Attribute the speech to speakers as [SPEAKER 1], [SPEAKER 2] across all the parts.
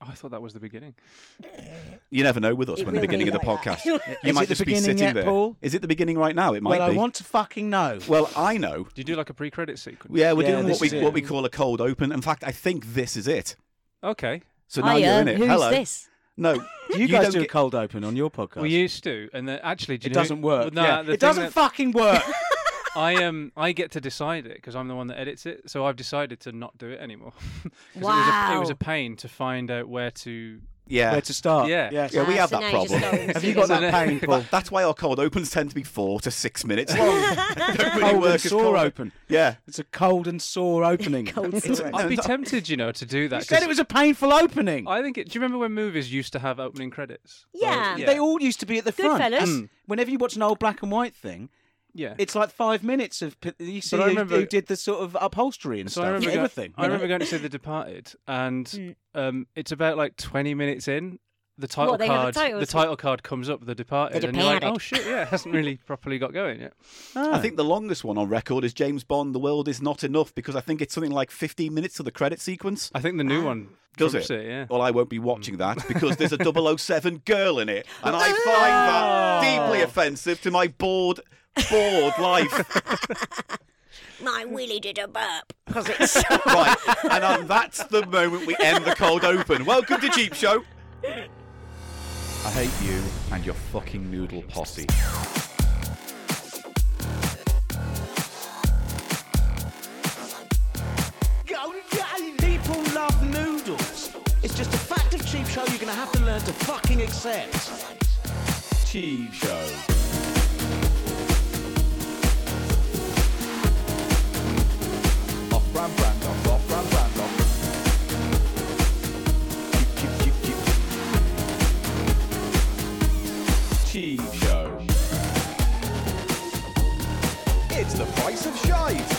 [SPEAKER 1] Oh, I thought that was the beginning.
[SPEAKER 2] You never know with us
[SPEAKER 3] It
[SPEAKER 2] when the
[SPEAKER 3] will
[SPEAKER 2] beginning
[SPEAKER 3] be
[SPEAKER 2] of the
[SPEAKER 3] like that.
[SPEAKER 2] podcast. you
[SPEAKER 4] Is
[SPEAKER 2] might
[SPEAKER 4] it the
[SPEAKER 2] just be
[SPEAKER 4] beginning
[SPEAKER 2] sitting
[SPEAKER 4] yet,
[SPEAKER 2] there.
[SPEAKER 4] Paul?
[SPEAKER 2] Is it the beginning right now? It might
[SPEAKER 4] well, I
[SPEAKER 2] be.
[SPEAKER 4] want to fucking know.
[SPEAKER 2] Well, I know.
[SPEAKER 1] Do you do like a pre-credit sequence?
[SPEAKER 2] Yeah, we're
[SPEAKER 4] Yeah,
[SPEAKER 2] doing what
[SPEAKER 4] this
[SPEAKER 2] we
[SPEAKER 4] is it.
[SPEAKER 2] what we call a cold open. In fact, I think this is it.
[SPEAKER 1] Okay.
[SPEAKER 2] So now
[SPEAKER 3] Hiya,
[SPEAKER 2] you're in it.
[SPEAKER 3] Who's
[SPEAKER 2] Hello.
[SPEAKER 3] this?
[SPEAKER 2] No,
[SPEAKER 4] you, guys
[SPEAKER 2] don't
[SPEAKER 4] do a
[SPEAKER 2] get-
[SPEAKER 4] cold open on your podcast.
[SPEAKER 1] We used to, and then actually, do you
[SPEAKER 4] it
[SPEAKER 1] know-
[SPEAKER 4] doesn't work.
[SPEAKER 1] No,
[SPEAKER 4] Yeah.
[SPEAKER 1] the
[SPEAKER 4] It
[SPEAKER 1] thing
[SPEAKER 4] doesn't
[SPEAKER 1] that-
[SPEAKER 4] fucking work.
[SPEAKER 1] I um I get to decide it because I'm the one that edits it, so I've decided to not do it anymore. 'Cause it was, a, it was a
[SPEAKER 3] Wow.
[SPEAKER 1] pain to find out where to.
[SPEAKER 2] Yeah,
[SPEAKER 4] Where to start?
[SPEAKER 1] Yeah.
[SPEAKER 4] Yes.
[SPEAKER 2] Yeah, we
[SPEAKER 3] Ah,
[SPEAKER 2] have that
[SPEAKER 3] so now you just
[SPEAKER 2] problem.
[SPEAKER 3] go
[SPEAKER 4] Have
[SPEAKER 3] to
[SPEAKER 4] you got
[SPEAKER 3] the-
[SPEAKER 4] that pain, Paul?
[SPEAKER 2] But that's why our cold opens tend to be four to six minutes long. Don't really
[SPEAKER 4] Cold
[SPEAKER 2] work
[SPEAKER 4] and
[SPEAKER 2] as
[SPEAKER 4] sore
[SPEAKER 2] cold-
[SPEAKER 4] open.
[SPEAKER 2] Yeah.
[SPEAKER 4] It's a cold and sore opening.
[SPEAKER 3] Cold
[SPEAKER 4] It's-
[SPEAKER 3] sore.
[SPEAKER 2] No,
[SPEAKER 1] I'd be
[SPEAKER 2] no.
[SPEAKER 1] tempted, you know, to do that.
[SPEAKER 4] You said
[SPEAKER 1] 'cause
[SPEAKER 4] it was a painful opening.
[SPEAKER 1] I think it. Do you remember when movies used to have opening credits?
[SPEAKER 3] Yeah.
[SPEAKER 1] yeah.
[SPEAKER 4] They all used to be at the front.
[SPEAKER 3] Goodfellas.
[SPEAKER 4] That's- Whenever you watch an old black and white thing,
[SPEAKER 1] yeah.
[SPEAKER 4] it's like five minutes of p- you see
[SPEAKER 1] I
[SPEAKER 4] who,
[SPEAKER 1] remember-
[SPEAKER 4] who did the sort of upholstery and
[SPEAKER 1] So
[SPEAKER 4] stuff.
[SPEAKER 1] I remember, go-
[SPEAKER 4] everything.
[SPEAKER 1] I
[SPEAKER 4] you know?
[SPEAKER 1] remember going to see The Departed, and um, it's about like 20 minutes in. The title
[SPEAKER 3] What, they have a
[SPEAKER 1] card,
[SPEAKER 3] title
[SPEAKER 1] the
[SPEAKER 3] screen?
[SPEAKER 1] title card comes up, The Departed,
[SPEAKER 3] The
[SPEAKER 1] and you're like,
[SPEAKER 3] Departed.
[SPEAKER 1] oh shit, yeah, it hasn't really properly got going yet.
[SPEAKER 4] No.
[SPEAKER 2] I think the longest one on record is James Bond. The world is not enough because I think it's something like 15 minutes of the credit sequence.
[SPEAKER 1] I think the
[SPEAKER 3] Ah.
[SPEAKER 1] new one
[SPEAKER 2] Does
[SPEAKER 1] trumps
[SPEAKER 2] it?
[SPEAKER 1] Yeah.
[SPEAKER 2] Well, I won't be watching that because there's a 007 girl in it, and I find that deeply offensive to my bored, bored life.
[SPEAKER 3] My Willie did a burp because it's so
[SPEAKER 2] right, and on, that's the moment we end the cold open. Welcome to Jeep Show. I hate you and your fucking noodle posse.
[SPEAKER 5] People love noodles. It's just a fact of cheap show you're gonna have to learn to fucking accept.
[SPEAKER 2] Cheap Show. Cheap Show.
[SPEAKER 6] It's the price of shite.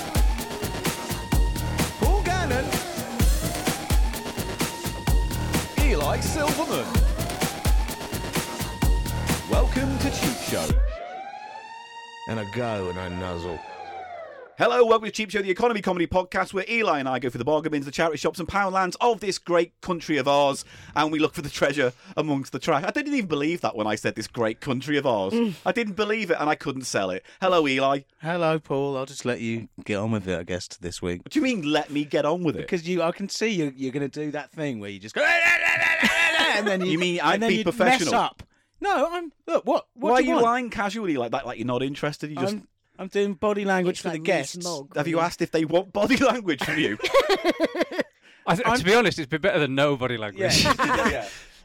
[SPEAKER 6] Paul Gannon. Eli Silverman. Welcome to Cheap Show.
[SPEAKER 5] And I go and I nuzzle.
[SPEAKER 2] Hello, welcome to Cheap Show, the economy comedy podcast, where Eli and I go for the bargain bins, the charity shops, and poundlands of this great country of ours, and we look for the treasure amongst the trash. I didn't even believe that when I said this great country of ours.
[SPEAKER 5] Mm.
[SPEAKER 2] I didn't believe it, and I couldn't sell it. Hello, Eli.
[SPEAKER 4] Hello, Paul. I'll just let you get on with it, I guess, this week.
[SPEAKER 2] What do you mean? Let me get on with it.
[SPEAKER 4] Because you, I can see you, you're going to do that thing where you just go, and then you,
[SPEAKER 2] You mean I'd
[SPEAKER 4] and then
[SPEAKER 2] be
[SPEAKER 4] you
[SPEAKER 2] professional?
[SPEAKER 4] Mess up. No, I'm. Look, what? What
[SPEAKER 2] Why
[SPEAKER 4] do
[SPEAKER 2] are
[SPEAKER 4] you
[SPEAKER 2] you
[SPEAKER 4] want?
[SPEAKER 2] lying casually like that? Like you're not interested? You just
[SPEAKER 4] I'm, I'm doing body language
[SPEAKER 3] It's
[SPEAKER 4] for the
[SPEAKER 3] like
[SPEAKER 4] guests.
[SPEAKER 3] Rees-Mogg,
[SPEAKER 2] have you
[SPEAKER 3] really.
[SPEAKER 2] asked if they want body language from you?
[SPEAKER 1] I th- to be honest, it's been better than no body language.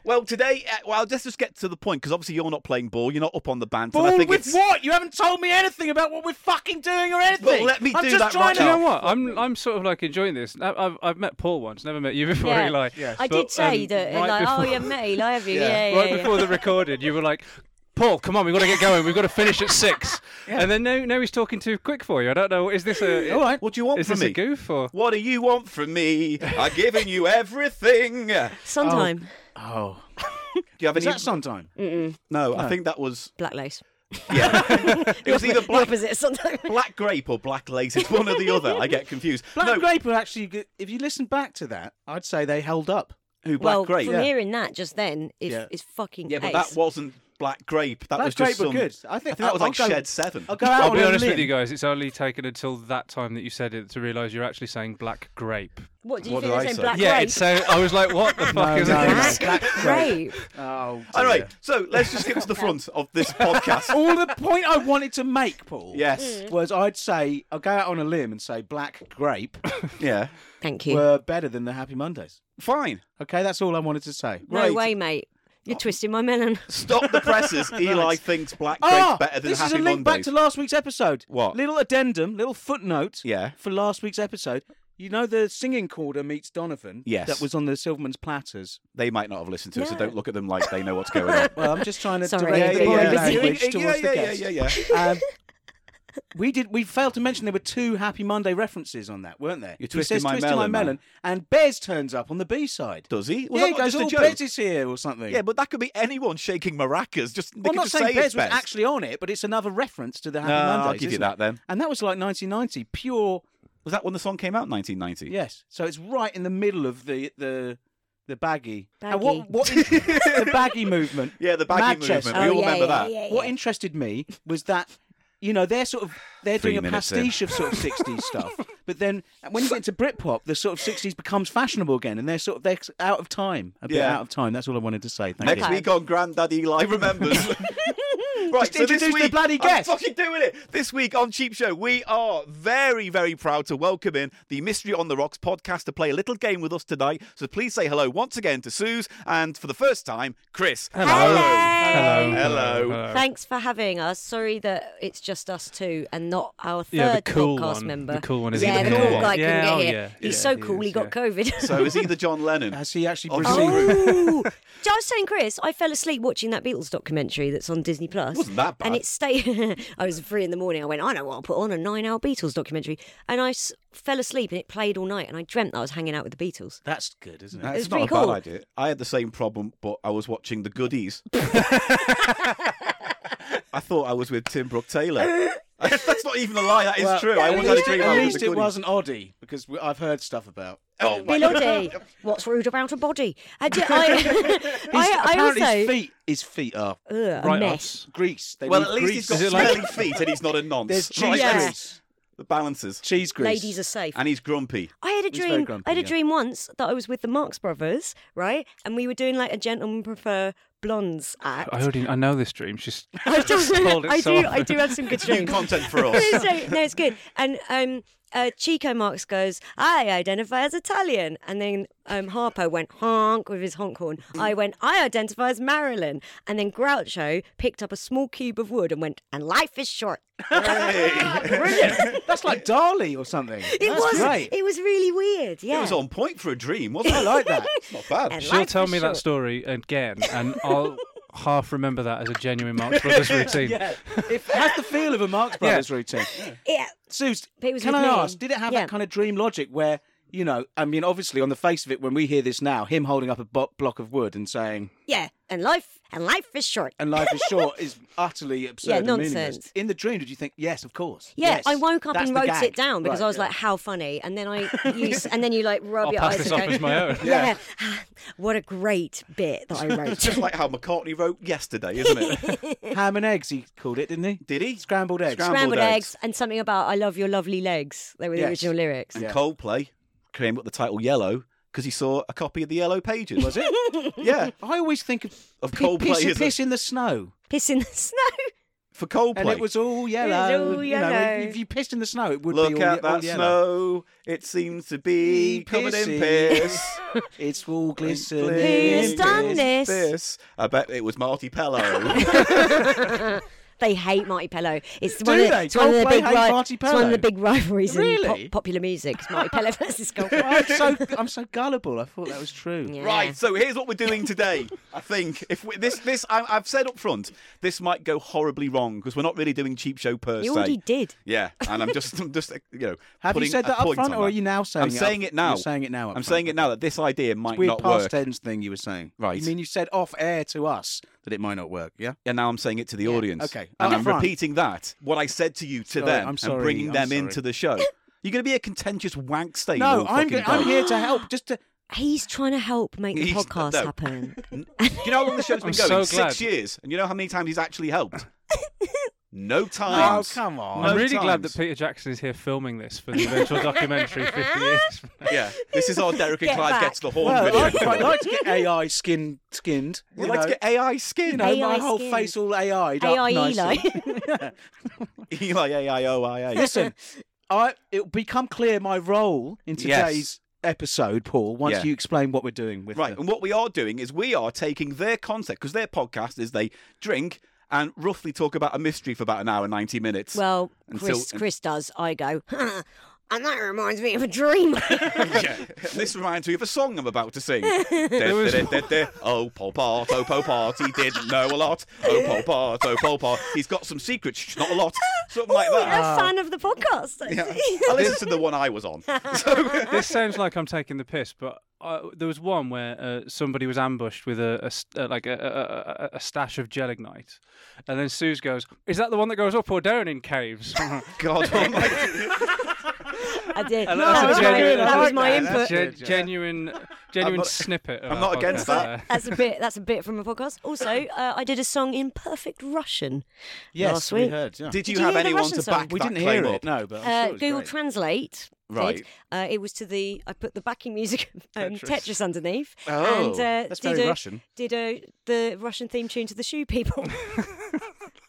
[SPEAKER 2] well, today, uh, well, let's just get to the point because obviously you're not playing ball. You're not up on the banter. and I
[SPEAKER 4] Ball
[SPEAKER 2] think
[SPEAKER 4] with
[SPEAKER 2] it's...
[SPEAKER 4] what? You haven't told me anything about what we're fucking doing or anything.
[SPEAKER 2] Well, let me
[SPEAKER 4] I'm
[SPEAKER 2] do
[SPEAKER 4] just
[SPEAKER 2] that
[SPEAKER 4] trying
[SPEAKER 2] right
[SPEAKER 4] to
[SPEAKER 1] you know
[SPEAKER 2] now.
[SPEAKER 1] what? I'm I'm sort of like enjoying this. I- I've I've met Paul once, never met you before,
[SPEAKER 3] Yeah.
[SPEAKER 1] Eli.
[SPEAKER 3] I
[SPEAKER 1] But,
[SPEAKER 3] did say
[SPEAKER 1] um,
[SPEAKER 3] that,
[SPEAKER 1] right
[SPEAKER 3] like, oh,
[SPEAKER 1] before-
[SPEAKER 3] you met Eli, have you? Yeah, yeah, yeah.
[SPEAKER 1] right before the recorded, you were like, Paul, come on, we've got to get going. We've got to finish at six. And then now, now he's talking too quick for you. I don't know. Is this a.
[SPEAKER 4] All right.
[SPEAKER 2] What do you want
[SPEAKER 1] Is
[SPEAKER 2] from
[SPEAKER 1] this
[SPEAKER 2] me?
[SPEAKER 1] a goof or.
[SPEAKER 2] What do you want from me? I've given you everything. Do
[SPEAKER 3] Sometime.
[SPEAKER 4] Oh,
[SPEAKER 2] you Mm. have
[SPEAKER 4] is
[SPEAKER 2] any?
[SPEAKER 4] that sometime?
[SPEAKER 2] no, I think that was
[SPEAKER 3] Black lace.
[SPEAKER 2] yeah. it was either
[SPEAKER 3] The
[SPEAKER 2] black
[SPEAKER 3] Opposite sometime.
[SPEAKER 2] black grape or black lace. It's one or the other. I get confused.
[SPEAKER 4] Black
[SPEAKER 2] no,
[SPEAKER 4] Grape are actually. good- If you listen back to that, I'd say they held up.
[SPEAKER 2] who black
[SPEAKER 3] well,
[SPEAKER 2] grape?
[SPEAKER 3] from
[SPEAKER 2] Yeah.
[SPEAKER 3] hearing that just then, it's,
[SPEAKER 4] Yeah.
[SPEAKER 3] it's fucking
[SPEAKER 2] Yeah, but
[SPEAKER 3] ace.
[SPEAKER 2] that wasn't black grape. That
[SPEAKER 4] Black
[SPEAKER 2] was just
[SPEAKER 4] Grape were
[SPEAKER 2] some-
[SPEAKER 4] good. I think-
[SPEAKER 2] that was
[SPEAKER 4] I'll
[SPEAKER 2] like
[SPEAKER 4] go-
[SPEAKER 2] shed seven.
[SPEAKER 4] I'll go out
[SPEAKER 1] I'll
[SPEAKER 4] on
[SPEAKER 1] be
[SPEAKER 4] a
[SPEAKER 1] honest
[SPEAKER 4] limb.
[SPEAKER 1] with you guys. It's only taken until that time that you said it to realise you're actually saying black grape.
[SPEAKER 3] What, do you
[SPEAKER 2] What did
[SPEAKER 3] think they're
[SPEAKER 2] I
[SPEAKER 3] saying
[SPEAKER 2] say?
[SPEAKER 3] black
[SPEAKER 1] Yeah,
[SPEAKER 3] grape?
[SPEAKER 1] it's so I was like, what the fuck is
[SPEAKER 4] no,
[SPEAKER 1] this?
[SPEAKER 3] Black grape.
[SPEAKER 4] Oh,
[SPEAKER 2] All right, so let's just get to the front of this podcast.
[SPEAKER 4] All the point I wanted to make, Paul,
[SPEAKER 2] Yes.
[SPEAKER 3] Mm.
[SPEAKER 4] was Mm-hmm. I'd say I'll go out on a limb and say Black Grape
[SPEAKER 2] Yeah.
[SPEAKER 3] Thank you.
[SPEAKER 4] were better than the Happy Mondays.
[SPEAKER 2] Fine.
[SPEAKER 4] Okay, that's all I wanted to say.
[SPEAKER 3] no
[SPEAKER 2] right.
[SPEAKER 3] way, mate. You're twisting my melon.
[SPEAKER 2] Stop the presses. Eli thinks black grape
[SPEAKER 4] Ah,
[SPEAKER 2] better than
[SPEAKER 4] this
[SPEAKER 2] Happy
[SPEAKER 4] is a
[SPEAKER 2] Mondays.
[SPEAKER 4] link back to last week's episode.
[SPEAKER 2] What?
[SPEAKER 4] Little addendum, little footnote.
[SPEAKER 2] Yeah.
[SPEAKER 4] For last week's episode, you know the singing quarter meets Donovan.
[SPEAKER 2] Yes.
[SPEAKER 4] That was on the Silverman's platters.
[SPEAKER 2] They might not have listened to it, so
[SPEAKER 3] No.
[SPEAKER 2] don't look at them like they know what's going on.
[SPEAKER 4] Well, I'm just trying to
[SPEAKER 3] Sorry,
[SPEAKER 4] direct the
[SPEAKER 3] yeah,
[SPEAKER 4] body
[SPEAKER 3] yeah, yeah.
[SPEAKER 4] language towards
[SPEAKER 2] yeah,
[SPEAKER 4] the
[SPEAKER 2] yeah,
[SPEAKER 4] guest.
[SPEAKER 2] yeah, yeah, yeah.
[SPEAKER 4] Um, we did. We failed to mention there were two Happy Monday references on that, weren't there?
[SPEAKER 2] You're
[SPEAKER 4] He
[SPEAKER 2] twisting
[SPEAKER 4] says,
[SPEAKER 2] my
[SPEAKER 4] twisting my
[SPEAKER 2] melon, man."
[SPEAKER 4] melon, and Bez turns up on the B side.
[SPEAKER 2] Does he? Was
[SPEAKER 4] yeah,
[SPEAKER 2] that
[SPEAKER 4] he
[SPEAKER 2] not
[SPEAKER 4] goes,
[SPEAKER 2] just a
[SPEAKER 4] "Oh,
[SPEAKER 2] joke?
[SPEAKER 4] Bez is here" or something.
[SPEAKER 2] Yeah, but that could be anyone shaking maracas. Just they
[SPEAKER 4] well, I'm
[SPEAKER 2] could
[SPEAKER 4] not
[SPEAKER 2] just
[SPEAKER 4] saying
[SPEAKER 2] say
[SPEAKER 4] Bez
[SPEAKER 2] it's
[SPEAKER 4] was
[SPEAKER 2] Bez.
[SPEAKER 4] actually on it, but it's another reference to the Happy
[SPEAKER 2] No, I'll
[SPEAKER 4] Mondays.
[SPEAKER 2] give you
[SPEAKER 4] isn't
[SPEAKER 2] that
[SPEAKER 4] it?
[SPEAKER 2] then.
[SPEAKER 4] And that was like 1990, pure
[SPEAKER 2] Was that when the song came out? in 1990.
[SPEAKER 4] yes. So it's right in the middle of the the the baggy. And
[SPEAKER 3] Baggy.
[SPEAKER 4] what, what in- the baggy movement?
[SPEAKER 2] Yeah, the baggy
[SPEAKER 4] Manchester.
[SPEAKER 2] movement. We all
[SPEAKER 3] Oh, yeah,
[SPEAKER 2] remember
[SPEAKER 3] yeah,
[SPEAKER 2] that.
[SPEAKER 3] yeah, yeah.
[SPEAKER 4] What interested me was that, you know, they're sort of they're
[SPEAKER 2] Three
[SPEAKER 4] doing a
[SPEAKER 2] minutes in.
[SPEAKER 4] pastiche of sort of '60s stuff, but then when you get to Britpop, the sort of '60s becomes fashionable again, and they're sort of they're out of time, a bit
[SPEAKER 2] Yeah.
[SPEAKER 4] out of time. That's all I wanted to say. Thank
[SPEAKER 2] Next
[SPEAKER 4] you.
[SPEAKER 2] week on Grandad Eli remembers. right,
[SPEAKER 4] Just introduce the bloody guest.
[SPEAKER 2] I'm fucking doing it. This week on Cheap Show, we are very, very proud to welcome in the Mystery on the Rocks podcast to play a little game with us tonight. So please say hello once again to Suze and for the first time, Chris.
[SPEAKER 3] Hello.
[SPEAKER 1] Hello.
[SPEAKER 2] Hello.
[SPEAKER 3] Thanks for having us. Sorry that it's just us two and not our third
[SPEAKER 1] Yeah, the cool
[SPEAKER 3] podcast
[SPEAKER 1] one.
[SPEAKER 3] member.
[SPEAKER 1] The cool one isn't
[SPEAKER 3] yeah, the
[SPEAKER 1] here.
[SPEAKER 3] cool guy
[SPEAKER 1] Yeah,
[SPEAKER 3] couldn't get
[SPEAKER 1] oh,
[SPEAKER 3] here.
[SPEAKER 1] yeah,
[SPEAKER 3] He's
[SPEAKER 1] yeah,
[SPEAKER 3] so
[SPEAKER 1] he
[SPEAKER 3] cool. He
[SPEAKER 1] is,
[SPEAKER 3] got COVID.
[SPEAKER 2] So is he the John Lennon?
[SPEAKER 4] Has he actually
[SPEAKER 2] Of
[SPEAKER 4] proceeded?
[SPEAKER 2] the group?
[SPEAKER 3] Ooh. Do you know, I was saying, Oh, Chris, I fell asleep watching that Beatles documentary that's on Disney Plus.
[SPEAKER 2] Wasn't that bad.
[SPEAKER 3] And it stayed. I was free in the morning. I went, I know what I'll put on a nine-hour Beatles documentary, and I s- fell asleep and it played all night. And I dreamt that I was hanging out with the Beatles.
[SPEAKER 4] That's good, isn't it?
[SPEAKER 2] That's
[SPEAKER 3] was
[SPEAKER 2] not a
[SPEAKER 3] pretty cool.
[SPEAKER 2] bad idea. I had the same problem, but I was watching the goodies. I thought I was with Tim Brooke Taylor. That's not even a lie. That is
[SPEAKER 4] Well,
[SPEAKER 2] true. I
[SPEAKER 4] at
[SPEAKER 2] always had a
[SPEAKER 4] least-
[SPEAKER 2] dream. I
[SPEAKER 4] At
[SPEAKER 2] was with
[SPEAKER 4] least
[SPEAKER 2] the
[SPEAKER 4] it
[SPEAKER 2] Goodies.
[SPEAKER 4] wasn't Oddie because we- I've heard stuff about.
[SPEAKER 2] Oh my
[SPEAKER 3] Bill Oddie, what's rude about a body? I, d- I, I, I
[SPEAKER 4] apparently his
[SPEAKER 3] also
[SPEAKER 4] feet, his feet are
[SPEAKER 3] Ugh, a
[SPEAKER 1] Right,
[SPEAKER 3] mess.
[SPEAKER 1] us.
[SPEAKER 4] grease. They
[SPEAKER 2] Well,
[SPEAKER 4] need
[SPEAKER 2] at least he's got
[SPEAKER 4] grease.
[SPEAKER 1] Is it like-
[SPEAKER 2] smelly feet and he's not a
[SPEAKER 4] There's
[SPEAKER 2] nonce.
[SPEAKER 4] cheese
[SPEAKER 3] Yeah.
[SPEAKER 4] grease.
[SPEAKER 2] The balances.
[SPEAKER 4] Cheese grease.
[SPEAKER 3] Ladies are safe.
[SPEAKER 2] And he's grumpy.
[SPEAKER 3] I had a
[SPEAKER 4] He's very
[SPEAKER 3] dream.
[SPEAKER 4] grumpy,
[SPEAKER 3] I had a
[SPEAKER 4] yeah.
[SPEAKER 3] dream once that I was with the Marx Brothers, right? And we were doing like a gentlemen prefer blondes act.
[SPEAKER 1] I already I know this dream. She's
[SPEAKER 3] I, do,
[SPEAKER 1] told it
[SPEAKER 3] I
[SPEAKER 1] so
[SPEAKER 3] do.
[SPEAKER 1] often.
[SPEAKER 3] I do have some good
[SPEAKER 2] New
[SPEAKER 3] dreams.
[SPEAKER 2] content for us.
[SPEAKER 3] no, it's- no, it's good. And um, uh, Chico Marx goes, I identify as Italian. And then um, Harpo went honk with his honk horn. I went, I identify as Marilyn. And then Groucho picked up a small cube of wood and went, and life is short.
[SPEAKER 4] Brilliant. That's like Darley or something.
[SPEAKER 3] It
[SPEAKER 4] That's
[SPEAKER 3] was.
[SPEAKER 4] great.
[SPEAKER 3] It was really weird. Yeah.
[SPEAKER 2] It was on point for a dream, wasn't it?
[SPEAKER 4] I like that.
[SPEAKER 2] Not bad.
[SPEAKER 3] And
[SPEAKER 1] she'll
[SPEAKER 3] life
[SPEAKER 1] tell
[SPEAKER 3] is
[SPEAKER 1] me
[SPEAKER 3] short.
[SPEAKER 1] that story again, and I'll half remember that as a genuine Marx Brothers routine.
[SPEAKER 4] yeah. It has the feel of a Marx Brothers routine.
[SPEAKER 3] Yeah.
[SPEAKER 4] Suze,
[SPEAKER 3] But it was
[SPEAKER 4] can
[SPEAKER 3] with
[SPEAKER 4] I
[SPEAKER 3] me.
[SPEAKER 4] ask, did it have
[SPEAKER 3] Yeah.
[SPEAKER 4] that kind of dream logic where, you know, I mean, obviously on the face of it, when we hear this now, him holding up a bo- block of wood and saying,
[SPEAKER 3] Yeah. And life and life is short.
[SPEAKER 4] and life is short is utterly absurd
[SPEAKER 3] Yeah,
[SPEAKER 4] and meaningless.
[SPEAKER 3] nonsense.
[SPEAKER 4] In the dream, did you think, yes, of course.
[SPEAKER 3] Yeah,
[SPEAKER 4] yes,
[SPEAKER 3] I woke up
[SPEAKER 4] that's
[SPEAKER 3] and
[SPEAKER 4] the
[SPEAKER 3] wrote
[SPEAKER 4] gag."
[SPEAKER 3] it down because
[SPEAKER 4] Right,
[SPEAKER 3] I was
[SPEAKER 4] yeah.
[SPEAKER 3] like, "How funny!" And then I, you, s- and then you like rub
[SPEAKER 1] I'll
[SPEAKER 3] your
[SPEAKER 1] pass
[SPEAKER 3] eyes
[SPEAKER 1] this
[SPEAKER 3] and
[SPEAKER 1] off
[SPEAKER 3] go,
[SPEAKER 1] as my own.
[SPEAKER 3] Yeah. Ah, what a great bit that I
[SPEAKER 2] It's
[SPEAKER 3] wrote.
[SPEAKER 2] just like how McCartney wrote yesterday, isn't it?
[SPEAKER 4] ham and eggs, he called it, didn't he?
[SPEAKER 2] Did he?
[SPEAKER 4] Scrambled eggs.
[SPEAKER 2] Scrambled
[SPEAKER 3] Scrambled
[SPEAKER 2] eggs.
[SPEAKER 3] eggs. and something about "I love your lovely legs." They were the
[SPEAKER 4] Yes.
[SPEAKER 3] original lyrics.
[SPEAKER 2] And
[SPEAKER 4] Yeah.
[SPEAKER 2] Coldplay came up with the title Yellow because he saw a copy of the Yellow Pages.
[SPEAKER 4] Was it?
[SPEAKER 2] Yeah.
[SPEAKER 4] I always think of,
[SPEAKER 2] Of
[SPEAKER 4] pi-
[SPEAKER 2] Coldplay
[SPEAKER 4] piss,
[SPEAKER 2] as a-
[SPEAKER 4] piss in the snow,
[SPEAKER 3] Piss in the snow.
[SPEAKER 2] For Coldplay.
[SPEAKER 4] and it was all yellow.
[SPEAKER 3] all
[SPEAKER 4] you know,
[SPEAKER 3] yellow.
[SPEAKER 4] if, if you pissed in the snow, it would
[SPEAKER 2] Look
[SPEAKER 4] be all,
[SPEAKER 2] at
[SPEAKER 4] ye- all
[SPEAKER 2] that
[SPEAKER 4] yellow.
[SPEAKER 2] snow. It seems to be
[SPEAKER 4] Be
[SPEAKER 2] covered in
[SPEAKER 4] pissy.
[SPEAKER 2] piss.
[SPEAKER 4] It's all glistening.
[SPEAKER 3] Who's done
[SPEAKER 4] piss.
[SPEAKER 3] this?
[SPEAKER 2] This. I bet it was Marty Pello.
[SPEAKER 3] They hate Marty Pello. It's
[SPEAKER 4] Do
[SPEAKER 3] one of the,
[SPEAKER 4] they?
[SPEAKER 3] it's one of the
[SPEAKER 4] Coldplay
[SPEAKER 3] big
[SPEAKER 4] hate
[SPEAKER 3] ri-
[SPEAKER 4] Marty
[SPEAKER 3] It's one of the
[SPEAKER 4] Pello?
[SPEAKER 3] big rivalries in
[SPEAKER 4] Really?
[SPEAKER 3] pop- popular music. It's Marty Pello versus Coldplay.
[SPEAKER 4] I'm so I'm so gullible. I thought that was true.
[SPEAKER 3] Yeah.
[SPEAKER 2] Right, so here's what we're doing today. I think if we, this this I, I've said up front, this might go horribly wrong because we're not really doing cheap show per
[SPEAKER 3] You
[SPEAKER 2] se.
[SPEAKER 3] already did.
[SPEAKER 2] Yeah, and I'm just I'm just uh, you know.
[SPEAKER 4] Have
[SPEAKER 2] putting
[SPEAKER 4] you said
[SPEAKER 2] a
[SPEAKER 4] that up
[SPEAKER 2] point
[SPEAKER 4] front,
[SPEAKER 2] on
[SPEAKER 4] or are
[SPEAKER 2] that.
[SPEAKER 4] you now saying?
[SPEAKER 2] I'm
[SPEAKER 4] it
[SPEAKER 2] saying
[SPEAKER 4] up-
[SPEAKER 2] it now.
[SPEAKER 4] You're saying it now.
[SPEAKER 2] I'm saying it now that this idea might
[SPEAKER 4] It's weird
[SPEAKER 2] not
[SPEAKER 4] past
[SPEAKER 2] work,
[SPEAKER 4] tense thing you were saying.
[SPEAKER 2] Right.
[SPEAKER 4] You mean you said off air to us that it might not work? Yeah.
[SPEAKER 2] and now I'm saying it to the audience.
[SPEAKER 4] okay.
[SPEAKER 2] and
[SPEAKER 4] Up
[SPEAKER 2] I'm
[SPEAKER 4] front.
[SPEAKER 2] repeating that what I said to you to
[SPEAKER 4] Sorry,
[SPEAKER 2] them
[SPEAKER 4] I'm
[SPEAKER 2] and
[SPEAKER 4] sorry,
[SPEAKER 2] bringing
[SPEAKER 4] I'm
[SPEAKER 2] them
[SPEAKER 4] sorry.
[SPEAKER 2] into the show. You're going to be a contentious wank stain.
[SPEAKER 4] No,
[SPEAKER 2] all
[SPEAKER 4] I'm
[SPEAKER 2] fucking
[SPEAKER 4] go- I'm
[SPEAKER 2] day.
[SPEAKER 4] here to help. Just to
[SPEAKER 3] He's trying to help make the
[SPEAKER 2] He's-
[SPEAKER 3] podcast
[SPEAKER 2] no.
[SPEAKER 3] happen.
[SPEAKER 2] Do you know how long the show's been
[SPEAKER 1] I'm
[SPEAKER 2] going?
[SPEAKER 1] so
[SPEAKER 2] Six
[SPEAKER 1] glad.
[SPEAKER 2] years, and you know how many times he's actually helped? no
[SPEAKER 4] oh
[SPEAKER 2] times.
[SPEAKER 4] come on.
[SPEAKER 2] No
[SPEAKER 1] I'm really glad
[SPEAKER 2] times.
[SPEAKER 1] that Peter Jackson is here filming this for the eventual documentary 50 years. from now.
[SPEAKER 2] Yeah, this is our Derek and
[SPEAKER 3] Get
[SPEAKER 2] Clive
[SPEAKER 3] back.
[SPEAKER 2] gets the horn
[SPEAKER 4] Well,
[SPEAKER 2] video.
[SPEAKER 4] I'd quite like to get AI skin skinned.
[SPEAKER 2] We'd
[SPEAKER 4] you
[SPEAKER 2] like to
[SPEAKER 4] know.
[SPEAKER 2] get AI skin.
[SPEAKER 4] You know, my
[SPEAKER 3] AI
[SPEAKER 4] whole
[SPEAKER 3] skinned.
[SPEAKER 4] face all AI.
[SPEAKER 3] AI Eli.
[SPEAKER 4] nicely.
[SPEAKER 2] Eli AIOIA.
[SPEAKER 4] Listen, I it'll become clear my role in
[SPEAKER 2] Yes.
[SPEAKER 4] today's episode, Paul, once
[SPEAKER 2] Yeah.
[SPEAKER 4] you explain what we're doing with
[SPEAKER 2] Right,
[SPEAKER 4] the-
[SPEAKER 2] and what we are doing is we are taking their concept, because their podcast is they drink and roughly talk about a mystery for about an hour, 90 minutes.
[SPEAKER 3] Well,
[SPEAKER 2] Until-
[SPEAKER 3] Chris, Chris does. I go, huh, and that reminds me of a dream.
[SPEAKER 2] yeah. This reminds me of a song I'm about to sing.
[SPEAKER 1] was-
[SPEAKER 2] Da-da-da-da-da. Oh, Pol Pot, oh, Pol Pot, he didn't know a lot. Oh, Pol Pot, oh, Pol Pot, he's got some secrets, shh, not a lot. Something like
[SPEAKER 3] Ooh,
[SPEAKER 2] that.
[SPEAKER 3] a fan of the podcast. I see.
[SPEAKER 2] I listened to the one I was on.
[SPEAKER 1] this sounds like I'm taking the piss, but uh, there was one where uh, somebody was ambushed with a, a s- uh, like a, a- a, a, a stash of gelignite, and then Suze goes, "Is that the one that goes up or down in caves?"
[SPEAKER 2] God almighty.
[SPEAKER 3] I did.
[SPEAKER 1] I
[SPEAKER 3] that
[SPEAKER 1] like
[SPEAKER 3] was
[SPEAKER 1] that.
[SPEAKER 3] my,
[SPEAKER 1] Good, I
[SPEAKER 3] that was
[SPEAKER 1] like
[SPEAKER 3] my
[SPEAKER 1] that.
[SPEAKER 3] input.
[SPEAKER 1] Gen- genuine, genuine
[SPEAKER 2] not-
[SPEAKER 1] snippet. Of uh,
[SPEAKER 2] I'm
[SPEAKER 1] our
[SPEAKER 2] not
[SPEAKER 1] podcast
[SPEAKER 2] against that.
[SPEAKER 1] there.
[SPEAKER 3] That's a bit. That's a bit from a podcast. Also, uh, I did a song in perfect Russian
[SPEAKER 4] yes,
[SPEAKER 3] last
[SPEAKER 4] we
[SPEAKER 3] week.
[SPEAKER 4] heard. Yeah.
[SPEAKER 2] Did you
[SPEAKER 3] Did you
[SPEAKER 2] have
[SPEAKER 3] hear the
[SPEAKER 2] anyone
[SPEAKER 3] Russian
[SPEAKER 2] to
[SPEAKER 3] song?
[SPEAKER 2] back
[SPEAKER 4] we
[SPEAKER 2] that
[SPEAKER 4] didn't
[SPEAKER 2] claim
[SPEAKER 4] hear it?
[SPEAKER 2] up?
[SPEAKER 4] No, but I'm sure
[SPEAKER 3] Uh,
[SPEAKER 4] it was
[SPEAKER 3] Google
[SPEAKER 4] great.
[SPEAKER 3] Translate. did.
[SPEAKER 2] Right.
[SPEAKER 3] Uh, it was to the. I put the backing music of um,
[SPEAKER 1] Tetris.
[SPEAKER 3] Tetris. underneath.
[SPEAKER 4] Oh,
[SPEAKER 3] and, uh,
[SPEAKER 4] that's
[SPEAKER 3] did
[SPEAKER 4] very
[SPEAKER 3] a,
[SPEAKER 4] Russian.
[SPEAKER 3] Did a the Russian theme tune to the Shoe People.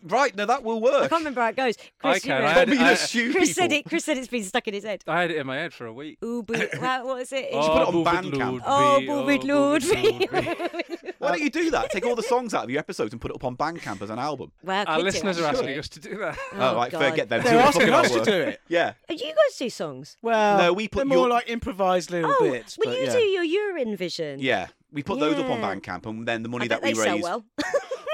[SPEAKER 2] Right, no, that will
[SPEAKER 3] I
[SPEAKER 2] work.
[SPEAKER 3] can't remember how it goes. Chris,
[SPEAKER 1] I
[SPEAKER 3] you
[SPEAKER 1] can.
[SPEAKER 3] know.
[SPEAKER 1] I had, I,
[SPEAKER 2] Bobby the
[SPEAKER 1] had-
[SPEAKER 2] shoe
[SPEAKER 3] Chris said
[SPEAKER 2] people.
[SPEAKER 3] it. Chris said it's been stuck in his head.
[SPEAKER 1] I had it in my head for a week.
[SPEAKER 3] Ooh, boo, what, what is it?
[SPEAKER 2] put it on
[SPEAKER 1] Boovid
[SPEAKER 2] Bandcamp.
[SPEAKER 1] Lord
[SPEAKER 3] Oh,
[SPEAKER 1] V,
[SPEAKER 3] Boovid
[SPEAKER 1] Boovid
[SPEAKER 3] Lord V.
[SPEAKER 1] Lord V.
[SPEAKER 2] Why don't you do that? Take all the songs out of your episodes and put it up on Bandcamp as an album.
[SPEAKER 3] Wow,
[SPEAKER 1] Our
[SPEAKER 3] kids
[SPEAKER 1] listeners
[SPEAKER 3] do
[SPEAKER 1] are
[SPEAKER 3] it.
[SPEAKER 1] asking us to do that.
[SPEAKER 2] Oh, right, fair,
[SPEAKER 3] God.
[SPEAKER 2] get them.
[SPEAKER 4] They're
[SPEAKER 2] to
[SPEAKER 4] asking
[SPEAKER 2] fucking
[SPEAKER 4] us to
[SPEAKER 2] work.
[SPEAKER 4] do it.
[SPEAKER 2] Yeah.
[SPEAKER 3] Uh, You guys do songs.
[SPEAKER 4] Well,
[SPEAKER 2] No, we put
[SPEAKER 4] they're more
[SPEAKER 2] your-
[SPEAKER 4] like improvised little
[SPEAKER 3] oh,
[SPEAKER 4] bits.
[SPEAKER 3] well,
[SPEAKER 4] but
[SPEAKER 3] you
[SPEAKER 4] yeah.
[SPEAKER 3] do your urine vision.
[SPEAKER 2] Yeah. We put those up on
[SPEAKER 3] Yeah.
[SPEAKER 2] Bandcamp and then the money
[SPEAKER 3] I
[SPEAKER 2] that
[SPEAKER 3] bet
[SPEAKER 2] we
[SPEAKER 3] they sell
[SPEAKER 2] raise.
[SPEAKER 3] well.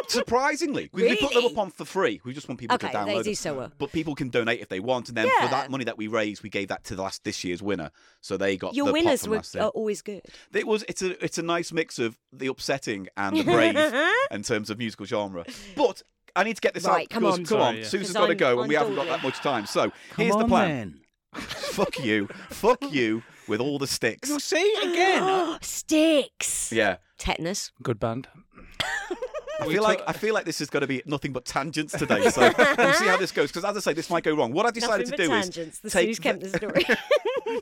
[SPEAKER 2] Surprisingly, we, we put them
[SPEAKER 3] Really?
[SPEAKER 2] up on for free. We just want people to
[SPEAKER 3] Okay,
[SPEAKER 2] download
[SPEAKER 3] they
[SPEAKER 2] them.
[SPEAKER 3] do so well.
[SPEAKER 2] But people can donate if they want, and then for
[SPEAKER 3] Yeah.
[SPEAKER 2] that money that we raised, we gave that to the last this year's winner. So they got
[SPEAKER 3] Your
[SPEAKER 2] the pot
[SPEAKER 3] winners
[SPEAKER 2] from
[SPEAKER 3] were oh.
[SPEAKER 2] last year.
[SPEAKER 3] are always good.
[SPEAKER 2] It was it's a it's a nice mix of the upsetting and the brave in terms of musical genre. But I need to get this
[SPEAKER 3] Right,
[SPEAKER 2] out
[SPEAKER 3] come
[SPEAKER 2] because
[SPEAKER 3] on.
[SPEAKER 2] come on,
[SPEAKER 1] Sorry, yeah.
[SPEAKER 2] Susan's
[SPEAKER 3] 'Cause
[SPEAKER 2] got to
[SPEAKER 3] I'm-
[SPEAKER 2] go and
[SPEAKER 3] I'm
[SPEAKER 2] we haven't got
[SPEAKER 3] dawdling.
[SPEAKER 2] that much time. So
[SPEAKER 4] Come
[SPEAKER 2] here's the
[SPEAKER 4] on
[SPEAKER 2] plan.
[SPEAKER 4] then.
[SPEAKER 2] Fuck you, fuck you with all the sticks.
[SPEAKER 4] You'll see again.
[SPEAKER 3] Sticks.
[SPEAKER 2] Yeah,
[SPEAKER 3] Tetanus.
[SPEAKER 1] Good band.
[SPEAKER 2] I feel like I feel like this is going to be nothing but tangents today. So we'll see how this goes because as I say, this might go wrong. What I've decided
[SPEAKER 3] Nothing
[SPEAKER 2] to do
[SPEAKER 3] but
[SPEAKER 2] is
[SPEAKER 3] tangents. The
[SPEAKER 2] take
[SPEAKER 3] Suze Kempner story.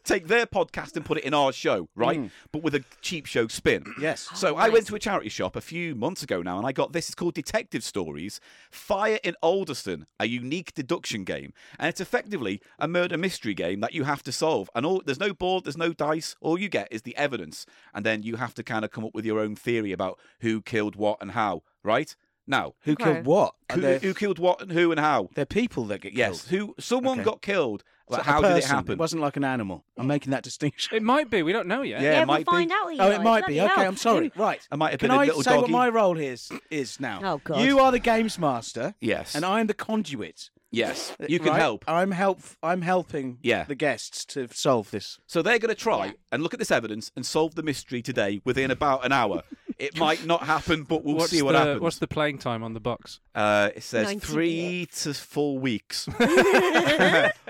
[SPEAKER 2] take their podcast and put it in our show, right? But with a cheap show spin.
[SPEAKER 4] Mm. Yes.
[SPEAKER 2] So I went to a charity shop a few months ago now and I got this. It's called Detective Stories Fire in Alderston, a unique deduction game. And it's effectively a murder mystery game that you have to solve. And all there's no board, there's no dice. All you get is the evidence. And then you have to kind of come up with your own theory about who killed what and how, right? Now,
[SPEAKER 4] Who
[SPEAKER 3] Okay.
[SPEAKER 4] killed what? Are
[SPEAKER 2] who,
[SPEAKER 4] there-
[SPEAKER 2] who killed what and who and how?
[SPEAKER 4] They're people that get
[SPEAKER 2] Yes.
[SPEAKER 4] killed.
[SPEAKER 2] Who someone
[SPEAKER 4] Okay.
[SPEAKER 2] got killed, but
[SPEAKER 4] So a
[SPEAKER 2] how did it
[SPEAKER 4] person.
[SPEAKER 2] happen?
[SPEAKER 4] It wasn't like an animal. I'm making that distinction.
[SPEAKER 1] It might be. We don't know yet.
[SPEAKER 2] Yeah, it
[SPEAKER 3] yeah,
[SPEAKER 2] might
[SPEAKER 3] we'll
[SPEAKER 2] be.
[SPEAKER 3] find out. You
[SPEAKER 4] Oh,
[SPEAKER 3] guys.
[SPEAKER 4] it might
[SPEAKER 3] Bloody
[SPEAKER 4] be. Okay,
[SPEAKER 3] hell.
[SPEAKER 4] I'm sorry. Right.
[SPEAKER 2] I might have
[SPEAKER 4] Can
[SPEAKER 2] been a
[SPEAKER 4] I
[SPEAKER 2] little
[SPEAKER 4] say what
[SPEAKER 2] doggy.
[SPEAKER 4] my role is is now?
[SPEAKER 3] Oh, God.
[SPEAKER 4] You are the games master.
[SPEAKER 2] Yes.
[SPEAKER 4] And I am the conduit.
[SPEAKER 2] yes. You can
[SPEAKER 4] Uh, right? Oh.
[SPEAKER 2] help.
[SPEAKER 4] I'm help. I'm helping.
[SPEAKER 2] Yeah.
[SPEAKER 4] The guests to solve this.
[SPEAKER 2] So they're going to try and look at this evidence and solve the mystery today within about an hour. it might not happen, but we'll
[SPEAKER 1] What's
[SPEAKER 2] see what
[SPEAKER 1] the,
[SPEAKER 2] happens.
[SPEAKER 1] What's the playing time on the box?
[SPEAKER 2] uh, it says
[SPEAKER 3] 90
[SPEAKER 2] three to four weeks.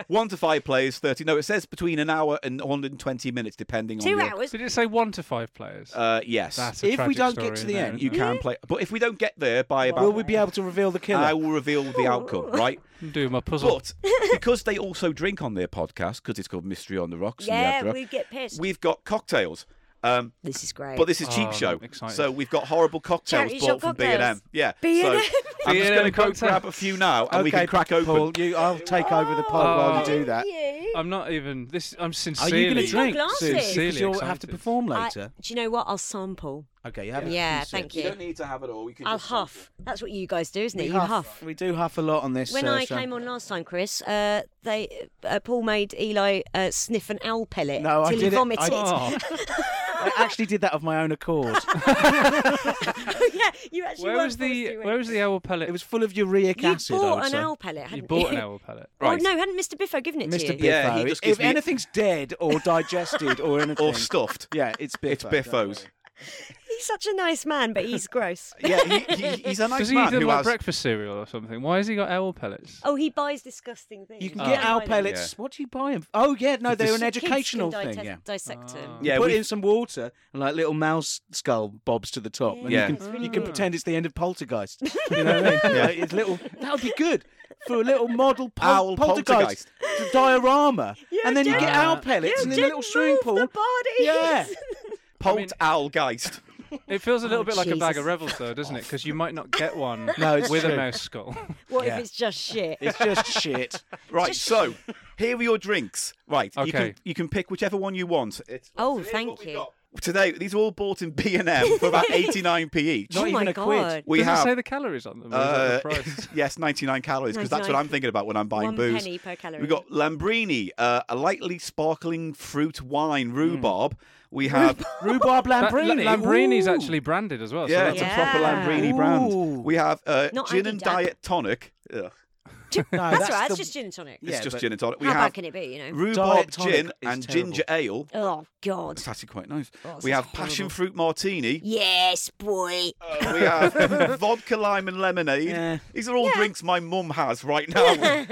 [SPEAKER 2] One to five players, 30. No, it says between an hour and 120 minutes, depending on
[SPEAKER 3] Two
[SPEAKER 2] your...
[SPEAKER 3] hours.
[SPEAKER 1] Did it say one to five players?
[SPEAKER 2] Uh, yes.
[SPEAKER 1] That's a
[SPEAKER 4] If we
[SPEAKER 1] tragic
[SPEAKER 4] don't get
[SPEAKER 1] story,
[SPEAKER 4] to
[SPEAKER 1] isn't
[SPEAKER 4] the
[SPEAKER 1] it?
[SPEAKER 4] end,
[SPEAKER 2] you can play. But if we don't get there by about...
[SPEAKER 4] Will we be able to reveal the killer?
[SPEAKER 2] I will reveal the outcome, right?
[SPEAKER 1] do my puzzle.
[SPEAKER 2] But because they also drink on their podcast, because it's called Mystery on the Rocks, and the
[SPEAKER 3] Yeah,
[SPEAKER 2] After-
[SPEAKER 3] we get pissed.
[SPEAKER 2] we've got cocktails. Um,
[SPEAKER 3] This is great.
[SPEAKER 2] But this is cheap
[SPEAKER 1] Oh,
[SPEAKER 2] show,
[SPEAKER 1] I'm excited.
[SPEAKER 2] so we've got horrible cocktails
[SPEAKER 3] Charity
[SPEAKER 2] bought
[SPEAKER 3] shop
[SPEAKER 2] from B
[SPEAKER 3] cocktails.
[SPEAKER 2] and M. Yeah,
[SPEAKER 3] B&M.
[SPEAKER 2] so I'm just
[SPEAKER 1] B&M
[SPEAKER 2] going to go
[SPEAKER 1] cocktails.
[SPEAKER 2] grab a few now, and
[SPEAKER 4] okay,
[SPEAKER 2] we can crack open.
[SPEAKER 4] Paul, you, I'll take over the pod while you
[SPEAKER 3] Oh,
[SPEAKER 4] do that.
[SPEAKER 1] I'm not even. This. I'm
[SPEAKER 4] Are
[SPEAKER 1] sincerely.
[SPEAKER 4] you going to
[SPEAKER 3] It's not
[SPEAKER 4] drink?
[SPEAKER 3] glasses.
[SPEAKER 4] Sue? Because
[SPEAKER 1] Sincerely
[SPEAKER 4] you'll have to
[SPEAKER 1] excited.
[SPEAKER 4] perform
[SPEAKER 3] I-
[SPEAKER 4] later.
[SPEAKER 3] do you know what? I'll sample.
[SPEAKER 4] okay, you have a
[SPEAKER 3] Yeah,
[SPEAKER 4] few
[SPEAKER 3] thank
[SPEAKER 4] sips.
[SPEAKER 3] you.
[SPEAKER 2] need to have it all. We can
[SPEAKER 3] I'll huff. That's what you guys do, isn't it?
[SPEAKER 4] We
[SPEAKER 3] You
[SPEAKER 4] huff.
[SPEAKER 3] huff.
[SPEAKER 4] We do huff a lot on this.
[SPEAKER 3] When
[SPEAKER 4] uh,
[SPEAKER 3] I
[SPEAKER 4] show.
[SPEAKER 3] came on last time, Chris, uh, they uh, Paul made Eli uh, sniff an owl pellet
[SPEAKER 4] No, I
[SPEAKER 3] till he
[SPEAKER 4] did it.
[SPEAKER 3] vomited.
[SPEAKER 4] I-
[SPEAKER 1] Oh,
[SPEAKER 4] I actually did that of my own accord.
[SPEAKER 3] yeah,
[SPEAKER 1] where
[SPEAKER 3] you actually. were
[SPEAKER 1] was
[SPEAKER 3] forced
[SPEAKER 1] the
[SPEAKER 3] to,
[SPEAKER 1] Where was the owl pellet?
[SPEAKER 4] it was full of uric
[SPEAKER 3] You
[SPEAKER 4] acid. I would
[SPEAKER 3] bought an
[SPEAKER 4] say.
[SPEAKER 3] owl pellet, hadn't
[SPEAKER 1] you
[SPEAKER 3] you?
[SPEAKER 1] bought an owl pellet.
[SPEAKER 3] Oh
[SPEAKER 2] Right.
[SPEAKER 3] no, hadn't Mr. Biffo given it to
[SPEAKER 4] Mr.
[SPEAKER 3] you?
[SPEAKER 4] Biffo.
[SPEAKER 2] Yeah, he just gives
[SPEAKER 4] if
[SPEAKER 2] me-
[SPEAKER 4] anything's dead or digested or anything,
[SPEAKER 2] Or stuffed.
[SPEAKER 4] yeah, it's Biffo.
[SPEAKER 2] It's Biffos.
[SPEAKER 3] He's such a nice man, but he's gross.
[SPEAKER 2] Yeah, he, he, he's a nice
[SPEAKER 1] Does he
[SPEAKER 2] man
[SPEAKER 1] eat them
[SPEAKER 2] who
[SPEAKER 1] like
[SPEAKER 2] has.
[SPEAKER 1] breakfast cereal or something? Why has he got owl pellets?
[SPEAKER 3] Oh, he buys disgusting things. Oh,
[SPEAKER 4] You can
[SPEAKER 3] He
[SPEAKER 4] get
[SPEAKER 3] buy
[SPEAKER 4] owl
[SPEAKER 3] them.
[SPEAKER 4] pellets. What do you buy them? Oh yeah, no, they're an
[SPEAKER 3] Kids can
[SPEAKER 4] educational
[SPEAKER 3] dite-
[SPEAKER 4] thing. Yeah.
[SPEAKER 3] Dissect them.
[SPEAKER 2] Yeah,
[SPEAKER 4] Put
[SPEAKER 2] we-
[SPEAKER 4] in some water and like little mouse skull bobs to the top, and
[SPEAKER 2] Yeah.
[SPEAKER 4] you can
[SPEAKER 3] It's really
[SPEAKER 4] you can
[SPEAKER 3] good.
[SPEAKER 4] pretend it's the end of Poltergeist. You know what I mean? Like, it's little. That would be good for a little model pol-
[SPEAKER 2] Owl
[SPEAKER 4] poltergeist, d- diorama, and then you get
[SPEAKER 1] don't-
[SPEAKER 4] owl pellets and in a little swimming pool.
[SPEAKER 3] The bodies.
[SPEAKER 4] Yeah.
[SPEAKER 2] Polt owl geist.
[SPEAKER 1] It feels a little bit like a bag of
[SPEAKER 3] Oh, Jesus.
[SPEAKER 1] revels, though, doesn't it? Because you might not get one
[SPEAKER 4] No, it's
[SPEAKER 1] with
[SPEAKER 4] true.
[SPEAKER 1] a mouse skull.
[SPEAKER 3] What
[SPEAKER 4] Yeah.
[SPEAKER 3] if it's just shit?
[SPEAKER 4] It's just shit.
[SPEAKER 2] Right, so here are your drinks. Right, you can
[SPEAKER 1] Okay.
[SPEAKER 2] you can pick whichever one you want. It's,
[SPEAKER 3] Oh,
[SPEAKER 2] so here's
[SPEAKER 3] thank
[SPEAKER 2] what we've
[SPEAKER 3] you.
[SPEAKER 2] got. Today, these are all bought in B and M for about eighty nine p each.
[SPEAKER 4] Not
[SPEAKER 3] oh
[SPEAKER 4] even
[SPEAKER 3] my
[SPEAKER 4] a quid.
[SPEAKER 3] god.
[SPEAKER 2] We
[SPEAKER 1] Does
[SPEAKER 2] have
[SPEAKER 1] it say the calories on them? Or is
[SPEAKER 2] Uh,
[SPEAKER 1] that the price?
[SPEAKER 2] yes, 99 calories, because that's what
[SPEAKER 3] 99.
[SPEAKER 2] I'm thinking about when I'm buying
[SPEAKER 3] One
[SPEAKER 2] booze.
[SPEAKER 3] penny per calorie.
[SPEAKER 2] We've got Lambrini, uh, a lightly sparkling fruit wine, rhubarb. We have.
[SPEAKER 4] Um, Rhubarb
[SPEAKER 1] That- La-
[SPEAKER 4] Lambrini.
[SPEAKER 1] Lambrini's
[SPEAKER 4] Ooh.
[SPEAKER 1] actually branded as well. so
[SPEAKER 2] Yeah,
[SPEAKER 1] that's
[SPEAKER 2] it's
[SPEAKER 1] a
[SPEAKER 2] a proper
[SPEAKER 3] Yeah.
[SPEAKER 2] Lambrini brand.
[SPEAKER 4] Ooh.
[SPEAKER 2] We have uh,
[SPEAKER 3] Not
[SPEAKER 2] gin
[SPEAKER 3] Andy
[SPEAKER 2] and
[SPEAKER 3] Dab.
[SPEAKER 2] diet tonic. Ugh,
[SPEAKER 4] No,
[SPEAKER 3] That's, right.
[SPEAKER 4] the-
[SPEAKER 3] It's just gin and tonic.
[SPEAKER 2] it's
[SPEAKER 4] Yeah,
[SPEAKER 2] just
[SPEAKER 4] but-
[SPEAKER 2] gin and tonic. We
[SPEAKER 3] How
[SPEAKER 2] have
[SPEAKER 3] bad can it be? You know.
[SPEAKER 2] rhubarb
[SPEAKER 4] Diet tonic
[SPEAKER 2] gin
[SPEAKER 4] is
[SPEAKER 2] and
[SPEAKER 4] terrible.
[SPEAKER 2] ginger ale.
[SPEAKER 3] Oh god.
[SPEAKER 2] It's actually quite nice.
[SPEAKER 3] Oh, this
[SPEAKER 2] we
[SPEAKER 3] is
[SPEAKER 2] have passion
[SPEAKER 3] horrible.
[SPEAKER 2] fruit martini.
[SPEAKER 3] Yes, boy.
[SPEAKER 2] Uh, we have vodka lime and lemonade.
[SPEAKER 4] Yeah.
[SPEAKER 2] These are all drinks my mum has right now.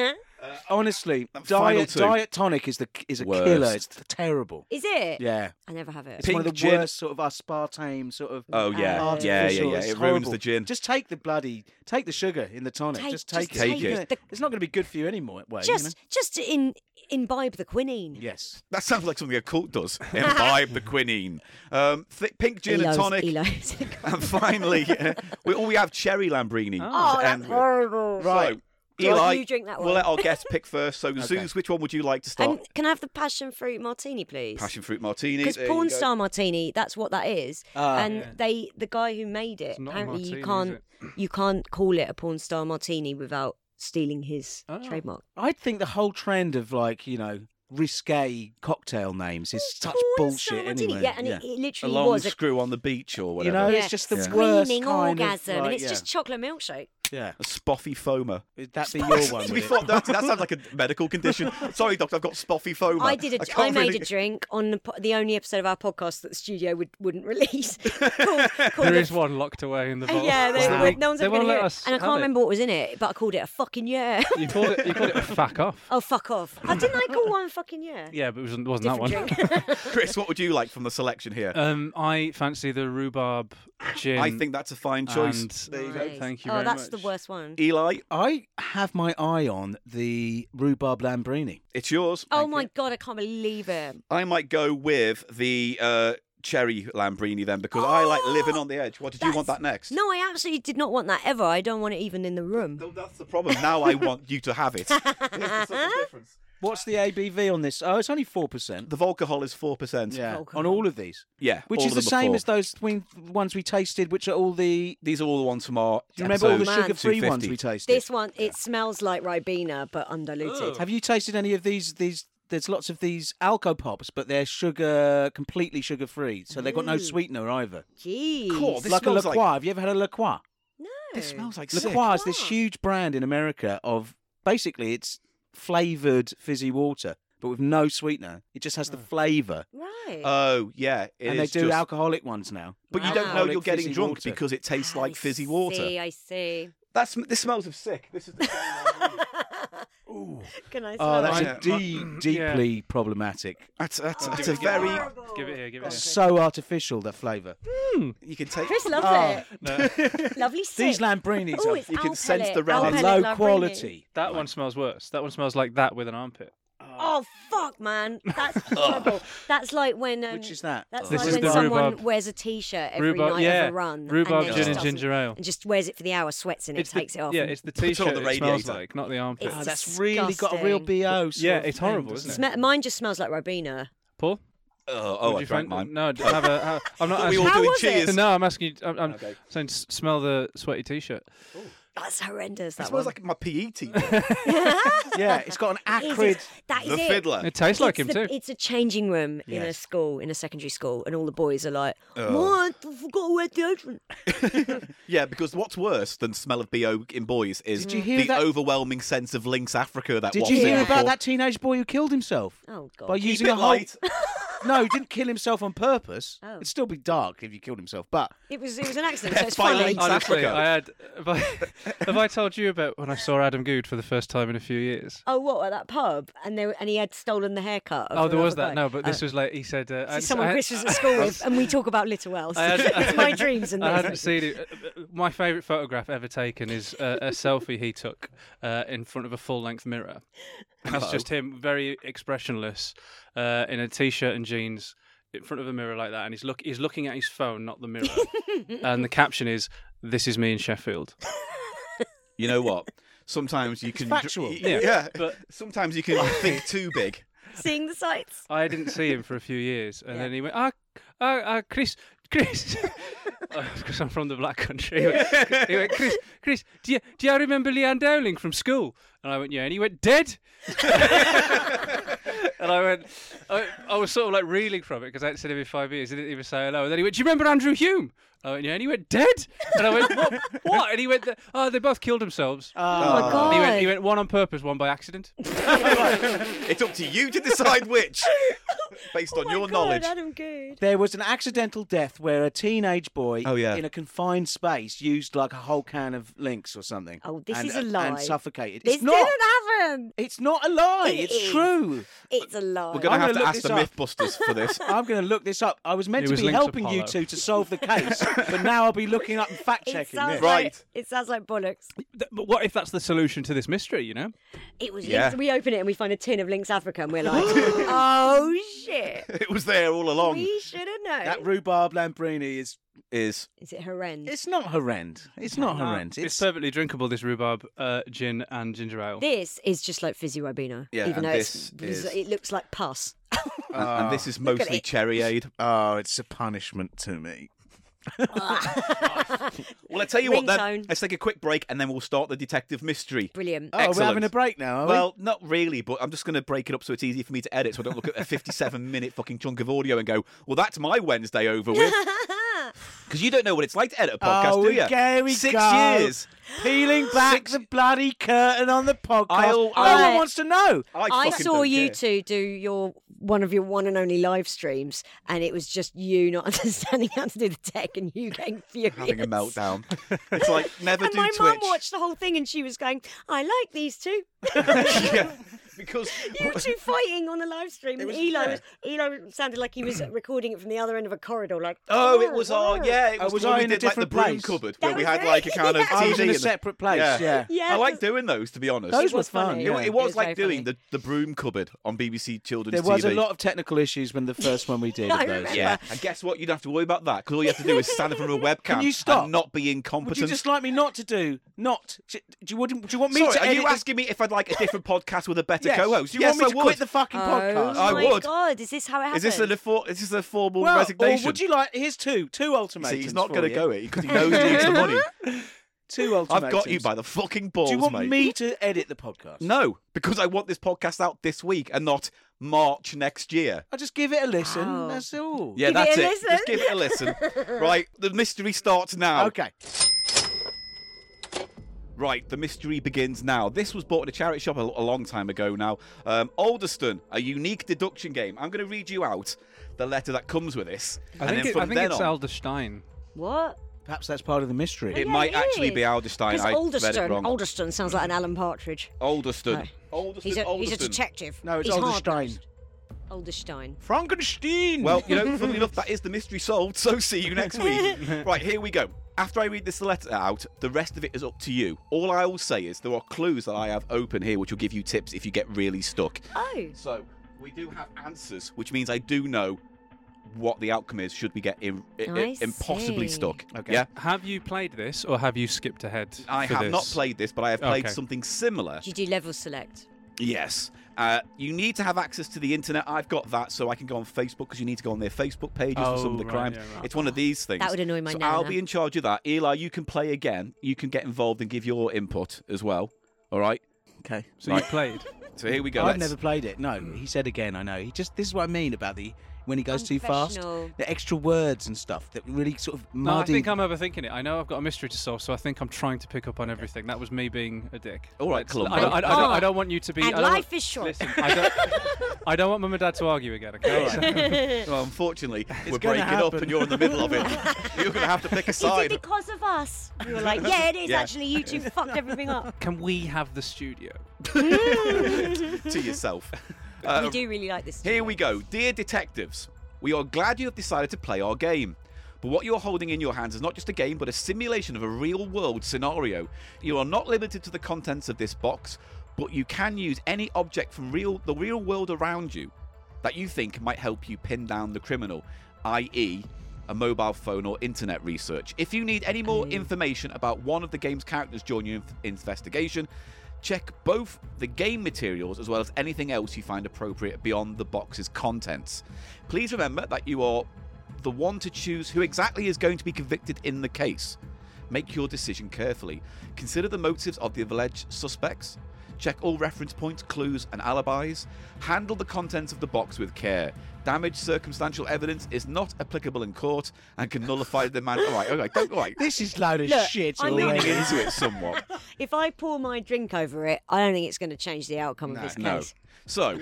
[SPEAKER 4] honestly,
[SPEAKER 2] final
[SPEAKER 4] diet
[SPEAKER 2] two.
[SPEAKER 4] diet tonic is the is a
[SPEAKER 2] Worst.
[SPEAKER 4] killer. It's t- terrible.
[SPEAKER 3] Is it?
[SPEAKER 4] Yeah,
[SPEAKER 3] I never have it.
[SPEAKER 4] it's one of the
[SPEAKER 2] Pink gin.
[SPEAKER 4] worst sort of aspartame sort of.
[SPEAKER 2] Oh yeah,
[SPEAKER 3] Uh,
[SPEAKER 2] yeah, yeah,
[SPEAKER 4] artificial.
[SPEAKER 2] yeah.
[SPEAKER 4] It's
[SPEAKER 2] It ruins
[SPEAKER 4] horrible.
[SPEAKER 2] the gin.
[SPEAKER 4] Just take the bloody take the sugar in the tonic.
[SPEAKER 3] Take-
[SPEAKER 4] just take
[SPEAKER 3] just
[SPEAKER 4] it.
[SPEAKER 2] take Take
[SPEAKER 3] it. it.
[SPEAKER 4] It's not going to be good for you anymore. Way, you
[SPEAKER 3] Just just to in, imbibe the quinine.
[SPEAKER 4] know? yes.
[SPEAKER 2] That sounds like something a cult does. Imbibe the quinine. Um, th- pink gin and tonic. And finally, uh, we, oh, we have cherry lambrini.
[SPEAKER 3] Oh,
[SPEAKER 2] to end
[SPEAKER 3] that's
[SPEAKER 2] with.
[SPEAKER 3] horrible.
[SPEAKER 2] Right.
[SPEAKER 3] So,
[SPEAKER 2] Eli,
[SPEAKER 3] you drink that
[SPEAKER 2] we'll
[SPEAKER 3] one.
[SPEAKER 2] let our guests pick first. So, Zeus, which one would you like to start?
[SPEAKER 3] And can I have the passion fruit martini, please?
[SPEAKER 2] Passion fruit martini.
[SPEAKER 3] Because
[SPEAKER 2] There you
[SPEAKER 3] porn
[SPEAKER 2] go.
[SPEAKER 3] star martini, that's what that is.
[SPEAKER 4] Ah,
[SPEAKER 3] and they, the guy who made it,
[SPEAKER 1] not a
[SPEAKER 3] apparently you
[SPEAKER 1] martini,
[SPEAKER 3] can't,
[SPEAKER 1] is
[SPEAKER 3] you can't call it a porn star martini without stealing his
[SPEAKER 4] Ah.
[SPEAKER 1] Oh.
[SPEAKER 3] trademark.
[SPEAKER 4] I think the whole trend of like you know risque cocktail names is such
[SPEAKER 3] Porn star
[SPEAKER 4] bullshit.
[SPEAKER 3] martini.
[SPEAKER 4] Anyway,
[SPEAKER 3] Yeah, and It, it
[SPEAKER 2] A
[SPEAKER 3] literally
[SPEAKER 2] long
[SPEAKER 3] was a
[SPEAKER 2] screw on the beach or
[SPEAKER 4] you
[SPEAKER 2] whatever.
[SPEAKER 4] know,
[SPEAKER 3] Yeah.
[SPEAKER 4] it's just the worst
[SPEAKER 3] screaming
[SPEAKER 4] kind of,
[SPEAKER 3] orgasm,
[SPEAKER 4] like,
[SPEAKER 3] and it's
[SPEAKER 4] yeah.
[SPEAKER 3] just chocolate milkshake.
[SPEAKER 4] yeah.
[SPEAKER 2] A spoffy foamer.
[SPEAKER 4] Would that be your one?
[SPEAKER 2] To
[SPEAKER 4] would
[SPEAKER 2] be
[SPEAKER 4] it?
[SPEAKER 2] fair, that, that sounds like a medical condition. Sorry, doctor, I've got spoffy foamer.
[SPEAKER 3] I did. A, I
[SPEAKER 2] can't
[SPEAKER 3] made
[SPEAKER 2] really-
[SPEAKER 3] a drink on the, po- the only episode of our podcast that the studio would, wouldn't release. called, called
[SPEAKER 1] There
[SPEAKER 3] a-
[SPEAKER 1] is one locked away in the
[SPEAKER 3] Uh,
[SPEAKER 1] bottle.
[SPEAKER 3] yeah, they,
[SPEAKER 1] Wow.
[SPEAKER 3] would- no one's
[SPEAKER 1] They
[SPEAKER 3] ever
[SPEAKER 1] won't
[SPEAKER 3] gonna
[SPEAKER 1] let
[SPEAKER 3] hear it.
[SPEAKER 1] us
[SPEAKER 3] And I
[SPEAKER 1] have
[SPEAKER 3] can't
[SPEAKER 1] it.
[SPEAKER 3] remember what was in it, but I called it a fucking yeah.
[SPEAKER 1] You called it. You called it a fuck off.
[SPEAKER 3] oh fuck off! I didn't I call one fucking yeah?
[SPEAKER 1] Yeah, but it wasn't, wasn't that
[SPEAKER 3] Different
[SPEAKER 1] one.
[SPEAKER 3] drink.
[SPEAKER 2] Chris, what would you like from the selection here?
[SPEAKER 1] Um, I fancy the rhubarb gin.
[SPEAKER 2] I think that's a fine choice.
[SPEAKER 1] Um, and-
[SPEAKER 3] Nice.
[SPEAKER 1] Thank you
[SPEAKER 3] Oh,
[SPEAKER 1] very
[SPEAKER 3] that's the
[SPEAKER 1] much.
[SPEAKER 3] worst one.
[SPEAKER 2] Eli,
[SPEAKER 4] I have my eye on the rhubarb lambrini.
[SPEAKER 2] it's yours.
[SPEAKER 3] Oh my god, I can't believe it.
[SPEAKER 2] I might go with the uh, cherry Lambrini then because I like living on the edge. What did you want
[SPEAKER 3] That's-
[SPEAKER 2] that next?
[SPEAKER 3] No, I absolutely did not want that ever. I don't want it even in the room.
[SPEAKER 2] No, that's the problem. Now I want you to have it.
[SPEAKER 4] What's the ABV on this? Oh, it's only four percent.
[SPEAKER 2] The Volcahol is four percent.
[SPEAKER 4] Yeah,
[SPEAKER 3] Volcano.
[SPEAKER 4] on all of these.
[SPEAKER 2] yeah.
[SPEAKER 4] Which
[SPEAKER 2] all
[SPEAKER 4] is
[SPEAKER 2] of
[SPEAKER 4] the
[SPEAKER 2] them are
[SPEAKER 4] same
[SPEAKER 2] four.
[SPEAKER 4] as those twin ones we tasted, which are all the.
[SPEAKER 2] These are all the ones from our.
[SPEAKER 4] Do you remember all the
[SPEAKER 2] episode
[SPEAKER 3] Man.
[SPEAKER 4] sugar-free ones
[SPEAKER 2] 250.
[SPEAKER 4] we tasted?
[SPEAKER 3] This one, it smells like Ribena, but undiluted.
[SPEAKER 4] Have you tasted any of these? These there's lots of these alco pops, but they're sugar completely sugar free, so they've got no sweetener either.
[SPEAKER 3] Jeez.
[SPEAKER 2] Cool, this
[SPEAKER 4] like a La
[SPEAKER 2] smells like-
[SPEAKER 4] Croix. Have you ever had a La Croix?
[SPEAKER 3] No.
[SPEAKER 2] This smells like
[SPEAKER 4] La
[SPEAKER 2] sick.
[SPEAKER 4] Croix is this
[SPEAKER 3] Croix.
[SPEAKER 4] huge brand in America of basically it's flavored fizzy water, but with no sweetener. It just has the flavor,
[SPEAKER 3] Right.
[SPEAKER 2] Oh yeah, it
[SPEAKER 4] and they
[SPEAKER 2] is
[SPEAKER 4] do
[SPEAKER 2] just-
[SPEAKER 4] alcoholic ones now.
[SPEAKER 2] But you
[SPEAKER 3] Wow.
[SPEAKER 2] don't know
[SPEAKER 4] Alcoholic
[SPEAKER 2] you're getting
[SPEAKER 4] fizzy
[SPEAKER 2] drunk
[SPEAKER 4] water.
[SPEAKER 2] because it tastes
[SPEAKER 3] I
[SPEAKER 2] like fizzy water.
[SPEAKER 3] See, I see.
[SPEAKER 2] That's this smells of sick. This is the
[SPEAKER 3] Can I smell
[SPEAKER 4] Oh,
[SPEAKER 1] that's
[SPEAKER 4] that's
[SPEAKER 1] a
[SPEAKER 4] a
[SPEAKER 1] right. deep,
[SPEAKER 4] deep,
[SPEAKER 1] yeah.
[SPEAKER 4] deeply problematic.
[SPEAKER 2] that's that's, that's
[SPEAKER 1] Give
[SPEAKER 2] a
[SPEAKER 1] it- give it-
[SPEAKER 2] very
[SPEAKER 1] Give it here. Give it here.
[SPEAKER 4] So artificial that flavour.
[SPEAKER 2] you can take Oh,
[SPEAKER 3] Chris loves it. Lovely sick.
[SPEAKER 4] These lambrinis
[SPEAKER 3] Oh,
[SPEAKER 4] are
[SPEAKER 3] it's
[SPEAKER 2] you can
[SPEAKER 3] Alpellet,
[SPEAKER 2] sense the
[SPEAKER 4] are
[SPEAKER 2] relish.
[SPEAKER 3] Alpellet
[SPEAKER 4] low
[SPEAKER 3] Lambrini.
[SPEAKER 4] quality.
[SPEAKER 1] That one smells worse. That one smells like that with an armpit.
[SPEAKER 3] Oh fuck, man, that's horrible. that's like when. Um,
[SPEAKER 4] Which is that?
[SPEAKER 3] That's
[SPEAKER 1] This
[SPEAKER 3] like
[SPEAKER 1] is
[SPEAKER 3] when
[SPEAKER 1] the
[SPEAKER 3] someone
[SPEAKER 1] rhubarb-
[SPEAKER 3] wears a t-shirt every
[SPEAKER 1] rhubarb-
[SPEAKER 3] night
[SPEAKER 1] yeah,
[SPEAKER 3] of a run.
[SPEAKER 1] rhubarb
[SPEAKER 3] and then
[SPEAKER 1] gin
[SPEAKER 3] just
[SPEAKER 1] and
[SPEAKER 3] doesn't-
[SPEAKER 1] ginger ale.
[SPEAKER 3] And just wears it for the hour, sweats in it,
[SPEAKER 1] the,
[SPEAKER 3] takes it off.
[SPEAKER 1] Yeah,
[SPEAKER 3] and-
[SPEAKER 1] it's the
[SPEAKER 2] Puts it on
[SPEAKER 1] t-shirt.
[SPEAKER 2] the
[SPEAKER 1] it smells
[SPEAKER 2] radiator.
[SPEAKER 1] like, not the armpit.
[SPEAKER 3] It's-
[SPEAKER 4] Oh, that's really got a real
[SPEAKER 3] disgusting.
[SPEAKER 4] bo. sort
[SPEAKER 1] Yeah,
[SPEAKER 4] of
[SPEAKER 1] it's
[SPEAKER 4] thing,
[SPEAKER 1] horrible,
[SPEAKER 4] doesn't
[SPEAKER 1] isn't
[SPEAKER 4] it?
[SPEAKER 3] Sm- mine just smells like Ribena.
[SPEAKER 1] Paul.
[SPEAKER 2] Oh, oh
[SPEAKER 1] would
[SPEAKER 2] I
[SPEAKER 1] you
[SPEAKER 2] drank
[SPEAKER 1] find-
[SPEAKER 2] mine.
[SPEAKER 1] No, don't have a. Have, I'm not.
[SPEAKER 2] Thought we all
[SPEAKER 1] asking-
[SPEAKER 3] How
[SPEAKER 2] doing
[SPEAKER 3] was it?
[SPEAKER 2] cheers.
[SPEAKER 1] No, I'm asking you. I'm, I'm
[SPEAKER 2] Okay.
[SPEAKER 1] saying s- smell the sweaty t-shirt.
[SPEAKER 3] That's Oh, horrendous.
[SPEAKER 2] It
[SPEAKER 3] That
[SPEAKER 2] smells
[SPEAKER 3] one.
[SPEAKER 2] like my E PE team.
[SPEAKER 4] Yeah, it's got an
[SPEAKER 3] Is
[SPEAKER 4] acrid.
[SPEAKER 3] it- that is
[SPEAKER 2] the
[SPEAKER 3] it.
[SPEAKER 2] fiddler.
[SPEAKER 1] It tastes like
[SPEAKER 3] it's
[SPEAKER 1] him
[SPEAKER 3] the-
[SPEAKER 1] too.
[SPEAKER 3] It's a changing room in a
[SPEAKER 4] Yes.
[SPEAKER 3] school, in a secondary school, and all the boys are like,
[SPEAKER 2] Oh.
[SPEAKER 3] "What? I forgot to wear deodorant."
[SPEAKER 2] Yeah, because what's worse than smell of bo in boys is
[SPEAKER 4] Did you hear
[SPEAKER 2] the
[SPEAKER 4] that-
[SPEAKER 2] overwhelming sense of Lynx Africa that.
[SPEAKER 4] Did
[SPEAKER 2] wafts
[SPEAKER 4] you
[SPEAKER 2] in
[SPEAKER 4] hear
[SPEAKER 2] before.
[SPEAKER 4] about that teenage boy who killed himself
[SPEAKER 3] Oh god.
[SPEAKER 4] by
[SPEAKER 2] Keep
[SPEAKER 4] using
[SPEAKER 2] it
[SPEAKER 4] a whole?
[SPEAKER 2] light.
[SPEAKER 4] No, he didn't kill himself on purpose.
[SPEAKER 3] Oh.
[SPEAKER 4] It'd still be dark if he killed himself, but
[SPEAKER 3] It was it was an accident. so it's
[SPEAKER 2] By
[SPEAKER 3] funny.
[SPEAKER 2] Lynx
[SPEAKER 1] Honestly,
[SPEAKER 2] Africa.
[SPEAKER 1] I had. Have I, have I told you about when I saw Adam Good for the first time in a few years?
[SPEAKER 3] Oh, what at that pub? And they were- and he had stolen the haircut. Of
[SPEAKER 1] Oh, there was
[SPEAKER 3] another
[SPEAKER 1] that.
[SPEAKER 3] guy.
[SPEAKER 1] No, but this was like he said. Uh,
[SPEAKER 3] This
[SPEAKER 1] I-
[SPEAKER 3] is someone
[SPEAKER 1] I-
[SPEAKER 3] Chris was at school with, and we talk about Little Wells.
[SPEAKER 1] I had-
[SPEAKER 3] it's my dreams and
[SPEAKER 1] I hadn't
[SPEAKER 3] those.
[SPEAKER 1] seen it. Uh, My favourite photograph ever taken is uh, a selfie he took uh, in front of a full-length mirror. And It's just him, very expressionless, uh, in a t-shirt and jeans, in front of a mirror like that, and he's look he's looking at his phone, not the mirror. and the caption is, "This is me in Sheffield."
[SPEAKER 2] You know what? Sometimes you can. dr-
[SPEAKER 4] factual.
[SPEAKER 2] y-
[SPEAKER 1] Yeah,
[SPEAKER 2] Yeah,
[SPEAKER 1] but-
[SPEAKER 2] but sometimes you can think too big.
[SPEAKER 3] Seeing the sights.
[SPEAKER 1] I didn't see him for a few years, and
[SPEAKER 3] Yeah.
[SPEAKER 1] then he went, "Ah, ah, ah Chris, Chris." Because I'm from the black country. He went, he went, Chris, Chris, do you, do you remember Leanne Dowling from school? And I went, yeah. And he went, dead? and I went, I, I was sort of like reeling from it because I hadn't seen him in five years. He didn't even say hello. And then he went, do you remember Andrew Hume? Oh, and yeah, and he went dead. And I went, what? what? And he went, oh, they both killed themselves.
[SPEAKER 3] Oh,
[SPEAKER 2] Uh,
[SPEAKER 3] my
[SPEAKER 1] And
[SPEAKER 3] God.
[SPEAKER 1] he went, he went, one on purpose, one by accident.
[SPEAKER 2] It's up to you to decide which, based
[SPEAKER 4] Oh
[SPEAKER 2] on
[SPEAKER 3] Oh My
[SPEAKER 2] your
[SPEAKER 3] God,
[SPEAKER 2] knowledge.
[SPEAKER 3] Adam Good.
[SPEAKER 4] There was an accidental death where a teenage boy
[SPEAKER 2] Oh, yeah.
[SPEAKER 4] in a confined space used like a whole can of links or something.
[SPEAKER 3] Oh, this
[SPEAKER 4] and, uh,
[SPEAKER 3] is a
[SPEAKER 4] And
[SPEAKER 3] lie.
[SPEAKER 4] suffocated.
[SPEAKER 3] This
[SPEAKER 4] it's not.
[SPEAKER 3] didn't happen.
[SPEAKER 4] It's not a lie.
[SPEAKER 3] It
[SPEAKER 4] it's
[SPEAKER 3] is.
[SPEAKER 4] true.
[SPEAKER 3] It's a lie.
[SPEAKER 2] We're going to
[SPEAKER 4] I'm
[SPEAKER 2] have
[SPEAKER 4] gonna
[SPEAKER 2] to
[SPEAKER 4] look
[SPEAKER 2] ask the
[SPEAKER 4] this up.
[SPEAKER 2] MythBusters for this.
[SPEAKER 4] I'm going to look this up. I was meant
[SPEAKER 1] It
[SPEAKER 4] to
[SPEAKER 1] was
[SPEAKER 4] be
[SPEAKER 1] linked to
[SPEAKER 4] helping you
[SPEAKER 1] Apollo.
[SPEAKER 4] two to solve the case, but now I'll be looking up and fact
[SPEAKER 3] it
[SPEAKER 4] checking
[SPEAKER 3] sounds
[SPEAKER 4] this.
[SPEAKER 2] Right.
[SPEAKER 3] like it sounds like bollocks.
[SPEAKER 1] Th- But what if that's the solution to this mystery? You know,
[SPEAKER 3] It was
[SPEAKER 2] Yeah.
[SPEAKER 3] Links- we open it and we find a tin of Links Africa and we're like, oh shit,
[SPEAKER 2] It was there all along.
[SPEAKER 3] we should have known.
[SPEAKER 4] That rhubarb lambrini is.
[SPEAKER 2] Is
[SPEAKER 3] Is it horrendous?
[SPEAKER 4] It's not horrend. It's not horrend.
[SPEAKER 1] Uh, it's, perfectly drinkable. This rhubarb uh, gin and ginger ale.
[SPEAKER 3] This is just like fizzy Ribena,
[SPEAKER 2] Yeah,
[SPEAKER 3] even
[SPEAKER 2] and
[SPEAKER 3] though it's,
[SPEAKER 2] this is-
[SPEAKER 3] it looks like pus.
[SPEAKER 2] and, and this
[SPEAKER 4] Ah.
[SPEAKER 2] is
[SPEAKER 3] at
[SPEAKER 2] mostly
[SPEAKER 3] it.
[SPEAKER 2] cherry aid.
[SPEAKER 4] Oh, it's a punishment to me.
[SPEAKER 2] Well, I tell you what, then
[SPEAKER 3] Ringtone.
[SPEAKER 2] let's take a quick break and then we'll start the detective mystery.
[SPEAKER 3] Brilliant.
[SPEAKER 4] Oh,
[SPEAKER 2] Excellent.
[SPEAKER 4] we're having a break now. Are
[SPEAKER 2] Well, not really, but I'm just going to break it up so it's easy for me to edit, so I don't look at a 57 minute fucking chunk of audio and go, "Well, that's my Wednesday over with." Because you don't know what it's like to edit a
[SPEAKER 4] we?
[SPEAKER 2] podcast,
[SPEAKER 4] oh,
[SPEAKER 2] do you?
[SPEAKER 4] There we
[SPEAKER 2] Six
[SPEAKER 4] go.
[SPEAKER 2] years.
[SPEAKER 4] peeling back
[SPEAKER 2] Six-
[SPEAKER 4] the bloody curtain on the podcast.
[SPEAKER 2] I'll-
[SPEAKER 4] no one
[SPEAKER 3] I'll-
[SPEAKER 4] wants to know.
[SPEAKER 3] I
[SPEAKER 2] fucking
[SPEAKER 3] saw
[SPEAKER 2] don't
[SPEAKER 3] you
[SPEAKER 2] care.
[SPEAKER 3] two do your one of your one and only live streams, and it was just you not understanding how to do the tech, and you getting furious.
[SPEAKER 2] having a meltdown. It's like never
[SPEAKER 3] And
[SPEAKER 2] do
[SPEAKER 3] my mum
[SPEAKER 2] Twitch.
[SPEAKER 3] watched the whole thing, and she was going, "I like these two.
[SPEAKER 2] yeah, because
[SPEAKER 3] You were two fighting on the live stream." And Eli was Eli sounded like he was recording it from the other end of a corridor, like,
[SPEAKER 2] oh, it was
[SPEAKER 3] on.
[SPEAKER 2] on. Yeah, it
[SPEAKER 4] Oh,
[SPEAKER 2] was,
[SPEAKER 4] was
[SPEAKER 2] when
[SPEAKER 4] I
[SPEAKER 2] we
[SPEAKER 4] in a
[SPEAKER 2] did like the
[SPEAKER 4] different
[SPEAKER 2] broom
[SPEAKER 4] place?
[SPEAKER 2] cupboard
[SPEAKER 3] That
[SPEAKER 2] where we
[SPEAKER 3] was
[SPEAKER 2] had
[SPEAKER 3] it.
[SPEAKER 2] like a kind of
[SPEAKER 4] I
[SPEAKER 2] TV
[SPEAKER 4] was in a
[SPEAKER 2] and-
[SPEAKER 4] separate place.
[SPEAKER 2] Yeah.
[SPEAKER 4] Yeah.
[SPEAKER 3] Yeah,
[SPEAKER 2] I like
[SPEAKER 3] 'cause-
[SPEAKER 2] doing those, to be honest.
[SPEAKER 4] Those
[SPEAKER 3] It
[SPEAKER 4] were
[SPEAKER 3] was
[SPEAKER 4] fun.
[SPEAKER 3] funny,
[SPEAKER 4] yeah.
[SPEAKER 2] It, it was
[SPEAKER 3] was
[SPEAKER 2] like
[SPEAKER 3] very
[SPEAKER 2] doing
[SPEAKER 3] funny.
[SPEAKER 2] the, the broom cupboard on BBC Children's
[SPEAKER 4] There was
[SPEAKER 2] TV.
[SPEAKER 4] a lot of technical issues when the first one we did.
[SPEAKER 3] No,
[SPEAKER 4] of
[SPEAKER 3] I
[SPEAKER 4] those.
[SPEAKER 3] remember.
[SPEAKER 2] yeah, and guess what? You don't have to worry about that because all you have to do is stand in front of a webcam
[SPEAKER 4] you stop?
[SPEAKER 2] and not be
[SPEAKER 4] Would
[SPEAKER 2] incompetent.
[SPEAKER 4] you just like me not to do? Not? Do you, wouldn't, do you want me
[SPEAKER 2] Sorry,
[SPEAKER 4] to
[SPEAKER 2] are
[SPEAKER 4] edit
[SPEAKER 2] you
[SPEAKER 4] this-
[SPEAKER 2] asking me if I'd like a different podcast with a better
[SPEAKER 4] Yes.
[SPEAKER 2] co-host?
[SPEAKER 4] You
[SPEAKER 2] yes,
[SPEAKER 4] want me
[SPEAKER 2] I
[SPEAKER 4] to
[SPEAKER 2] would.
[SPEAKER 4] quit the fucking
[SPEAKER 3] Oh
[SPEAKER 4] podcast?
[SPEAKER 2] I
[SPEAKER 3] my
[SPEAKER 2] would.
[SPEAKER 3] god, is this how it happened?
[SPEAKER 2] Is this a for, is this a formal
[SPEAKER 4] well,
[SPEAKER 2] resignation?
[SPEAKER 4] or would you like? Here's two, two ultimatums.
[SPEAKER 2] See, he's not
[SPEAKER 4] going to
[SPEAKER 2] go it because he knows he needs the money.
[SPEAKER 4] Two ultimatums.
[SPEAKER 2] I've got you by the fucking balls,
[SPEAKER 4] Do you want
[SPEAKER 2] mate.
[SPEAKER 4] me to edit the podcast?
[SPEAKER 2] No, because I want this podcast out this week and not March next year.
[SPEAKER 4] I just give it a listen.
[SPEAKER 3] Wow.
[SPEAKER 4] That's all.
[SPEAKER 2] Yeah,
[SPEAKER 3] Give
[SPEAKER 2] that's
[SPEAKER 3] it a
[SPEAKER 2] it.
[SPEAKER 3] listen.
[SPEAKER 2] Just give it a listen. right, the mystery starts now.
[SPEAKER 4] Okay.
[SPEAKER 2] Right, the mystery begins now. This was bought at a charity shop a, a long time ago now. Um, Alderston, a unique deduction game. I'm going to read you out the letter that comes with this.
[SPEAKER 1] I think,
[SPEAKER 2] and then
[SPEAKER 1] it,
[SPEAKER 2] from
[SPEAKER 1] I think
[SPEAKER 2] then
[SPEAKER 1] it's
[SPEAKER 2] on,
[SPEAKER 1] Alderstein.
[SPEAKER 3] what?
[SPEAKER 4] Perhaps that's part of the mystery.
[SPEAKER 2] it
[SPEAKER 3] Yeah,
[SPEAKER 2] might
[SPEAKER 3] it
[SPEAKER 2] actually
[SPEAKER 3] is.
[SPEAKER 2] be Alderstein.
[SPEAKER 3] Because
[SPEAKER 2] I read it
[SPEAKER 3] Alderston,
[SPEAKER 2] wrong.
[SPEAKER 3] Alderston sounds like an Alan Partridge.
[SPEAKER 2] Alderston.
[SPEAKER 3] Right.
[SPEAKER 2] Alderston.
[SPEAKER 3] He's a, he's a
[SPEAKER 2] Alderston.
[SPEAKER 3] detective.
[SPEAKER 4] No, it's
[SPEAKER 3] he's
[SPEAKER 4] Alderstein.
[SPEAKER 3] hard-nosed. Alderstein.
[SPEAKER 4] Frankenstein.
[SPEAKER 2] Well, you know, funnily enough, that is the mystery solved. So see you next week. right, here we go. After I read this letter out, the rest of it is up to you. All I will say is there are clues that I have open here, which will give you tips if you get really stuck.
[SPEAKER 3] Oh,
[SPEAKER 2] So we do have answers, which means I do know what the outcome is. Should we get im- i-
[SPEAKER 3] I
[SPEAKER 2] i- impossibly
[SPEAKER 3] see.
[SPEAKER 2] stuck? Okay. Yeah.
[SPEAKER 1] Have you played this, or have you skipped ahead?
[SPEAKER 2] I
[SPEAKER 1] for
[SPEAKER 2] have not
[SPEAKER 1] this?
[SPEAKER 2] played this, but I have played
[SPEAKER 1] Okay.
[SPEAKER 2] something similar.
[SPEAKER 3] you do level select.
[SPEAKER 2] Yes. Uh, you need to have access to the internet. I've got that, so I can go on Facebook because you need to go on their Facebook pages for some of
[SPEAKER 1] Oh,
[SPEAKER 2] the
[SPEAKER 1] right,
[SPEAKER 2] crimes.
[SPEAKER 1] yeah, right.
[SPEAKER 2] It's one of these things.
[SPEAKER 3] That would annoy my
[SPEAKER 2] So
[SPEAKER 3] nana.
[SPEAKER 2] I'll be in charge of that. Eli, you can play again. You can get involved and give your input as well. All right.
[SPEAKER 4] okay.
[SPEAKER 1] So you played.
[SPEAKER 2] So here we go.
[SPEAKER 4] I've
[SPEAKER 2] Let's-
[SPEAKER 4] never played it. No, he said again. I know. He just. This is what I mean about the when he goes too fast.
[SPEAKER 3] Unprofessional.
[SPEAKER 4] The extra words and stuff that really sort of
[SPEAKER 1] No, I
[SPEAKER 4] muddy.
[SPEAKER 1] think I'm overthinking it. I know I've got a mystery to solve, so I think I'm trying to pick up on everything. That was me being a dick.
[SPEAKER 2] All right,
[SPEAKER 1] That's-
[SPEAKER 2] Columbo.
[SPEAKER 1] I don't, I, don't- I don't-
[SPEAKER 3] Oh.
[SPEAKER 1] I don't want you to be.
[SPEAKER 3] And
[SPEAKER 1] I don't
[SPEAKER 3] life
[SPEAKER 1] want-
[SPEAKER 3] is short.
[SPEAKER 1] Listen, I don't, I don't want mum and dad to argue again. Okay.
[SPEAKER 2] Well, unfortunately, we're
[SPEAKER 4] gonna
[SPEAKER 2] breaking up,
[SPEAKER 4] happen.
[SPEAKER 2] and you're in the middle of it. You're going to have to pick a
[SPEAKER 3] Is it
[SPEAKER 2] side.
[SPEAKER 3] because of us? We were like, yeah, it is
[SPEAKER 2] Yeah.
[SPEAKER 3] actually. You two fucked everything up.
[SPEAKER 1] Can we have the studio?
[SPEAKER 2] to yourself.
[SPEAKER 3] we do really like this.
[SPEAKER 2] Uh, Here we go. Dear detectives, we are glad you have decided to play our game. But what you're holding in your hands is not just a game, but a simulation of a real world scenario. You are not limited to the contents of this box, but you can use any object from real the real world around you that you think might help you pin down the criminal, i.e., a mobile phone or internet research. If you need any more information about one of the game's characters during your inf- investigation, check both the game materials as well as anything else you find appropriate beyond the box's contents. Please remember that you are the one to choose who exactly is going to be convicted in the case. Make your decision carefully. Consider the motives of the alleged suspects. Check all reference points, clues, and alibis. Handle the contents of the box with care. Damaged circumstantial evidence is not applicable in court and can nullify the man. All right, all right, don't, all right.
[SPEAKER 4] This is load of
[SPEAKER 3] Look,
[SPEAKER 4] shit.
[SPEAKER 3] I'm
[SPEAKER 2] Leaning
[SPEAKER 4] already.
[SPEAKER 2] into it somewhat.
[SPEAKER 3] If I pour my drink over it, I don't think it's going to change the outcome of this
[SPEAKER 2] No.
[SPEAKER 3] case.
[SPEAKER 2] So,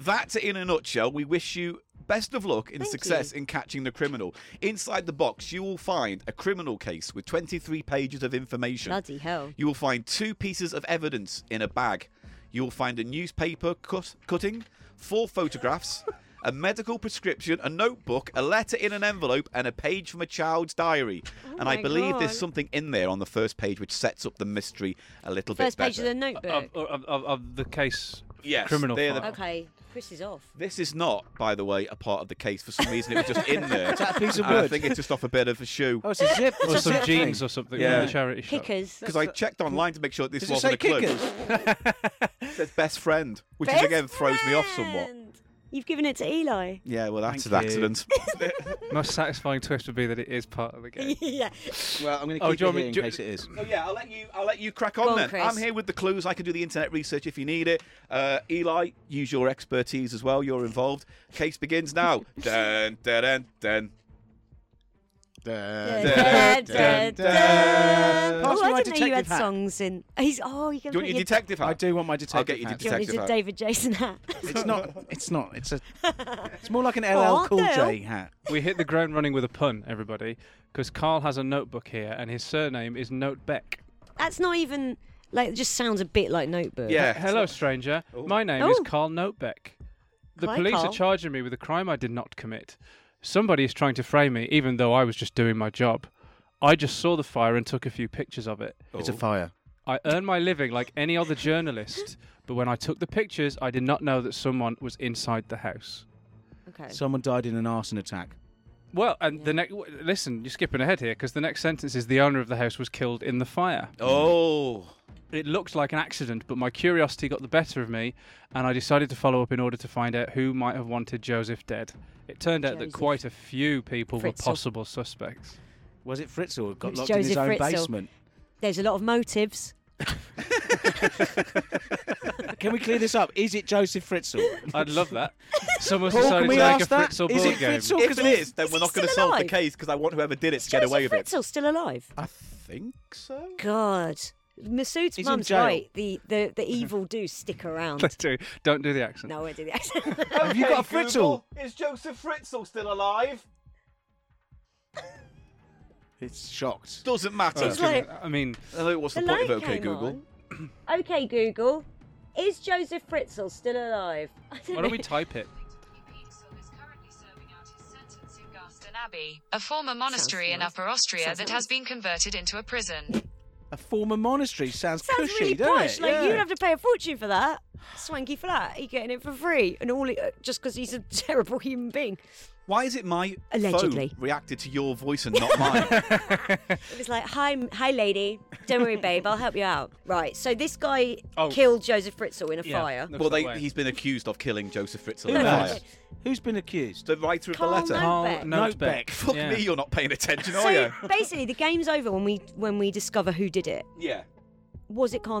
[SPEAKER 2] that in a nutshell, we wish you best of luck in success in catching the criminal. Inside the box, you will find a criminal case with 23 pages of information.
[SPEAKER 3] Bloody hell.
[SPEAKER 2] You will find two pieces of evidence in a bag. You will find a newspaper cut, cutting, four photographs, a medical prescription, a notebook, a letter in an envelope, and a page from a child's diary. and I
[SPEAKER 3] Oh my
[SPEAKER 2] believe
[SPEAKER 3] God.
[SPEAKER 2] there's something in there on the first page which sets up the mystery a little
[SPEAKER 3] First
[SPEAKER 2] bit better. Uh,
[SPEAKER 3] page of the notebook.
[SPEAKER 1] Of, of, of, of the case
[SPEAKER 2] Yes,
[SPEAKER 1] criminal
[SPEAKER 2] they're the-
[SPEAKER 1] file.
[SPEAKER 3] okay, Chris is off.
[SPEAKER 2] This is not, by the way, a part of the case. For some reason, it was just in there.
[SPEAKER 4] that a piece of
[SPEAKER 2] And I
[SPEAKER 4] wood?
[SPEAKER 2] think it's just off a bit of a shoe.
[SPEAKER 4] Oh, it's a zip.
[SPEAKER 1] Or
[SPEAKER 4] it's
[SPEAKER 1] some
[SPEAKER 4] a zip
[SPEAKER 1] jeans
[SPEAKER 4] thing.
[SPEAKER 1] or something
[SPEAKER 2] Yeah.
[SPEAKER 1] from the charity shop.
[SPEAKER 3] Kickers.
[SPEAKER 2] Because I checked online to make sure this
[SPEAKER 4] Does it
[SPEAKER 2] wasn't
[SPEAKER 4] say
[SPEAKER 2] a clue.
[SPEAKER 4] kickers?
[SPEAKER 2] It says best friend, which is,
[SPEAKER 3] Best
[SPEAKER 2] again throws me off somewhat.
[SPEAKER 3] friend. You've given it to Eli.
[SPEAKER 2] Yeah, well, that's
[SPEAKER 1] Thank
[SPEAKER 2] an
[SPEAKER 1] you.
[SPEAKER 2] accident.
[SPEAKER 1] Most satisfying twist would be that it is part of the game.
[SPEAKER 3] yeah.
[SPEAKER 4] Well, I'm going to
[SPEAKER 1] Oh,
[SPEAKER 4] keep
[SPEAKER 1] do you
[SPEAKER 4] it
[SPEAKER 1] want me-
[SPEAKER 4] here in
[SPEAKER 1] do-
[SPEAKER 4] case it is.
[SPEAKER 2] Oh yeah, I'll let you. I'll let you crack on
[SPEAKER 3] Go on,
[SPEAKER 2] then.
[SPEAKER 3] Chris.
[SPEAKER 2] I'm here with the clues. I can do the internet research if you need it. Uh, Eli, use your expertise as well. You're involved. Case begins now. dun, dun, dun, dun. dun,
[SPEAKER 3] Dun,
[SPEAKER 2] dun,
[SPEAKER 3] dun,
[SPEAKER 2] dun.
[SPEAKER 3] dun, dun.
[SPEAKER 4] Pass
[SPEAKER 3] Oh,
[SPEAKER 4] me my
[SPEAKER 3] I didn't know you
[SPEAKER 4] detective
[SPEAKER 3] had
[SPEAKER 4] hat.
[SPEAKER 3] songs in. He's oh, you can
[SPEAKER 2] Do you
[SPEAKER 3] put
[SPEAKER 2] want your
[SPEAKER 3] your
[SPEAKER 2] detective hat?
[SPEAKER 4] I do want my detective.
[SPEAKER 2] I'll get you
[SPEAKER 4] hat.
[SPEAKER 3] do you want
[SPEAKER 2] detective
[SPEAKER 3] your
[SPEAKER 2] hat.
[SPEAKER 3] David Jason hat?
[SPEAKER 4] It's not. It's not. It's a. It's more like an LL
[SPEAKER 3] Aw,
[SPEAKER 4] Cool
[SPEAKER 3] Dale.
[SPEAKER 4] J hat.
[SPEAKER 1] We hit the ground running with a pun, everybody, because Carl has a notebook here, and his surname is Notebeck.
[SPEAKER 3] That's not even like. It just sounds a bit like Notebook.
[SPEAKER 2] Yeah.
[SPEAKER 1] Hello, stranger. My name is
[SPEAKER 3] Oh.
[SPEAKER 1] Carl Notebeck. The
[SPEAKER 3] Hi,
[SPEAKER 1] police
[SPEAKER 3] Carl.
[SPEAKER 1] are charging me with a crime I did not commit. Somebody is trying to frame me, even though I was just doing my job. I just saw the fire and took a few pictures of it.
[SPEAKER 4] It's a fire.
[SPEAKER 1] I earn my living like any other journalist, but when I took the pictures, I did not know that someone was inside the house.
[SPEAKER 3] Okay.
[SPEAKER 4] Someone died in an arson attack.
[SPEAKER 1] Well, and the next listen, you're skipping ahead here because the next sentence is the owner of the house was killed in the fire.
[SPEAKER 2] Oh.
[SPEAKER 1] It looked like an accident, but my curiosity got the better of me, and I decided to follow up in order to find out who might have wanted Joseph dead. It turned out that
[SPEAKER 3] Joseph.
[SPEAKER 1] quite a few people
[SPEAKER 3] Fritzl.
[SPEAKER 1] were possible suspects.
[SPEAKER 4] Was it Fritzl who got
[SPEAKER 3] It's
[SPEAKER 4] locked in his
[SPEAKER 3] Joseph
[SPEAKER 4] own
[SPEAKER 3] Fritzl.
[SPEAKER 4] basement?
[SPEAKER 3] There's a lot of motives.
[SPEAKER 4] Can we clear this up? Is it Joseph Fritzl?
[SPEAKER 1] I'd love that. Someone's
[SPEAKER 4] Paul,
[SPEAKER 1] decided
[SPEAKER 4] can
[SPEAKER 1] to
[SPEAKER 4] we
[SPEAKER 1] make a
[SPEAKER 4] ask that?
[SPEAKER 1] Fritzl
[SPEAKER 4] Is
[SPEAKER 1] board
[SPEAKER 4] it
[SPEAKER 1] game.
[SPEAKER 4] Fritzl?
[SPEAKER 2] If it is, then
[SPEAKER 3] Is
[SPEAKER 2] we're
[SPEAKER 3] he
[SPEAKER 2] not going to
[SPEAKER 3] still
[SPEAKER 2] solve the
[SPEAKER 3] alive?
[SPEAKER 2] case because I want whoever did it to get
[SPEAKER 3] Joseph
[SPEAKER 2] away with it.
[SPEAKER 3] Fritzl still alive.
[SPEAKER 2] I think so.
[SPEAKER 3] God. Masood's
[SPEAKER 4] He's in
[SPEAKER 3] mum's
[SPEAKER 4] jail.
[SPEAKER 3] right. The, the the evil do stick around.
[SPEAKER 1] Let's do. Don't do the accent.
[SPEAKER 3] no, I won't do the accent.
[SPEAKER 2] Have
[SPEAKER 4] you got a Fritzl?
[SPEAKER 2] Is Joseph Fritzl still alive?
[SPEAKER 4] it's shocked.
[SPEAKER 2] Doesn't matter.
[SPEAKER 3] It's like
[SPEAKER 1] I mean,
[SPEAKER 2] Hello, what's the,
[SPEAKER 3] the
[SPEAKER 2] point
[SPEAKER 3] light
[SPEAKER 2] of OK
[SPEAKER 3] came
[SPEAKER 2] Google?
[SPEAKER 3] on. Okay, Google. Is Joseph Fritzl still alive? I don't
[SPEAKER 1] why don't
[SPEAKER 3] know.
[SPEAKER 1] we type it?
[SPEAKER 7] Abbey, a former monastery in
[SPEAKER 3] nice.
[SPEAKER 7] Upper Austria
[SPEAKER 3] Sounds
[SPEAKER 7] that
[SPEAKER 3] nice.
[SPEAKER 7] has been converted into a prison.
[SPEAKER 4] A former monastery sounds,
[SPEAKER 3] Sounds
[SPEAKER 4] cushy,
[SPEAKER 3] really
[SPEAKER 4] doesn't
[SPEAKER 3] posh.
[SPEAKER 4] it?
[SPEAKER 3] Like
[SPEAKER 4] Yeah.
[SPEAKER 3] you'd have to pay a fortune for that swanky flat. You're getting it for free, and all it, just because he's a terrible human being.
[SPEAKER 2] Why is it my
[SPEAKER 3] Allegedly.
[SPEAKER 2] phone reacted to your voice and not mine?
[SPEAKER 3] It was like, hi, m- hi, lady. Don't worry, babe. I'll help you out. Right. So this guy
[SPEAKER 1] Oh.
[SPEAKER 3] killed Joseph Fritzl in a
[SPEAKER 1] Yeah,
[SPEAKER 3] fire.
[SPEAKER 1] looks
[SPEAKER 2] well,
[SPEAKER 1] that
[SPEAKER 2] they,
[SPEAKER 1] way.
[SPEAKER 2] he's been accused of killing Joseph Fritzl
[SPEAKER 4] Who
[SPEAKER 2] in the
[SPEAKER 4] knows?
[SPEAKER 2] fire.
[SPEAKER 4] Who's been accused?
[SPEAKER 2] The writer of
[SPEAKER 3] Carl
[SPEAKER 2] the letter.
[SPEAKER 3] Note-
[SPEAKER 1] Carl
[SPEAKER 3] Notebeck.
[SPEAKER 1] Notebeck.
[SPEAKER 2] Fuck
[SPEAKER 1] Yeah.
[SPEAKER 2] me, you're not paying attention, are
[SPEAKER 3] So
[SPEAKER 2] you?
[SPEAKER 3] basically, the game's over when we when we discover who did it.
[SPEAKER 2] Yeah.
[SPEAKER 3] Was it Carl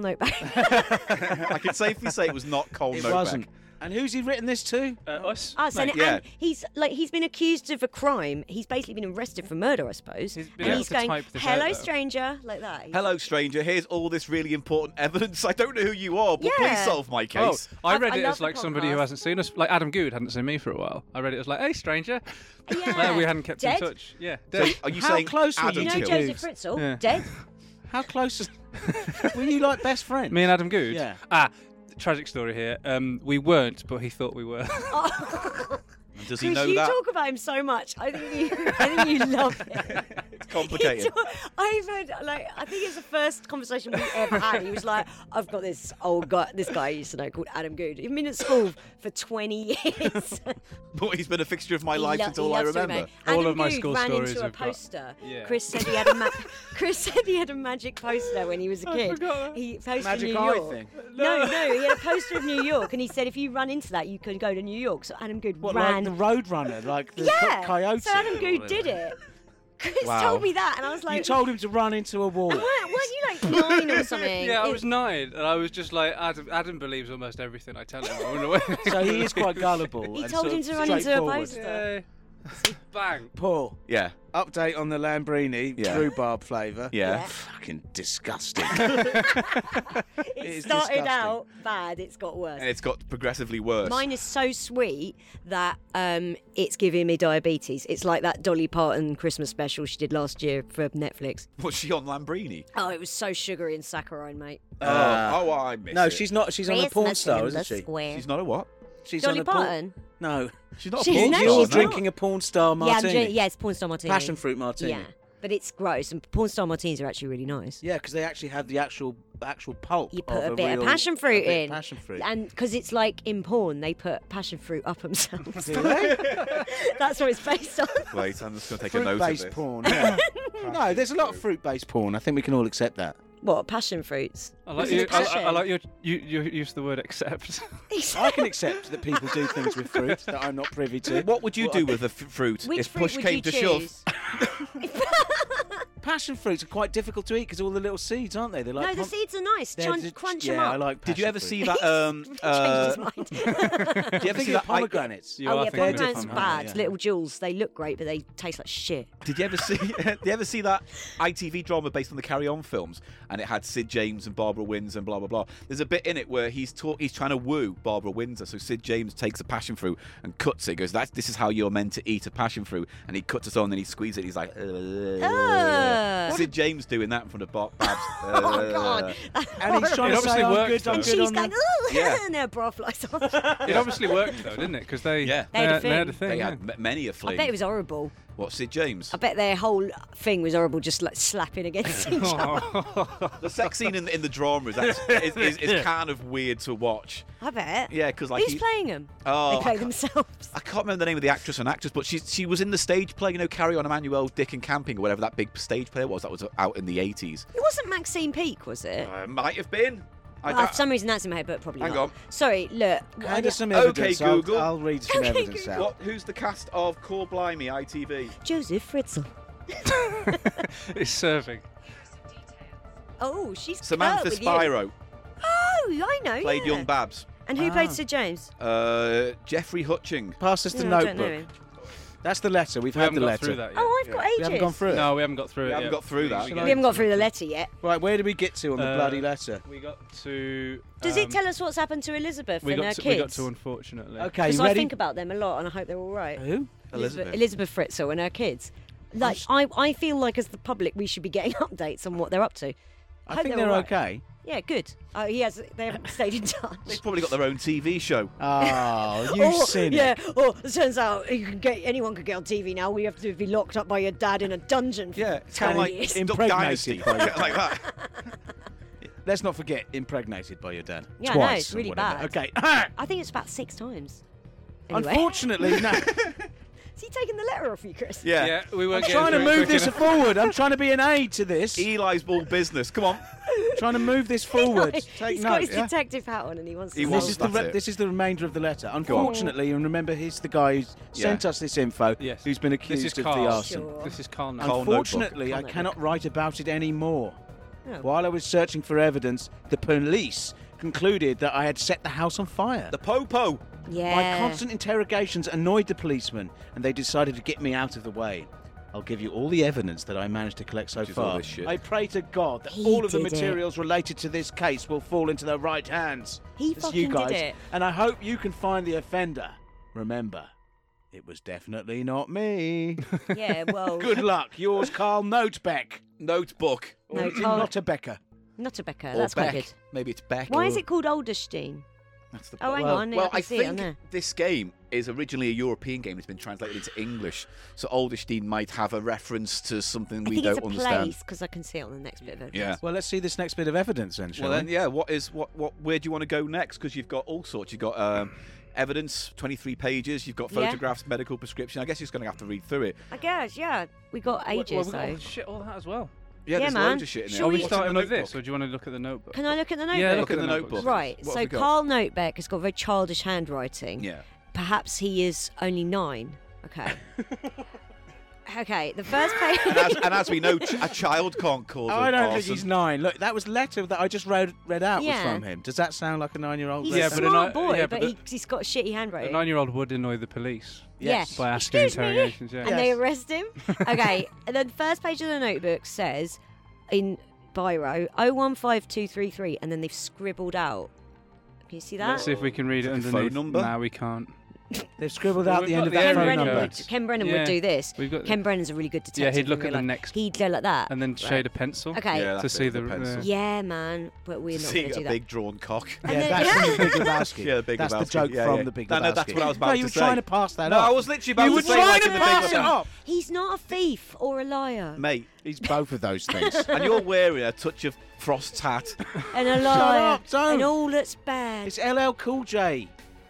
[SPEAKER 3] Noteback?
[SPEAKER 2] I can safely say it was not Carl
[SPEAKER 4] It
[SPEAKER 2] Notebeck.
[SPEAKER 4] wasn't. And who's he written this to?
[SPEAKER 1] Uh, us.
[SPEAKER 4] Oh,
[SPEAKER 3] Us, and,
[SPEAKER 1] Mate,
[SPEAKER 2] yeah.
[SPEAKER 3] Ah, and he's like he's been accused of a crime. He's basically been arrested for murder, I suppose.
[SPEAKER 1] He's been
[SPEAKER 3] and
[SPEAKER 1] able
[SPEAKER 3] he's
[SPEAKER 1] to
[SPEAKER 3] going,
[SPEAKER 1] type this out,
[SPEAKER 3] "Hello,
[SPEAKER 1] though.
[SPEAKER 3] stranger," like that. He's-
[SPEAKER 2] Hello, stranger. Here's all this really important evidence. I don't know who you are, but please
[SPEAKER 3] Yeah.
[SPEAKER 2] solve my
[SPEAKER 1] Oh,
[SPEAKER 2] case.
[SPEAKER 1] I
[SPEAKER 3] I-
[SPEAKER 1] read
[SPEAKER 3] I
[SPEAKER 1] it
[SPEAKER 3] love
[SPEAKER 1] as
[SPEAKER 3] the
[SPEAKER 1] like somebody who
[SPEAKER 3] podcast.
[SPEAKER 1] hasn't seen us. Like Adam Good hadn't seen me for a while. I read it as like, hey, stranger.
[SPEAKER 3] Yeah.
[SPEAKER 1] Like, we hadn't kept
[SPEAKER 3] Dead?
[SPEAKER 1] in touch. Yeah.
[SPEAKER 2] So
[SPEAKER 1] dead.
[SPEAKER 2] are you
[SPEAKER 4] How
[SPEAKER 2] saying
[SPEAKER 4] close were
[SPEAKER 2] Adam
[SPEAKER 3] You
[SPEAKER 4] you
[SPEAKER 3] know
[SPEAKER 4] Dude.
[SPEAKER 2] killed?
[SPEAKER 3] Joseph Fritzl,
[SPEAKER 1] Yeah.
[SPEAKER 3] dead.
[SPEAKER 4] How close? Is... Were you like best friends?
[SPEAKER 1] Me and Adam Good.
[SPEAKER 4] Yeah.
[SPEAKER 1] Ah, tragic story here. Um, we weren't, but he thought we were.
[SPEAKER 2] Does he
[SPEAKER 3] Because
[SPEAKER 2] know
[SPEAKER 3] you
[SPEAKER 2] that?
[SPEAKER 3] talk about him so much, I think you, I think you love it.
[SPEAKER 2] It's complicated.
[SPEAKER 3] I've had like I think it's the first conversation we ever had. He was like, "I've got this old guy, this guy I used to know called Adam Good. He's been at school for 20 years.
[SPEAKER 2] But he's been a fixture of my
[SPEAKER 3] He
[SPEAKER 2] life
[SPEAKER 3] lo-
[SPEAKER 2] since
[SPEAKER 3] he
[SPEAKER 2] all I
[SPEAKER 3] loves to
[SPEAKER 2] remember.
[SPEAKER 3] remain.
[SPEAKER 1] All
[SPEAKER 3] Adam
[SPEAKER 1] of my
[SPEAKER 3] Goode
[SPEAKER 1] school
[SPEAKER 3] ran
[SPEAKER 1] stories
[SPEAKER 3] into a
[SPEAKER 1] we've got-
[SPEAKER 3] poster.
[SPEAKER 1] Yeah.
[SPEAKER 3] Chris said he had a ma- Chris said he had a magic poster when he was a kid.
[SPEAKER 1] forgot that.
[SPEAKER 3] He posted
[SPEAKER 4] Magic
[SPEAKER 3] New
[SPEAKER 4] eye
[SPEAKER 3] York.
[SPEAKER 4] thing.
[SPEAKER 3] No, no, he had a poster of New York, and he said if you run into that, you could go to New York. So Adam Good
[SPEAKER 4] What,
[SPEAKER 3] ran.
[SPEAKER 4] like the Road Runner, like the co-
[SPEAKER 3] yeah.
[SPEAKER 4] coyote.
[SPEAKER 3] So Adam Good did it. Chris
[SPEAKER 2] Wow.
[SPEAKER 3] told me that, and I was like,
[SPEAKER 4] You told him to run into a wall.
[SPEAKER 3] "What? What? You like nine or something?"
[SPEAKER 1] Yeah, I
[SPEAKER 3] It-
[SPEAKER 1] was nine, and I was just like, Adam, Adam believes almost everything I tell him. I wonder what
[SPEAKER 4] So he is quite gullible.
[SPEAKER 3] He
[SPEAKER 4] and
[SPEAKER 3] told
[SPEAKER 4] sort
[SPEAKER 3] him
[SPEAKER 4] of
[SPEAKER 3] to run into a
[SPEAKER 4] straightforward.
[SPEAKER 3] poster.
[SPEAKER 1] Yeah. Bang.
[SPEAKER 4] Paul,
[SPEAKER 2] Yeah.
[SPEAKER 4] update on the Lambrini
[SPEAKER 2] Yeah.
[SPEAKER 4] rhubarb flavour.
[SPEAKER 2] Yeah.
[SPEAKER 4] Fucking disgusting.
[SPEAKER 3] it started
[SPEAKER 4] is disgusting.
[SPEAKER 3] out bad. It's got worse.
[SPEAKER 2] And it's got progressively worse.
[SPEAKER 3] Mine is so sweet that um, it's giving me diabetes. It's like that Dolly Parton Christmas special she did last year for Netflix.
[SPEAKER 2] Was she on Lambrini?
[SPEAKER 3] Oh, it was so sugary and saccharine, mate.
[SPEAKER 2] oh, oh, I missed
[SPEAKER 4] Uh, no,
[SPEAKER 2] it.
[SPEAKER 4] she's not. She's on a porn star, isn't she?
[SPEAKER 2] She's not a what?
[SPEAKER 4] She's
[SPEAKER 3] Dolly
[SPEAKER 4] on a porn-
[SPEAKER 3] Parton?
[SPEAKER 4] No,
[SPEAKER 2] She's not
[SPEAKER 3] She's-
[SPEAKER 2] a porn
[SPEAKER 3] no,
[SPEAKER 2] star.
[SPEAKER 4] you're
[SPEAKER 3] she's
[SPEAKER 2] no.
[SPEAKER 3] not.
[SPEAKER 4] drinking a porn star
[SPEAKER 3] Yeah, I'm
[SPEAKER 4] martini.
[SPEAKER 3] doing, yeah, it's porn star martini.
[SPEAKER 4] passion fruit martini.
[SPEAKER 3] Yeah, but it's gross, and porn star martinis are actually really nice.
[SPEAKER 4] Yeah, because they actually have the actual actual pulp.
[SPEAKER 3] You put
[SPEAKER 4] of
[SPEAKER 3] a bit
[SPEAKER 4] real-
[SPEAKER 3] of passion fruit
[SPEAKER 4] a bit
[SPEAKER 3] in,
[SPEAKER 4] of passion fruit.
[SPEAKER 3] and because it's like in porn, they put passion fruit up themselves. That's what it's based on.
[SPEAKER 2] Wait, I'm just going to take a note of
[SPEAKER 4] fruit-based
[SPEAKER 2] this.
[SPEAKER 4] porn. no, there's a lot of fruit-based porn. I think we can all accept that.
[SPEAKER 3] What passion fruits?
[SPEAKER 1] I like,
[SPEAKER 3] Is it
[SPEAKER 1] you, I, I
[SPEAKER 3] passion?
[SPEAKER 1] like your, you, you use the word accept.
[SPEAKER 4] I can accept that people do things with fruit that I'm not privy to.
[SPEAKER 2] What would you do with the f- fruit
[SPEAKER 3] Which
[SPEAKER 2] if
[SPEAKER 3] fruit
[SPEAKER 2] push
[SPEAKER 3] would
[SPEAKER 2] came
[SPEAKER 3] you
[SPEAKER 2] to
[SPEAKER 3] choose?
[SPEAKER 2] shove? uh,
[SPEAKER 4] Passion fruits are quite difficult to eat because all the little seeds, aren't they? They're like
[SPEAKER 3] no, the
[SPEAKER 4] pom-
[SPEAKER 3] seeds are nice.
[SPEAKER 4] they're
[SPEAKER 3] Crunch,
[SPEAKER 4] just-
[SPEAKER 3] crunch
[SPEAKER 4] yeah,
[SPEAKER 3] them up.
[SPEAKER 4] I like.
[SPEAKER 2] Did you
[SPEAKER 4] passion
[SPEAKER 2] ever
[SPEAKER 4] fruit.
[SPEAKER 2] see that? Um, uh,
[SPEAKER 3] Changed his mind.
[SPEAKER 2] did you ever
[SPEAKER 4] Think
[SPEAKER 2] see
[SPEAKER 4] of
[SPEAKER 2] that? I-
[SPEAKER 4] pomegranates.
[SPEAKER 1] You
[SPEAKER 3] oh
[SPEAKER 1] are
[SPEAKER 3] yeah,
[SPEAKER 1] thinking of
[SPEAKER 3] pomegranates
[SPEAKER 1] different
[SPEAKER 3] bad.
[SPEAKER 4] yeah.
[SPEAKER 3] Little jewels. They look great, but they taste like shit.
[SPEAKER 2] Did you ever see? did you ever see that ITV drama based on the Carry On films? And it had Sid James and Barbara Windsor and blah blah blah. There's a bit in it where he's ta- he's trying to woo Barbara Windsor. So Sid James takes a passion fruit and cuts it. Goes, "That's this is how you're meant to eat a passion fruit." And he cuts it on, and then he squeezes it. He's like,
[SPEAKER 3] Ah.
[SPEAKER 2] Sid James doing that in front of Bob. Babs.
[SPEAKER 3] Oh god.
[SPEAKER 4] And he's trying
[SPEAKER 1] It
[SPEAKER 4] to
[SPEAKER 1] obviously
[SPEAKER 4] say, "I'm
[SPEAKER 1] works,
[SPEAKER 4] good, I'm
[SPEAKER 1] though.
[SPEAKER 3] And
[SPEAKER 4] good."
[SPEAKER 3] she's
[SPEAKER 4] on
[SPEAKER 3] going,
[SPEAKER 4] the-"
[SPEAKER 3] ooh,
[SPEAKER 2] Yeah.
[SPEAKER 3] and her bra flies off. I
[SPEAKER 1] It obviously worked though, didn't it? Because they,
[SPEAKER 2] Yeah.
[SPEAKER 1] they,
[SPEAKER 3] They had a
[SPEAKER 1] had, they had a
[SPEAKER 3] thing.
[SPEAKER 1] thing.
[SPEAKER 2] They
[SPEAKER 1] yeah.
[SPEAKER 2] had m- many a fling.
[SPEAKER 3] bet it was horrible.
[SPEAKER 2] What Sid James?
[SPEAKER 3] I bet their whole thing was horrible, just like slapping against each other.
[SPEAKER 2] The sex scene in, in the drama is, act- is, is, is kind of weird to watch.
[SPEAKER 3] I bet.
[SPEAKER 2] Yeah, 'cause, like,
[SPEAKER 3] who's
[SPEAKER 2] he-
[SPEAKER 3] playing them?
[SPEAKER 2] Oh,
[SPEAKER 3] they
[SPEAKER 2] I
[SPEAKER 3] play
[SPEAKER 2] can't-
[SPEAKER 3] themselves.
[SPEAKER 2] I can't remember the name of the actress and actress, but she she was in the stage play, you know, Carry On Emmanuel, Dick and Camping, or whatever that big stage play was that was out in the 80s.
[SPEAKER 3] It wasn't Maxine Peake, was it?
[SPEAKER 2] Uh, might have been. I,
[SPEAKER 3] Well,
[SPEAKER 2] I-
[SPEAKER 3] for some reason that's in my head, but probably
[SPEAKER 2] Hang
[SPEAKER 3] not.
[SPEAKER 2] on.
[SPEAKER 3] Sorry, look. uh,
[SPEAKER 4] Hand us some
[SPEAKER 2] Okay,
[SPEAKER 4] evidence. I'll-
[SPEAKER 2] Google.
[SPEAKER 4] I'll, read some
[SPEAKER 3] Okay,
[SPEAKER 4] evidence
[SPEAKER 3] Google.
[SPEAKER 4] out.
[SPEAKER 2] what, who's the cast of Core Blimey ITV?
[SPEAKER 3] Joseph Fritzl.
[SPEAKER 1] it's serving.
[SPEAKER 3] Oh, she's curt
[SPEAKER 2] Samantha
[SPEAKER 3] with you.
[SPEAKER 2] Spyro
[SPEAKER 3] Oh, I know.
[SPEAKER 2] played
[SPEAKER 3] yeah.
[SPEAKER 2] young Babs.
[SPEAKER 3] And who
[SPEAKER 4] Ah.
[SPEAKER 3] played Sir James?
[SPEAKER 2] Uh, Jeffrey Hutching.
[SPEAKER 4] Pass us the
[SPEAKER 3] No, I don't know
[SPEAKER 4] notebook.
[SPEAKER 3] him.
[SPEAKER 4] That's the letter. We've
[SPEAKER 1] We
[SPEAKER 4] had
[SPEAKER 1] haven't
[SPEAKER 4] the
[SPEAKER 1] got
[SPEAKER 4] letter.
[SPEAKER 1] through that yet.
[SPEAKER 3] Oh, I've got ages.
[SPEAKER 4] We haven't gone through it.
[SPEAKER 1] no, we haven't got through it.
[SPEAKER 2] haven't
[SPEAKER 1] yet.
[SPEAKER 2] got through that.
[SPEAKER 1] We
[SPEAKER 3] We haven't
[SPEAKER 1] got,
[SPEAKER 3] got through the letter yet.
[SPEAKER 4] Right, where do we get to on the
[SPEAKER 1] Uh,
[SPEAKER 4] bloody letter?
[SPEAKER 1] we got to.
[SPEAKER 3] Does
[SPEAKER 1] um,
[SPEAKER 3] it tell us what's happened to Elizabeth
[SPEAKER 1] We
[SPEAKER 3] and
[SPEAKER 1] got
[SPEAKER 3] her
[SPEAKER 1] to,
[SPEAKER 3] kids?
[SPEAKER 1] we got to unfortunately.
[SPEAKER 4] Okay,
[SPEAKER 3] Because
[SPEAKER 4] you
[SPEAKER 3] I
[SPEAKER 4] ready?
[SPEAKER 3] think about them a lot, and I hope they're all right.
[SPEAKER 4] Who?
[SPEAKER 2] Elizabeth.
[SPEAKER 3] Elizabeth Fritzl and her kids. Like I, I feel like as the public, we should be getting updates on what they're up to.
[SPEAKER 4] I,
[SPEAKER 3] hope
[SPEAKER 4] think
[SPEAKER 3] they're
[SPEAKER 4] they're,
[SPEAKER 3] all right.
[SPEAKER 4] okay.
[SPEAKER 3] Yeah, good. Oh, he has. They haven't stayed in touch.
[SPEAKER 2] They've probably got their own TV show.
[SPEAKER 4] Oh, you
[SPEAKER 3] Or-
[SPEAKER 4] cynic.
[SPEAKER 3] Yeah. Or it turns out you can get anyone could get on TV now. We have to be locked up by your dad in a dungeon. For
[SPEAKER 2] Yeah, it's kind of
[SPEAKER 4] Kinda
[SPEAKER 2] like Duck
[SPEAKER 4] impregnated
[SPEAKER 2] Dynasty.
[SPEAKER 4] by your
[SPEAKER 2] like that.
[SPEAKER 4] Let's not forget, impregnated by your dad.
[SPEAKER 3] Yeah, I know,
[SPEAKER 4] Twice
[SPEAKER 3] it's
[SPEAKER 4] or
[SPEAKER 3] really
[SPEAKER 4] whatever.
[SPEAKER 3] bad.
[SPEAKER 4] Okay.
[SPEAKER 3] I think it's about six times. Anyway,
[SPEAKER 4] Unfortunately, no.
[SPEAKER 3] is he taking the letter off you, Chris?
[SPEAKER 2] Yeah.
[SPEAKER 1] Yeah, we were
[SPEAKER 4] I'm trying to move this
[SPEAKER 1] Enough.
[SPEAKER 4] forward. I'm trying to be an aid to this.
[SPEAKER 2] Eli's all business. Come on.
[SPEAKER 4] trying to move this forward.
[SPEAKER 3] He's
[SPEAKER 4] Take
[SPEAKER 3] got
[SPEAKER 4] note.
[SPEAKER 3] his
[SPEAKER 4] yeah?
[SPEAKER 3] detective hat on and he wants.
[SPEAKER 2] He
[SPEAKER 3] to
[SPEAKER 2] wants
[SPEAKER 4] This
[SPEAKER 3] solve
[SPEAKER 4] is, the
[SPEAKER 2] That's
[SPEAKER 4] re-
[SPEAKER 2] it.
[SPEAKER 4] this is the remainder of the letter.
[SPEAKER 2] on.
[SPEAKER 4] Unfortunately, and remember, he's the guy who sent us this info,
[SPEAKER 1] Yes.
[SPEAKER 4] who's been
[SPEAKER 1] This is
[SPEAKER 4] accused of the
[SPEAKER 1] Carl.
[SPEAKER 4] arson.
[SPEAKER 3] Sure.
[SPEAKER 1] This is Carl. now.
[SPEAKER 2] Carl notebook.
[SPEAKER 4] Unfortunately, I
[SPEAKER 3] Can't
[SPEAKER 4] cannot write about it anymore.
[SPEAKER 3] Oh.
[SPEAKER 4] While I was searching for evidence, the police concluded that I had set the house on fire.
[SPEAKER 2] The Popo.
[SPEAKER 3] Yeah.
[SPEAKER 4] My constant interrogations annoyed the policemen, and they decided to get me out of the way. I'll give you all the evidence that I managed to collect so
[SPEAKER 2] is all
[SPEAKER 4] far.
[SPEAKER 2] this shit.
[SPEAKER 4] I pray to God that
[SPEAKER 3] He
[SPEAKER 4] all of the
[SPEAKER 3] did it.
[SPEAKER 4] materials related to this case will fall into the right hands.
[SPEAKER 3] He
[SPEAKER 4] It's you
[SPEAKER 3] fucking did
[SPEAKER 4] guys,
[SPEAKER 3] it.
[SPEAKER 4] and I hope you can find the offender. Remember, it was definitely not me.
[SPEAKER 3] Yeah. Well.
[SPEAKER 4] Good luck, yours, Carl Notebeck.
[SPEAKER 2] Notebook.
[SPEAKER 4] Or
[SPEAKER 3] No,
[SPEAKER 4] is it
[SPEAKER 3] Carl-
[SPEAKER 4] not a Becker.
[SPEAKER 3] Not a Becker.
[SPEAKER 2] Or
[SPEAKER 3] That's
[SPEAKER 2] Beck.
[SPEAKER 3] quite good.
[SPEAKER 2] Maybe it's Beck.
[SPEAKER 3] Why
[SPEAKER 2] or-
[SPEAKER 3] is it called Olderstein?
[SPEAKER 2] That's the
[SPEAKER 3] Oh, hang
[SPEAKER 4] Well-
[SPEAKER 3] on.
[SPEAKER 2] Well,
[SPEAKER 3] I, can
[SPEAKER 2] I
[SPEAKER 3] see it on
[SPEAKER 2] think
[SPEAKER 3] there.
[SPEAKER 2] this game is originally a European game. It's been translated into English, so Olderstein might have a reference to something
[SPEAKER 3] I
[SPEAKER 2] we
[SPEAKER 3] think
[SPEAKER 2] don't
[SPEAKER 3] it's a
[SPEAKER 2] understand.
[SPEAKER 3] place because I can see it on the next bit of it.
[SPEAKER 2] Yeah.
[SPEAKER 4] Well, let's see this next bit of evidence then, shall
[SPEAKER 2] Well, then,
[SPEAKER 4] we?
[SPEAKER 2] yeah. What is what? What? Where do you want to go next? Because you've got all sorts. You've got um, evidence, twenty-three pages. You've got
[SPEAKER 3] Yeah.
[SPEAKER 2] photographs, medical prescription. I guess you're just going to have to read through it.
[SPEAKER 3] I guess. Yeah. We got
[SPEAKER 1] Well,
[SPEAKER 3] ages
[SPEAKER 1] we've got all
[SPEAKER 3] though.
[SPEAKER 1] the shit, all that as well.
[SPEAKER 2] Yeah,
[SPEAKER 3] Yeah,
[SPEAKER 2] there's
[SPEAKER 3] man.
[SPEAKER 2] loads of shit in there.
[SPEAKER 3] Shall
[SPEAKER 1] Are
[SPEAKER 3] we-
[SPEAKER 1] we
[SPEAKER 2] What's in
[SPEAKER 1] starting
[SPEAKER 2] the
[SPEAKER 1] with this,
[SPEAKER 2] notebook?
[SPEAKER 1] or do you want to look at the notebook?
[SPEAKER 3] Can I look at the notebook?
[SPEAKER 1] Yeah,
[SPEAKER 2] look at the
[SPEAKER 1] notebook.
[SPEAKER 2] notebook.
[SPEAKER 3] Right.
[SPEAKER 2] What have
[SPEAKER 3] so
[SPEAKER 2] we got?
[SPEAKER 3] Carl Notebeck has got very childish handwriting.
[SPEAKER 2] Yeah.
[SPEAKER 3] Perhaps he is only nine. Okay. Okay, the first page.
[SPEAKER 2] And as, and as we know, ch- a child can't
[SPEAKER 3] Oh,
[SPEAKER 2] cause.
[SPEAKER 4] Oh, I
[SPEAKER 2] a
[SPEAKER 4] don't
[SPEAKER 2] arson.
[SPEAKER 4] think he's nine. Look, that was letter that I just read read out
[SPEAKER 3] Yeah.
[SPEAKER 4] was from him. Does that sound like a nine year old?
[SPEAKER 3] He's
[SPEAKER 1] Yeah,
[SPEAKER 3] a
[SPEAKER 1] but a ni-
[SPEAKER 3] smart boy,
[SPEAKER 1] yeah,
[SPEAKER 3] but,
[SPEAKER 1] but the-
[SPEAKER 3] he, he's got shitty
[SPEAKER 1] A
[SPEAKER 3] handwriting.
[SPEAKER 1] nine-year-old would annoy the police
[SPEAKER 4] Yes.
[SPEAKER 1] by asking
[SPEAKER 3] Excuse me?
[SPEAKER 1] interrogations. Yeah.
[SPEAKER 3] and they arrest him. Okay, and then the first page of the notebook says in biro "Oh 015233, and then they've scribbled out. Can you see that?
[SPEAKER 1] Let's see if we can read it
[SPEAKER 2] It's like a
[SPEAKER 1] underneath.
[SPEAKER 2] phone number.
[SPEAKER 1] No, we can't.
[SPEAKER 4] They've scribbled
[SPEAKER 1] Well,
[SPEAKER 4] out
[SPEAKER 1] we've
[SPEAKER 4] the
[SPEAKER 1] got
[SPEAKER 4] end of
[SPEAKER 1] the
[SPEAKER 4] that
[SPEAKER 1] area
[SPEAKER 3] Ken
[SPEAKER 4] phone
[SPEAKER 3] Brennan,
[SPEAKER 1] code.
[SPEAKER 4] number.
[SPEAKER 3] would, Ken Brennan
[SPEAKER 1] Yeah.
[SPEAKER 3] would do this.
[SPEAKER 1] We've got-
[SPEAKER 3] Ken Brennan's a really good detective.
[SPEAKER 1] Yeah, he'd
[SPEAKER 3] in
[SPEAKER 1] look at
[SPEAKER 3] real
[SPEAKER 1] the
[SPEAKER 3] life.
[SPEAKER 1] next-
[SPEAKER 3] He'd go like that.
[SPEAKER 1] And then shade a pencil.
[SPEAKER 3] Okay.
[SPEAKER 2] Yeah,
[SPEAKER 1] to
[SPEAKER 2] that's
[SPEAKER 1] see
[SPEAKER 2] it,
[SPEAKER 1] the.
[SPEAKER 2] the pencil.
[SPEAKER 1] the-
[SPEAKER 3] Yeah, man. But we're not
[SPEAKER 2] See
[SPEAKER 3] going to
[SPEAKER 2] a
[SPEAKER 3] do that.
[SPEAKER 2] big drawn cock.
[SPEAKER 3] And
[SPEAKER 4] Yeah,
[SPEAKER 3] then-
[SPEAKER 4] that's from the Big Lebowski.
[SPEAKER 2] Yeah, the Big
[SPEAKER 4] that's
[SPEAKER 2] Lebowski.
[SPEAKER 4] the joke
[SPEAKER 2] Yeah,
[SPEAKER 4] from
[SPEAKER 2] yeah.
[SPEAKER 4] the Big Lebowski.
[SPEAKER 2] No, no, that's what I was about
[SPEAKER 4] No,
[SPEAKER 2] to
[SPEAKER 4] you were
[SPEAKER 2] say.
[SPEAKER 4] trying to pass that
[SPEAKER 2] No,
[SPEAKER 4] off.
[SPEAKER 2] I was literally about
[SPEAKER 4] you
[SPEAKER 2] to
[SPEAKER 4] were
[SPEAKER 2] say,
[SPEAKER 4] trying
[SPEAKER 2] like
[SPEAKER 4] to
[SPEAKER 2] in the Big
[SPEAKER 4] pass it
[SPEAKER 2] Lebowski.
[SPEAKER 4] off.
[SPEAKER 3] He's not a thief or a liar.
[SPEAKER 2] Mate,
[SPEAKER 4] He's both of those things.
[SPEAKER 2] and you're wearing a touch of Frost's hat.
[SPEAKER 3] And a liar.
[SPEAKER 4] up, don't.
[SPEAKER 3] and all that's bad.
[SPEAKER 4] it's LL Cool J.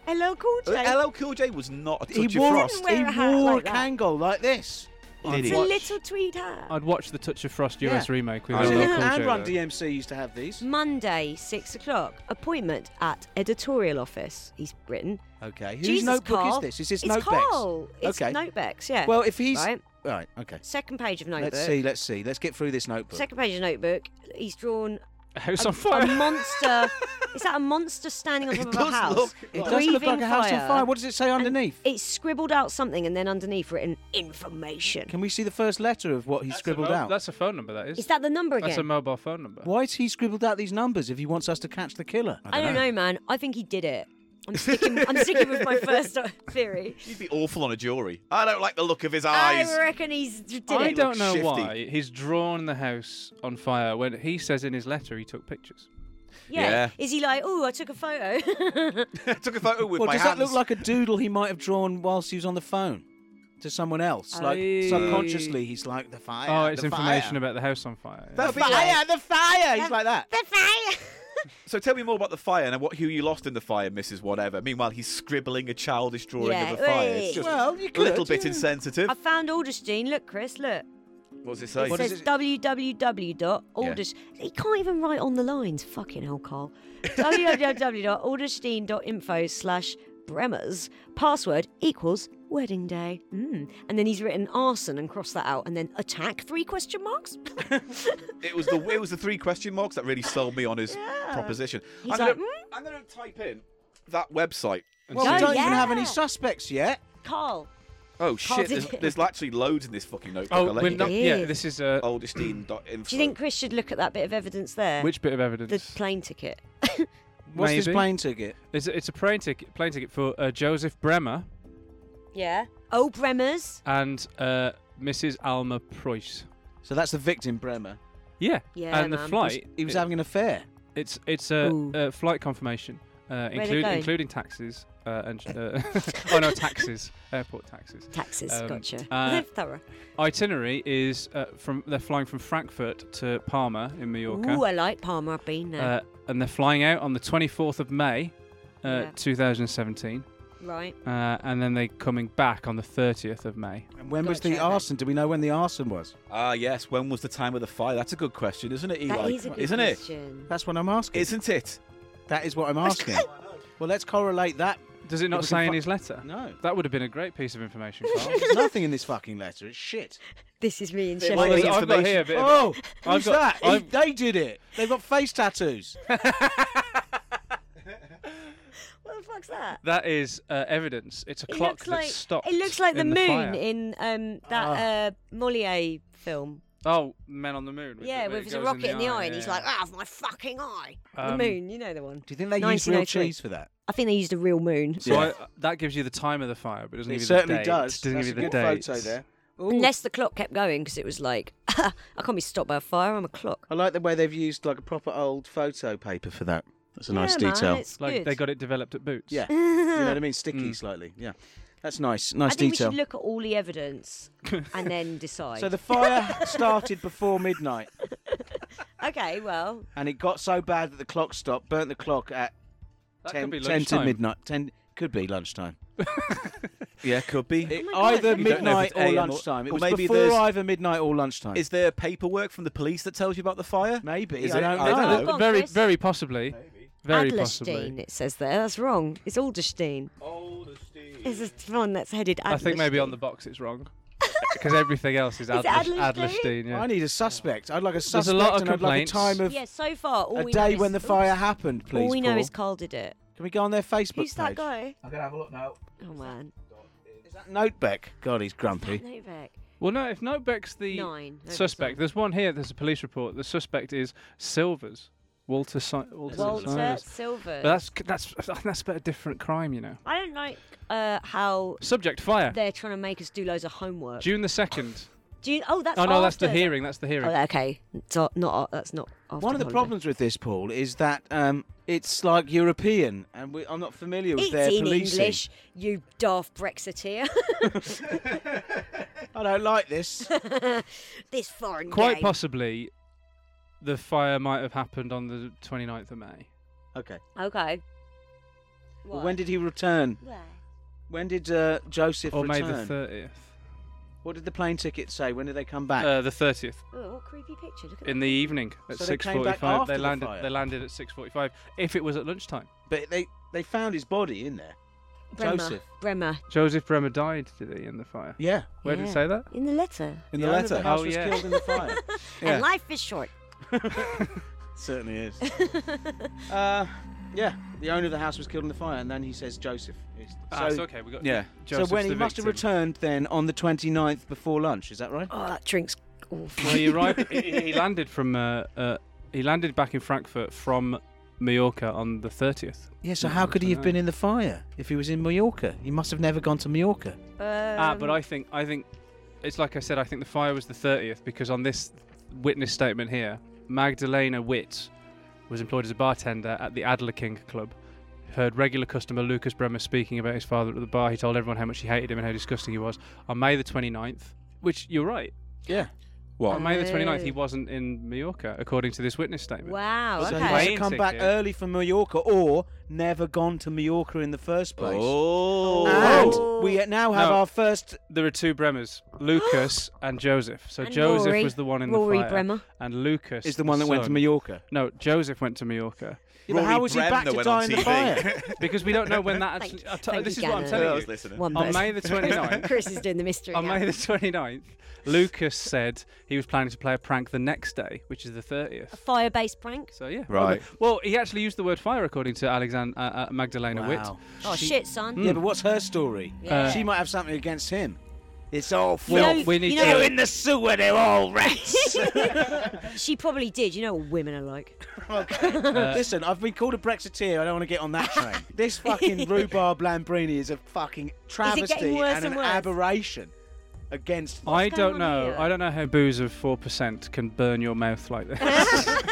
[SPEAKER 3] Hello, Cool J.
[SPEAKER 2] LL Cool J was not a touch
[SPEAKER 4] He
[SPEAKER 2] of
[SPEAKER 4] wore,
[SPEAKER 2] Frost.
[SPEAKER 3] Didn't wear
[SPEAKER 4] he
[SPEAKER 3] a hat
[SPEAKER 4] wore
[SPEAKER 3] like
[SPEAKER 4] a
[SPEAKER 3] that.
[SPEAKER 4] Kangol like this.
[SPEAKER 2] Did
[SPEAKER 3] It's
[SPEAKER 2] he?
[SPEAKER 3] a
[SPEAKER 2] Watch.
[SPEAKER 3] little tweed hat.
[SPEAKER 1] I'd watch the Touch of Frost
[SPEAKER 4] Yeah.
[SPEAKER 1] US remake with
[SPEAKER 2] I
[SPEAKER 1] LL
[SPEAKER 2] would.
[SPEAKER 1] Cool J.
[SPEAKER 4] and Run
[SPEAKER 1] though.
[SPEAKER 4] DMC used to have these.
[SPEAKER 3] Monday, six o'clock. Appointment at editorial office. He's written.
[SPEAKER 4] Okay, whose
[SPEAKER 3] Jesus,
[SPEAKER 4] notebook
[SPEAKER 3] Carl.
[SPEAKER 4] is this? Is this
[SPEAKER 3] it's
[SPEAKER 4] notebooks?
[SPEAKER 3] Carl. It's
[SPEAKER 4] Okay.
[SPEAKER 3] notebooks. Yeah.
[SPEAKER 4] Well, if he's
[SPEAKER 3] right.
[SPEAKER 4] right, okay.
[SPEAKER 3] Second page of notebook.
[SPEAKER 4] Let's see. Let's see. Let's get through this notebook.
[SPEAKER 3] Second page of notebook. He's drawn
[SPEAKER 1] House
[SPEAKER 3] a,
[SPEAKER 1] on fire.
[SPEAKER 3] a monster. is that a monster standing on top of a
[SPEAKER 2] does
[SPEAKER 3] house?
[SPEAKER 2] look-
[SPEAKER 4] it does look like a house on fire. What does it say underneath?
[SPEAKER 3] It's scribbled out something and then underneath written information.
[SPEAKER 4] Can we see the first letter of what he
[SPEAKER 1] That's a
[SPEAKER 4] scribbled
[SPEAKER 1] mo-
[SPEAKER 4] out?
[SPEAKER 1] That's a phone number. That is.
[SPEAKER 3] Is that the number again?
[SPEAKER 1] That's a mobile phone number.
[SPEAKER 4] Why has he scribbled out these numbers if he wants us to catch the killer?
[SPEAKER 3] I don't know. man. I think he did it. I'm sticking, I'm sticking with my first theory.
[SPEAKER 2] He'd be awful on a jury. I don't like the look of his eyes.
[SPEAKER 3] I reckon he's did
[SPEAKER 1] I
[SPEAKER 3] it.
[SPEAKER 1] don't know
[SPEAKER 2] shifty.
[SPEAKER 1] why he's drawn the house on fire when he says in his letter he took pictures.
[SPEAKER 3] Yeah.
[SPEAKER 2] Yeah.
[SPEAKER 3] Is he like, oh, I took a photo?
[SPEAKER 2] I took a photo with
[SPEAKER 4] Well,
[SPEAKER 2] my
[SPEAKER 4] does
[SPEAKER 2] hands.
[SPEAKER 4] that look like a doodle he might have drawn whilst he was on the phone to someone else? Like
[SPEAKER 1] Aye.
[SPEAKER 4] subconsciously, he's like the fire.
[SPEAKER 1] oh, it's
[SPEAKER 4] the
[SPEAKER 1] information
[SPEAKER 4] fire.
[SPEAKER 1] about the house on fire. yeah.
[SPEAKER 2] That'd
[SPEAKER 4] the
[SPEAKER 2] be like-
[SPEAKER 4] fire. The fire. He's like that.
[SPEAKER 3] the fire.
[SPEAKER 2] So tell me more about the fire and what who you lost in the fire, Mrs. Whatever. Meanwhile, he's scribbling a childish drawing
[SPEAKER 3] Yeah,
[SPEAKER 2] of a fire.
[SPEAKER 3] wait.
[SPEAKER 2] It's just
[SPEAKER 4] Well, you
[SPEAKER 2] a little
[SPEAKER 4] could,
[SPEAKER 2] bit
[SPEAKER 4] yeah.
[SPEAKER 2] insensitive.
[SPEAKER 3] I found Alderstein. Look, Chris, look.
[SPEAKER 2] What does it
[SPEAKER 3] It
[SPEAKER 2] say?
[SPEAKER 4] What is
[SPEAKER 3] says
[SPEAKER 4] it?
[SPEAKER 3] www.alders. He can't even write on the lines. Fucking hell, Carl. www.alderstein.info slash Bremers. Password equals wedding day. Mm. And then he's written arson and crossed that out. And then attack, three question marks.
[SPEAKER 2] It was the it was the three question marks that really sold me on his proposition.
[SPEAKER 3] He's
[SPEAKER 2] I'm,
[SPEAKER 3] like, "Hmm?"
[SPEAKER 2] gonna, I'm gonna type in that website.
[SPEAKER 4] Well,
[SPEAKER 3] No,
[SPEAKER 4] we don't even
[SPEAKER 3] Oh, yeah.
[SPEAKER 4] have any suspects yet.
[SPEAKER 3] Carl.
[SPEAKER 2] Oh shit!
[SPEAKER 3] did
[SPEAKER 2] There's,
[SPEAKER 3] it?
[SPEAKER 2] there's actually loads in this fucking notebook.
[SPEAKER 1] Oh,
[SPEAKER 2] I'll let
[SPEAKER 1] we're
[SPEAKER 2] you
[SPEAKER 1] not.
[SPEAKER 2] go.
[SPEAKER 1] Yeah,
[SPEAKER 3] Yeah.
[SPEAKER 1] this is
[SPEAKER 4] Oh,
[SPEAKER 1] uh,
[SPEAKER 2] oldesteen.info.
[SPEAKER 3] Do you think Chris should look at that bit of evidence there?
[SPEAKER 1] which bit of
[SPEAKER 3] The
[SPEAKER 1] evidence?
[SPEAKER 3] plane ticket.
[SPEAKER 4] What's this
[SPEAKER 1] Maybe.
[SPEAKER 4] plane ticket?
[SPEAKER 1] It's, it's a plane ticket. Plane ticket for uh, Joseph Bremer
[SPEAKER 3] Yeah. Oh, Bremers.
[SPEAKER 1] and uh, Mrs. Alma Preuss.
[SPEAKER 4] So that's the victim, Bremer.
[SPEAKER 1] Yeah.
[SPEAKER 3] Yeah,
[SPEAKER 1] And the
[SPEAKER 3] man.
[SPEAKER 1] flight.
[SPEAKER 4] He was having an affair.
[SPEAKER 1] It's it's a,
[SPEAKER 3] Ooh.
[SPEAKER 1] a flight confirmation, uh,
[SPEAKER 3] it
[SPEAKER 1] include,
[SPEAKER 3] go?
[SPEAKER 1] including taxes uh, and uh, oh no taxes, airport taxes.
[SPEAKER 3] Taxes.
[SPEAKER 1] Um,
[SPEAKER 3] gotcha.
[SPEAKER 1] uh,
[SPEAKER 3] Thorough.
[SPEAKER 1] Itinerary is uh, from they're flying from Frankfurt to Parma in Mallorca,
[SPEAKER 3] Ooh, I like Palmer. I've been there.
[SPEAKER 1] uh, and they're flying out on the 24th of May, uh,
[SPEAKER 3] Yeah.
[SPEAKER 1] 2017,
[SPEAKER 3] right.
[SPEAKER 1] uh, and then they're coming back on the 30th of May.
[SPEAKER 4] And when was
[SPEAKER 3] Gotcha,
[SPEAKER 4] the
[SPEAKER 3] okay.
[SPEAKER 4] arson? Do we know when the arson was?
[SPEAKER 2] Ah, yes. When was the time of the fire? That's a good question, isn't it, Eli?
[SPEAKER 3] That is a good
[SPEAKER 2] isn't
[SPEAKER 3] question.
[SPEAKER 4] That's what I'm asking.
[SPEAKER 2] it? Isn't it?
[SPEAKER 4] That is what I'm asking. well, let's correlate that.
[SPEAKER 1] Does it not
[SPEAKER 4] was
[SPEAKER 1] say in
[SPEAKER 4] fi-
[SPEAKER 1] his letter?
[SPEAKER 4] No.
[SPEAKER 1] That would have been a great piece of information. Carl.
[SPEAKER 4] There's nothing in this fucking letter. It's shit.
[SPEAKER 3] This is me and
[SPEAKER 2] might
[SPEAKER 3] Sheffield.
[SPEAKER 2] be
[SPEAKER 1] Well, I've got
[SPEAKER 2] information.
[SPEAKER 1] here a bit. of-
[SPEAKER 4] Oh,
[SPEAKER 1] I've
[SPEAKER 4] who's
[SPEAKER 1] got-
[SPEAKER 4] that? He-
[SPEAKER 1] I've-
[SPEAKER 4] they did it. They've got face tattoos.
[SPEAKER 3] What the fuck's that?
[SPEAKER 1] That is uh, evidence. It's a
[SPEAKER 3] It
[SPEAKER 1] clock
[SPEAKER 3] looks like
[SPEAKER 1] that's stopped.
[SPEAKER 3] it looks like the
[SPEAKER 1] in
[SPEAKER 3] moon
[SPEAKER 1] fire. Ah.
[SPEAKER 3] in um, that uh, Mollier film.
[SPEAKER 1] Oh, Men on the Moon. With
[SPEAKER 3] yeah,
[SPEAKER 1] the,
[SPEAKER 3] with
[SPEAKER 1] it
[SPEAKER 3] a
[SPEAKER 1] goes
[SPEAKER 3] rocket in the, eye, and
[SPEAKER 1] yeah,
[SPEAKER 3] he's
[SPEAKER 1] yeah.
[SPEAKER 3] like, "Ah, my fucking eye!"
[SPEAKER 1] Um,
[SPEAKER 3] the moon, you know the one.
[SPEAKER 4] Do you think they use real
[SPEAKER 3] 1903.
[SPEAKER 4] cheese for that?
[SPEAKER 3] I think they used a real moon,
[SPEAKER 1] So
[SPEAKER 4] Yeah.
[SPEAKER 1] I, that gives you the time of the fire, but it doesn't
[SPEAKER 4] It
[SPEAKER 1] give you
[SPEAKER 4] certainly
[SPEAKER 1] the date.
[SPEAKER 4] does.
[SPEAKER 1] Doesn't
[SPEAKER 4] That's
[SPEAKER 1] give
[SPEAKER 4] a
[SPEAKER 1] you the
[SPEAKER 4] good
[SPEAKER 1] date.
[SPEAKER 4] photo there.
[SPEAKER 3] unless the clock kept going because it was like, "I can't be stopped by a fire. I'm a clock."
[SPEAKER 4] I like the way they've used like a proper old photo paper for that. That's a nice
[SPEAKER 3] Yeah, man,
[SPEAKER 4] detail.
[SPEAKER 3] it's
[SPEAKER 1] Like
[SPEAKER 3] good.
[SPEAKER 1] they got it developed at Boots.
[SPEAKER 4] Yeah, you know what I mean. Sticky slightly. Yeah, that's nice. Nice
[SPEAKER 3] I think
[SPEAKER 4] detail.
[SPEAKER 3] we should look at all the evidence and then decide.
[SPEAKER 4] so the fire started before midnight,
[SPEAKER 3] okay, well,
[SPEAKER 4] and it got so bad that the clock stopped, burnt the clock at
[SPEAKER 1] That
[SPEAKER 4] 10,
[SPEAKER 1] could be
[SPEAKER 4] 10 to
[SPEAKER 1] lunchtime.
[SPEAKER 4] midnight. Ten could be lunchtime.
[SPEAKER 2] Yeah, could be. oh,
[SPEAKER 4] It-
[SPEAKER 3] Oh God,
[SPEAKER 4] either
[SPEAKER 3] look at that.
[SPEAKER 2] You
[SPEAKER 4] midnight
[SPEAKER 2] don't know
[SPEAKER 4] or
[SPEAKER 2] if it's AM or-
[SPEAKER 4] lunchtime. It
[SPEAKER 2] or
[SPEAKER 4] was
[SPEAKER 2] maybe
[SPEAKER 4] before
[SPEAKER 2] there's-
[SPEAKER 4] either midnight or lunchtime.
[SPEAKER 2] Is there paperwork from the police that tells you about the fire?
[SPEAKER 4] Maybe
[SPEAKER 2] Is
[SPEAKER 4] I
[SPEAKER 2] it-
[SPEAKER 4] don't
[SPEAKER 2] I
[SPEAKER 4] know.
[SPEAKER 2] don't know.
[SPEAKER 3] Go on,
[SPEAKER 1] very,
[SPEAKER 3] Chris.
[SPEAKER 1] very possibly. Very
[SPEAKER 3] Adlerstein.
[SPEAKER 1] possibly.
[SPEAKER 3] It says there. That's wrong. It's Alderstein. It's a one that's headed. Adlerstein.
[SPEAKER 1] I think maybe on the box it's wrong. because everything else is
[SPEAKER 3] it
[SPEAKER 1] Adlerstein.
[SPEAKER 3] Adlerstein?
[SPEAKER 1] Adlerstein yeah.
[SPEAKER 4] I need a suspect. I'd like a suspect
[SPEAKER 1] There's a lot of
[SPEAKER 4] and I'd like a
[SPEAKER 1] complaints.
[SPEAKER 4] time of
[SPEAKER 3] Yeah, so far, all
[SPEAKER 4] a
[SPEAKER 3] we
[SPEAKER 4] day
[SPEAKER 3] know
[SPEAKER 4] when the
[SPEAKER 3] is,
[SPEAKER 4] fire
[SPEAKER 3] Oops.
[SPEAKER 4] happened, please.
[SPEAKER 3] All we know
[SPEAKER 4] Paul.
[SPEAKER 3] is Carl did it.
[SPEAKER 4] Can we go on their Facebook
[SPEAKER 3] Who's that
[SPEAKER 4] page?
[SPEAKER 3] guy?
[SPEAKER 5] I'm gonna have a look now.
[SPEAKER 3] Oh man,
[SPEAKER 4] Is that Notebeck? God, he's grumpy.
[SPEAKER 3] Novak.
[SPEAKER 1] Well, no, if Notebeck's the
[SPEAKER 3] Nine. Notebeck's
[SPEAKER 1] suspect,
[SPEAKER 3] on.
[SPEAKER 1] there's one here. There's a police report. The suspect is Silvers, Walter. Si- Walter.
[SPEAKER 3] Walter
[SPEAKER 1] Silvers.
[SPEAKER 3] Silver.
[SPEAKER 1] But that's that's that's about a different crime, you know.
[SPEAKER 3] I don't like uh, how
[SPEAKER 1] Subject fire.
[SPEAKER 3] they're trying to make us do loads of homework.
[SPEAKER 1] June the second.
[SPEAKER 3] Do you? Oh, that's.
[SPEAKER 1] Oh no, that's the
[SPEAKER 3] after.
[SPEAKER 1] hearing. That's the hearing.
[SPEAKER 3] Oh, okay, so not that's not. After
[SPEAKER 4] One of the
[SPEAKER 3] holiday.
[SPEAKER 4] problems with this, Paul, is that um, it's like European, and we, I'm not familiar with
[SPEAKER 3] It's
[SPEAKER 4] their
[SPEAKER 3] in
[SPEAKER 4] policing.
[SPEAKER 3] English, you daft Brexiteer.
[SPEAKER 4] I don't like this.
[SPEAKER 3] this foreign
[SPEAKER 1] Quite
[SPEAKER 3] game.
[SPEAKER 1] possibly, the fire might have happened on the 29th of May.
[SPEAKER 4] okay.
[SPEAKER 3] Okay.
[SPEAKER 4] Well, when did he return? When did uh, Joseph
[SPEAKER 1] or
[SPEAKER 4] return?
[SPEAKER 1] May the 30th.
[SPEAKER 4] What did the plane ticket say? When did they come back?
[SPEAKER 1] Uh, the 30th
[SPEAKER 3] Oh, what creepy picture! Look at
[SPEAKER 1] in the evening at
[SPEAKER 4] So they came back
[SPEAKER 1] 6:45.
[SPEAKER 4] after
[SPEAKER 1] They
[SPEAKER 4] the
[SPEAKER 1] landed.
[SPEAKER 4] fire?
[SPEAKER 1] they landed at 6:45. If it was at lunchtime,
[SPEAKER 4] but they they found his body in there.
[SPEAKER 3] that. Bremer.
[SPEAKER 4] Joseph.
[SPEAKER 3] Bremer.
[SPEAKER 1] Joseph Bremer died, did he, in the fire?
[SPEAKER 4] Yeah.
[SPEAKER 1] Where did it
[SPEAKER 3] Yeah.
[SPEAKER 1] say that?
[SPEAKER 3] In the letter.
[SPEAKER 4] In
[SPEAKER 2] the
[SPEAKER 4] owner of
[SPEAKER 2] letter.
[SPEAKER 4] The house
[SPEAKER 1] Oh,
[SPEAKER 4] was
[SPEAKER 1] yeah.
[SPEAKER 4] killed in the fire. Yeah.
[SPEAKER 3] And life is short.
[SPEAKER 4] Certainly is. uh, yeah. The owner of the house was killed in the fire, and then he says Joseph. It's-
[SPEAKER 1] ah, it's okay. We got
[SPEAKER 2] yeah.
[SPEAKER 1] Joseph's
[SPEAKER 4] so when he
[SPEAKER 1] the
[SPEAKER 4] must have
[SPEAKER 1] victim.
[SPEAKER 4] returned then on the 29th before lunch, is that right?
[SPEAKER 3] Oh, that drink's awful.
[SPEAKER 1] Well, he arrived. he he landed from. Uh, uh, he landed back in Frankfurt from Mallorca on the 30th.
[SPEAKER 4] Yeah, so how could he have been in the fire if he was in Mallorca? He must have never gone to Mallorca.
[SPEAKER 1] ah,
[SPEAKER 3] Um,
[SPEAKER 1] but I think I think it's like I said. I think the fire was the 30th because on this witness statement here, Magdalena Witt was employed as a bartender at the Adler King Club. Heard regular customer Lucas Bremer speaking about his father at the bar. He told everyone how much he hated him and how disgusting he was. On May the 29th, which you're right,
[SPEAKER 4] Yeah.
[SPEAKER 1] on May the 29th, he
[SPEAKER 3] Oh.
[SPEAKER 1] wasn't in Mallorca, according to this witness statement.
[SPEAKER 3] Um, Wow.
[SPEAKER 4] So
[SPEAKER 1] So Plane
[SPEAKER 4] he must
[SPEAKER 3] Oh, Okay.
[SPEAKER 4] have come back
[SPEAKER 1] ticket.
[SPEAKER 4] early from Mallorca or never gone to Mallorca in the first place.
[SPEAKER 2] Oh.
[SPEAKER 4] And
[SPEAKER 3] Oh.
[SPEAKER 4] we now have
[SPEAKER 1] No.
[SPEAKER 4] our first
[SPEAKER 1] There are two Bremers, Lucas and Joseph. So
[SPEAKER 3] And
[SPEAKER 1] Joseph
[SPEAKER 3] Rory.
[SPEAKER 1] was the one in
[SPEAKER 3] Rory
[SPEAKER 1] the fire,
[SPEAKER 3] Bremer.
[SPEAKER 1] and Lucas
[SPEAKER 4] is the one that went to
[SPEAKER 1] son-
[SPEAKER 4] Mallorca.
[SPEAKER 1] No, Joseph went to Mallorca
[SPEAKER 4] Yeah, but
[SPEAKER 2] Rory
[SPEAKER 4] how was he
[SPEAKER 2] Bremner
[SPEAKER 4] back to
[SPEAKER 2] went on
[SPEAKER 4] die in the
[SPEAKER 2] TV.
[SPEAKER 4] fire?
[SPEAKER 1] because we don't know when that
[SPEAKER 3] Thank
[SPEAKER 1] actually.
[SPEAKER 3] you.
[SPEAKER 1] I tell-
[SPEAKER 3] Thank
[SPEAKER 1] this
[SPEAKER 3] you,
[SPEAKER 1] is what I'm
[SPEAKER 3] Gannon.
[SPEAKER 1] telling
[SPEAKER 2] I
[SPEAKER 1] you.
[SPEAKER 2] was listening.
[SPEAKER 3] One
[SPEAKER 1] On
[SPEAKER 3] person.
[SPEAKER 1] May the 29th.
[SPEAKER 3] Chris is doing the mystery.
[SPEAKER 1] On
[SPEAKER 3] now.
[SPEAKER 1] May the 29th, Lucas said he was planning to play a prank the next day, which is the 30th.
[SPEAKER 3] Fire-based prank.
[SPEAKER 1] So yeah,
[SPEAKER 2] Right.
[SPEAKER 1] Well, he actually used the word fire, according to Alexand uh, uh, Magdalena
[SPEAKER 4] Wow.
[SPEAKER 1] Witt.
[SPEAKER 3] Oh shit, son.
[SPEAKER 4] Yeah, but what's her story?
[SPEAKER 3] Yeah.
[SPEAKER 4] she might have something against him. It's all
[SPEAKER 3] You
[SPEAKER 1] Well,
[SPEAKER 3] know-
[SPEAKER 1] we need
[SPEAKER 3] you know-
[SPEAKER 1] to-
[SPEAKER 4] the sewer, they're all rats.
[SPEAKER 3] She probably did. You know what women are like.
[SPEAKER 4] Uh, Listen, I've been called a Brexiteer. I don't want to get on that train. this fucking rhubarb Lambrini is a fucking travesty
[SPEAKER 3] worse
[SPEAKER 4] and an
[SPEAKER 3] and worse?
[SPEAKER 4] aberration against.
[SPEAKER 1] I don't
[SPEAKER 3] going on
[SPEAKER 1] know.
[SPEAKER 3] here?
[SPEAKER 1] I don't know how booze of four percent can burn your mouth like this.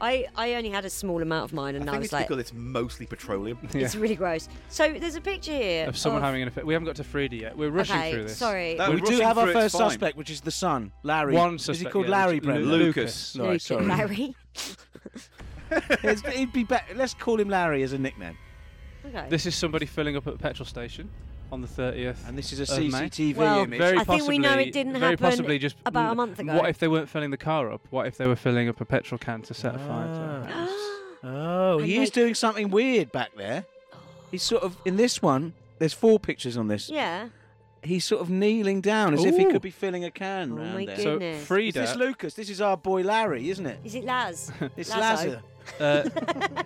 [SPEAKER 3] I, I only had a small amount of mine, and
[SPEAKER 2] I
[SPEAKER 3] I,
[SPEAKER 2] think
[SPEAKER 3] was
[SPEAKER 2] it's
[SPEAKER 3] like,
[SPEAKER 2] because it's mostly petroleum.
[SPEAKER 3] it's really gross. So there's a picture here
[SPEAKER 1] of someone having an affair. We haven't got to Freedy yet. We're rushing
[SPEAKER 3] Oh. Okay,
[SPEAKER 1] through this.
[SPEAKER 3] sorry.
[SPEAKER 2] That-
[SPEAKER 4] we
[SPEAKER 2] We're
[SPEAKER 4] do
[SPEAKER 2] rushing
[SPEAKER 4] have our
[SPEAKER 2] through, it's
[SPEAKER 4] first
[SPEAKER 2] fine.
[SPEAKER 4] suspect, which is the son, Larry.
[SPEAKER 1] One
[SPEAKER 4] Is he
[SPEAKER 1] suspect,
[SPEAKER 4] called
[SPEAKER 1] yeah,
[SPEAKER 4] Larry
[SPEAKER 1] Lu-
[SPEAKER 4] Brennan?
[SPEAKER 1] Lucas.
[SPEAKER 4] All right, sorry.
[SPEAKER 3] Larry.
[SPEAKER 4] It's- It'd be better. Let's call him Larry as a nickname.
[SPEAKER 3] Okay.
[SPEAKER 1] This is somebody filling up at a petrol station on the 30th.
[SPEAKER 4] And this is a
[SPEAKER 1] of May.
[SPEAKER 4] CCTV
[SPEAKER 3] Well,
[SPEAKER 4] image.
[SPEAKER 1] Oh, Very
[SPEAKER 3] I think we know it didn't
[SPEAKER 1] very
[SPEAKER 3] happen
[SPEAKER 1] possibly just
[SPEAKER 3] about a month ago.
[SPEAKER 1] What if they weren't filling the car up? What if they were filling up a petrol can to set a fire
[SPEAKER 3] Ah.
[SPEAKER 1] to? it?
[SPEAKER 4] Oh, he
[SPEAKER 3] And
[SPEAKER 4] is
[SPEAKER 3] they-
[SPEAKER 4] doing something weird back there. He's sort of in this one. There's four pictures on this.
[SPEAKER 3] yeah.
[SPEAKER 4] He's sort of kneeling down as if he
[SPEAKER 1] Ooh.
[SPEAKER 4] could be filling a can
[SPEAKER 3] Oh
[SPEAKER 4] round
[SPEAKER 3] my
[SPEAKER 4] there.
[SPEAKER 3] goodness.
[SPEAKER 1] So
[SPEAKER 4] Is this
[SPEAKER 1] Frida,
[SPEAKER 4] Lucas? This is our boy Larry, isn't it?
[SPEAKER 3] Is it Laz?
[SPEAKER 4] It's
[SPEAKER 3] Lazo.
[SPEAKER 4] Lazar.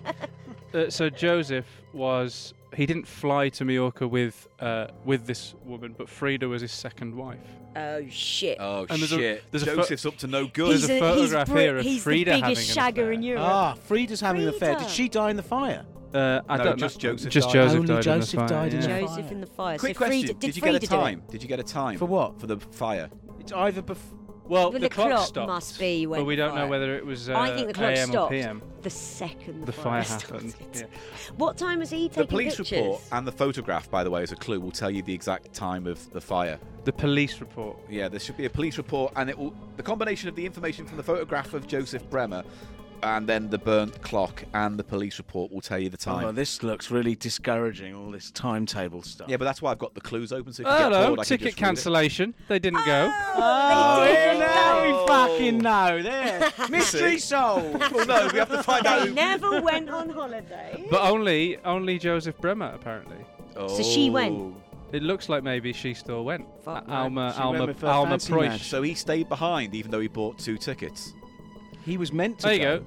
[SPEAKER 1] uh, uh, so Joseph was he didn't fly to Mallorca with uh, with this woman, but Frida was his second wife.
[SPEAKER 3] Oh shit.
[SPEAKER 2] Oh
[SPEAKER 1] And there's a-
[SPEAKER 2] shit!
[SPEAKER 1] there's a fo-
[SPEAKER 2] Joseph's up to no good.
[SPEAKER 1] He's- there's a photograph
[SPEAKER 3] bri-
[SPEAKER 1] here of
[SPEAKER 3] he's
[SPEAKER 1] Frida
[SPEAKER 3] the biggest
[SPEAKER 1] having an
[SPEAKER 3] shagger in
[SPEAKER 1] affair.
[SPEAKER 3] Europe.
[SPEAKER 4] Ah, Frida's having an affair. Did
[SPEAKER 3] Frida.
[SPEAKER 4] she die in the fire?
[SPEAKER 1] Uh, I
[SPEAKER 2] No,
[SPEAKER 1] don't
[SPEAKER 2] just
[SPEAKER 1] know.
[SPEAKER 2] Joseph
[SPEAKER 1] Just
[SPEAKER 2] died.
[SPEAKER 1] Joseph
[SPEAKER 4] Only
[SPEAKER 1] died in the
[SPEAKER 4] Joseph
[SPEAKER 1] fire.
[SPEAKER 4] died
[SPEAKER 1] yeah.
[SPEAKER 4] in the fire.
[SPEAKER 3] Joseph in the fire.
[SPEAKER 2] Quick
[SPEAKER 3] so Frida,
[SPEAKER 2] question: Did,
[SPEAKER 3] did
[SPEAKER 2] you get a
[SPEAKER 3] Frida do it?
[SPEAKER 2] time? Did you get a time
[SPEAKER 4] For what?
[SPEAKER 2] For the fire.
[SPEAKER 4] It's either before.
[SPEAKER 1] Well,
[SPEAKER 3] Well,
[SPEAKER 1] the,
[SPEAKER 3] the clock
[SPEAKER 1] stopped,
[SPEAKER 3] must be when
[SPEAKER 1] but we
[SPEAKER 3] the
[SPEAKER 1] don't know
[SPEAKER 3] fire-
[SPEAKER 1] whether it was uh,
[SPEAKER 3] I think the clock
[SPEAKER 1] AM or
[SPEAKER 3] stopped
[SPEAKER 1] PM.
[SPEAKER 3] the second the,
[SPEAKER 1] The fire
[SPEAKER 3] started.
[SPEAKER 1] happened. Yeah.
[SPEAKER 3] What time was he taking
[SPEAKER 2] the police
[SPEAKER 3] pictures?
[SPEAKER 2] report and the photograph, by the way, as a clue, will tell you the exact time of the fire.
[SPEAKER 1] The police report.
[SPEAKER 2] Yeah, there should be a police report, and it will. The combination of the information from the photograph of Joseph Bremer, and then the burnt clock and the police report will tell you the time.
[SPEAKER 4] Oh, this looks really discouraging. All this timetable stuff.
[SPEAKER 2] yeah, but that's why I've got the clues open. So if you get
[SPEAKER 1] Hello,
[SPEAKER 2] bored, I can
[SPEAKER 1] ticket
[SPEAKER 2] just read it.
[SPEAKER 1] cancellation. They didn't go.
[SPEAKER 4] Oh,
[SPEAKER 3] They
[SPEAKER 4] yeah,
[SPEAKER 3] did.
[SPEAKER 4] now we fucking know. There, mystery solved.
[SPEAKER 2] Well, no, we have to find out.
[SPEAKER 3] They
[SPEAKER 2] who-
[SPEAKER 3] never went on holiday.
[SPEAKER 1] But only only Joseph Bremer apparently.
[SPEAKER 2] Oh.
[SPEAKER 3] So she went.
[SPEAKER 1] It looks like maybe she still went.
[SPEAKER 3] Fuck,
[SPEAKER 1] A- Alma,
[SPEAKER 8] She went
[SPEAKER 1] Alma,
[SPEAKER 8] with her
[SPEAKER 1] Alma
[SPEAKER 8] fancy
[SPEAKER 1] Preusch.
[SPEAKER 8] man.
[SPEAKER 2] So he stayed behind, even though he bought two tickets.
[SPEAKER 4] He was meant to.
[SPEAKER 1] There you go.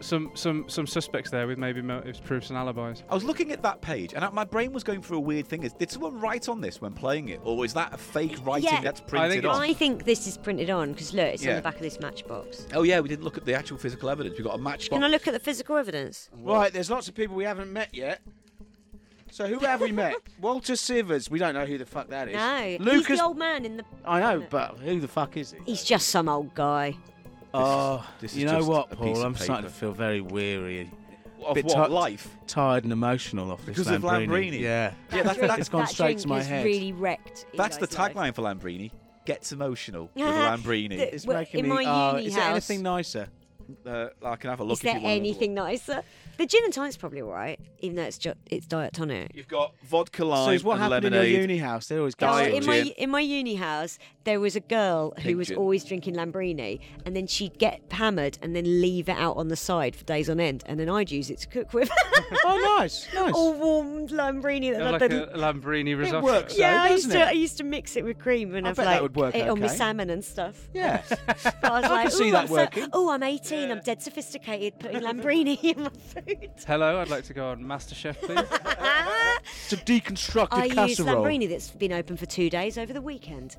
[SPEAKER 1] Some some some suspects there with maybe motives, proofs, and alibis.
[SPEAKER 2] I was looking at that page, and I- my brain was going through a weird thing. Is did someone write on this when playing it, or is that a fake writing
[SPEAKER 3] Yeah.
[SPEAKER 2] that's
[SPEAKER 3] I
[SPEAKER 2] printed
[SPEAKER 1] think it's-
[SPEAKER 2] on?
[SPEAKER 3] I think this is printed on because look, it's on
[SPEAKER 2] Yeah.
[SPEAKER 3] the back of this matchbox.
[SPEAKER 2] Oh yeah, we didn't look at the actual physical evidence. We got a matchbox.
[SPEAKER 3] Can I look at the physical evidence?
[SPEAKER 8] Right, there's lots of people we haven't met yet. So who have we met? Walter Sivers. We don't know who the fuck that is.
[SPEAKER 3] No, he's
[SPEAKER 8] Lucas.
[SPEAKER 3] the old man in the.
[SPEAKER 8] I know, but who the fuck is he?
[SPEAKER 3] He's just some old guy.
[SPEAKER 4] Oh,
[SPEAKER 2] this is
[SPEAKER 4] you know
[SPEAKER 2] just
[SPEAKER 4] what,
[SPEAKER 2] a piece
[SPEAKER 4] Paul?
[SPEAKER 2] of
[SPEAKER 4] I'm starting
[SPEAKER 2] paper.
[SPEAKER 4] to feel very weary,
[SPEAKER 2] of
[SPEAKER 4] bit
[SPEAKER 2] what
[SPEAKER 4] tucked.
[SPEAKER 2] life?
[SPEAKER 4] tired, and emotional off this
[SPEAKER 2] Because of Lambrini.
[SPEAKER 4] Yeah.
[SPEAKER 2] Yeah, that,
[SPEAKER 3] drink-
[SPEAKER 2] that's,
[SPEAKER 4] gone
[SPEAKER 3] that
[SPEAKER 4] straight
[SPEAKER 3] drink
[SPEAKER 4] to my
[SPEAKER 3] has
[SPEAKER 4] head.
[SPEAKER 3] really wrecked.
[SPEAKER 2] that's the
[SPEAKER 3] Eli's life.
[SPEAKER 2] tagline for Lambrini. Gets emotional with
[SPEAKER 3] Ah,
[SPEAKER 2] Lambrini.
[SPEAKER 3] the-
[SPEAKER 4] It's
[SPEAKER 3] Well,
[SPEAKER 4] making
[SPEAKER 3] in my
[SPEAKER 4] me. oh,
[SPEAKER 3] uni
[SPEAKER 4] is there
[SPEAKER 3] house-
[SPEAKER 4] anything nicer?
[SPEAKER 2] Uh, I can have a look.
[SPEAKER 3] Is
[SPEAKER 2] if
[SPEAKER 3] there
[SPEAKER 2] you want
[SPEAKER 3] anything nicer? The gin and tonic's probably all right, even though it's just it's diet tonic.
[SPEAKER 2] You've got vodka lime
[SPEAKER 4] So it's what
[SPEAKER 2] and
[SPEAKER 4] happened
[SPEAKER 2] lemonade.
[SPEAKER 4] in your uni house? They're always
[SPEAKER 3] Oh,
[SPEAKER 2] Diet
[SPEAKER 4] going.
[SPEAKER 3] in my
[SPEAKER 2] gin.
[SPEAKER 3] in my uni house, there was a girl
[SPEAKER 2] Pink
[SPEAKER 3] who was
[SPEAKER 2] gin.
[SPEAKER 3] always drinking Lambrini, and then she'd get hammered and then leave it out on the side for days on end, and then I'd use it to cook with.
[SPEAKER 4] Oh, nice, nice.
[SPEAKER 3] All warmed Lambrini that I'd
[SPEAKER 1] like
[SPEAKER 3] been.
[SPEAKER 1] a Lambrini risotto.
[SPEAKER 4] works. though,
[SPEAKER 3] yeah, I used
[SPEAKER 4] doesn't
[SPEAKER 3] to
[SPEAKER 4] it?
[SPEAKER 3] I used to mix it with cream and
[SPEAKER 4] I
[SPEAKER 3] have
[SPEAKER 4] bet that
[SPEAKER 3] like
[SPEAKER 4] would work
[SPEAKER 3] it on my
[SPEAKER 4] okay.
[SPEAKER 3] salmon and stuff.
[SPEAKER 4] yeah.
[SPEAKER 3] But I was like,
[SPEAKER 4] see
[SPEAKER 3] "Ooh,
[SPEAKER 4] that
[SPEAKER 3] I'm
[SPEAKER 4] working."
[SPEAKER 3] oh, I'm 18. I'm dead sophisticated putting Lambrini in my food.
[SPEAKER 1] Hello, I'd like to go on MasterChef, please.
[SPEAKER 4] to deconstruct
[SPEAKER 3] I
[SPEAKER 4] a
[SPEAKER 3] use
[SPEAKER 4] Ah, casserole.
[SPEAKER 3] Lambrini that's been open for two days over the weekend.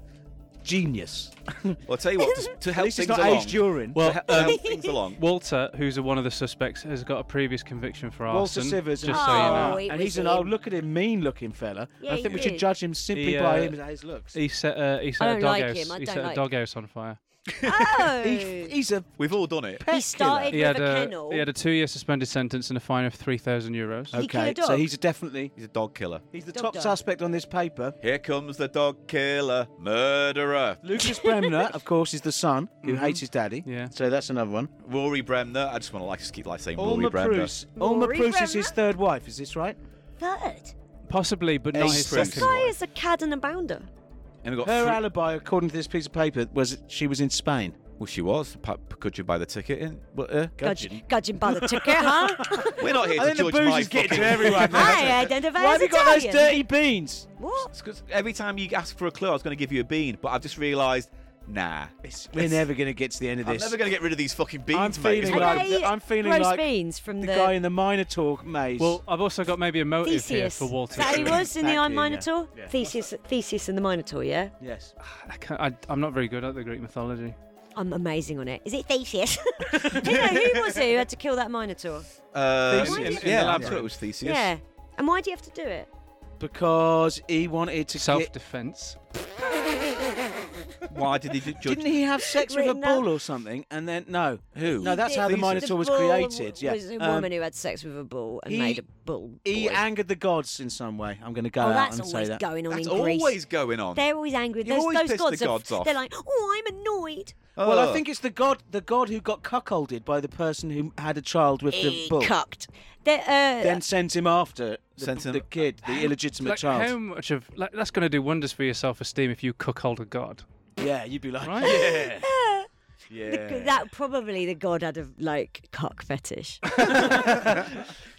[SPEAKER 4] Genius.
[SPEAKER 2] Well, I'll tell you what, to, to
[SPEAKER 4] At
[SPEAKER 2] help
[SPEAKER 4] least
[SPEAKER 2] things
[SPEAKER 4] it's not
[SPEAKER 2] along.
[SPEAKER 4] aged urine. um,
[SPEAKER 1] Well,
[SPEAKER 2] to help things along.
[SPEAKER 1] Walter, who's one of the suspects, has got a previous conviction for
[SPEAKER 8] Walter
[SPEAKER 1] arson.
[SPEAKER 8] Sivers.
[SPEAKER 1] Just so you
[SPEAKER 3] Oh,
[SPEAKER 1] know.
[SPEAKER 3] it
[SPEAKER 4] and
[SPEAKER 3] was
[SPEAKER 4] he's an
[SPEAKER 3] him.
[SPEAKER 4] old, look at him, mean-looking fella.
[SPEAKER 3] Yeah,
[SPEAKER 4] I
[SPEAKER 3] he
[SPEAKER 4] think we should
[SPEAKER 3] is.
[SPEAKER 4] judge him simply
[SPEAKER 1] He,
[SPEAKER 4] by
[SPEAKER 1] uh,
[SPEAKER 4] him his looks.
[SPEAKER 1] He set, uh, he
[SPEAKER 3] I
[SPEAKER 1] set a
[SPEAKER 3] don't like
[SPEAKER 1] doghouse.
[SPEAKER 3] him, I
[SPEAKER 1] he
[SPEAKER 3] don't
[SPEAKER 1] set
[SPEAKER 3] like-
[SPEAKER 1] a doghouse on fire.
[SPEAKER 3] Oh.
[SPEAKER 4] He- he's a
[SPEAKER 2] We've all done it.
[SPEAKER 3] He started
[SPEAKER 1] He
[SPEAKER 3] with
[SPEAKER 1] had
[SPEAKER 3] a,
[SPEAKER 1] a,
[SPEAKER 3] kennel.
[SPEAKER 1] he had a two-year suspended sentence and a fine of three thousand euros.
[SPEAKER 3] He
[SPEAKER 4] okay.
[SPEAKER 3] killed a
[SPEAKER 4] so
[SPEAKER 3] dog.
[SPEAKER 4] he's a definitely
[SPEAKER 2] He's a dog killer.
[SPEAKER 4] he's the
[SPEAKER 3] Dog
[SPEAKER 4] top
[SPEAKER 3] died.
[SPEAKER 4] suspect on this paper.
[SPEAKER 2] Here comes the dog killer murderer.
[SPEAKER 4] Lucas Bremner, of course, is the son who
[SPEAKER 2] Mm-hmm.
[SPEAKER 4] hates his daddy.
[SPEAKER 1] Yeah.
[SPEAKER 4] So that's another one.
[SPEAKER 2] Rory Bremner. I just want to like just keep like saying Rory
[SPEAKER 4] Alma
[SPEAKER 2] Bremner.
[SPEAKER 4] Preuss. Alma
[SPEAKER 3] Rory
[SPEAKER 4] Preuss is his
[SPEAKER 3] Bremner?
[SPEAKER 4] third wife. Is this right?
[SPEAKER 3] Third.
[SPEAKER 1] Possibly, but not
[SPEAKER 4] Ace
[SPEAKER 1] his
[SPEAKER 2] Prince.
[SPEAKER 1] second.
[SPEAKER 3] Guy
[SPEAKER 1] wife.
[SPEAKER 3] is a cad and a bounder.
[SPEAKER 2] And we got
[SPEAKER 4] Her
[SPEAKER 2] three-
[SPEAKER 4] alibi, according to this piece of paper, was she was in Spain.
[SPEAKER 2] well, she was pa- could you buy the ticket in? But, uh,
[SPEAKER 3] Gudgeon. Gudgeon by the ticket, huh?
[SPEAKER 2] we're not here
[SPEAKER 4] I
[SPEAKER 2] to
[SPEAKER 4] think the
[SPEAKER 2] judge
[SPEAKER 4] booze
[SPEAKER 2] my
[SPEAKER 4] is getting
[SPEAKER 2] fucking-
[SPEAKER 4] to everyone.
[SPEAKER 3] I identify
[SPEAKER 4] Why
[SPEAKER 3] as
[SPEAKER 4] have you got those
[SPEAKER 3] Italian.
[SPEAKER 4] dirty beans?
[SPEAKER 3] What?
[SPEAKER 2] It's 'cause every time you ask for a clue, I was going to give you a bean, but I've just realised, nah,
[SPEAKER 4] We're never going to get to the end of
[SPEAKER 2] I'm
[SPEAKER 4] this.
[SPEAKER 2] never going to get rid of these fucking beans,
[SPEAKER 4] I'm
[SPEAKER 2] mate.
[SPEAKER 4] feeling
[SPEAKER 2] It's like-
[SPEAKER 4] like
[SPEAKER 3] Are they
[SPEAKER 4] I'm feeling
[SPEAKER 3] roast
[SPEAKER 4] like
[SPEAKER 3] beans from
[SPEAKER 4] the
[SPEAKER 3] the-
[SPEAKER 4] guy in the minor talk maze.
[SPEAKER 1] Well, I've also got maybe a motive Oh, here
[SPEAKER 3] Theseus.
[SPEAKER 1] for Walter.
[SPEAKER 3] Is that who he
[SPEAKER 1] Sivers.
[SPEAKER 3] was in the
[SPEAKER 4] Back
[SPEAKER 3] Iron
[SPEAKER 4] in,
[SPEAKER 3] Minotaur?
[SPEAKER 4] yeah. Yeah.
[SPEAKER 3] Theseus, Theseus and the Minotaur, yeah?
[SPEAKER 4] yes.
[SPEAKER 1] I can't, I, I'm not very good at the Greek mythology.
[SPEAKER 3] I'm amazing on it. Is it Theseus? Who- who was it who had to kill that Minotaur?
[SPEAKER 2] Uh,
[SPEAKER 1] Theseus.
[SPEAKER 2] in-
[SPEAKER 1] In- in
[SPEAKER 2] yeah,
[SPEAKER 1] the
[SPEAKER 2] I'm
[SPEAKER 1] labyrinth.
[SPEAKER 2] sure it was Theseus.
[SPEAKER 3] Yeah. And why do you have to do it?
[SPEAKER 4] Because he wanted to
[SPEAKER 1] Self
[SPEAKER 4] get-
[SPEAKER 1] defense.
[SPEAKER 2] Why did he ju- judge?
[SPEAKER 4] Didn't he have sex with a
[SPEAKER 3] Written up.
[SPEAKER 4] bull or something? And then no,
[SPEAKER 2] Who?
[SPEAKER 4] no, that's how the
[SPEAKER 2] Theseus.
[SPEAKER 4] Minotaur was
[SPEAKER 3] bull
[SPEAKER 4] created. Yeah,
[SPEAKER 3] was a
[SPEAKER 4] Um,
[SPEAKER 3] woman who had sex with a bull and
[SPEAKER 4] he-
[SPEAKER 3] made a bull.
[SPEAKER 4] he
[SPEAKER 3] boy.
[SPEAKER 4] angered the gods in some way. I'm going to go
[SPEAKER 3] oh,
[SPEAKER 4] out
[SPEAKER 3] that's
[SPEAKER 4] and say
[SPEAKER 3] always
[SPEAKER 4] that.
[SPEAKER 3] going on
[SPEAKER 2] That's
[SPEAKER 3] in Greece.
[SPEAKER 2] always going on.
[SPEAKER 3] They're always angry.
[SPEAKER 2] You
[SPEAKER 3] Those,
[SPEAKER 2] always
[SPEAKER 3] those
[SPEAKER 2] piss
[SPEAKER 3] gods,
[SPEAKER 2] the gods
[SPEAKER 3] are,
[SPEAKER 2] off.
[SPEAKER 3] They're like, oh, I'm annoyed.
[SPEAKER 4] Well, I
[SPEAKER 1] Oh.
[SPEAKER 2] Ugh.
[SPEAKER 4] think it's the god, the god who got cuckolded by the person who had a child with the
[SPEAKER 3] He
[SPEAKER 4] bull,
[SPEAKER 3] cucked. They're, uh,
[SPEAKER 4] then sent him after the,
[SPEAKER 2] Sent him-
[SPEAKER 4] the kid, the illegitimate
[SPEAKER 1] Like,
[SPEAKER 4] child.
[SPEAKER 1] how much of like, that's going to do wonders for your self esteem if you cuckold a god,
[SPEAKER 4] Yeah, you'd be like,
[SPEAKER 1] right?
[SPEAKER 3] the, that probably the god had a like cock fetish.
[SPEAKER 1] Well,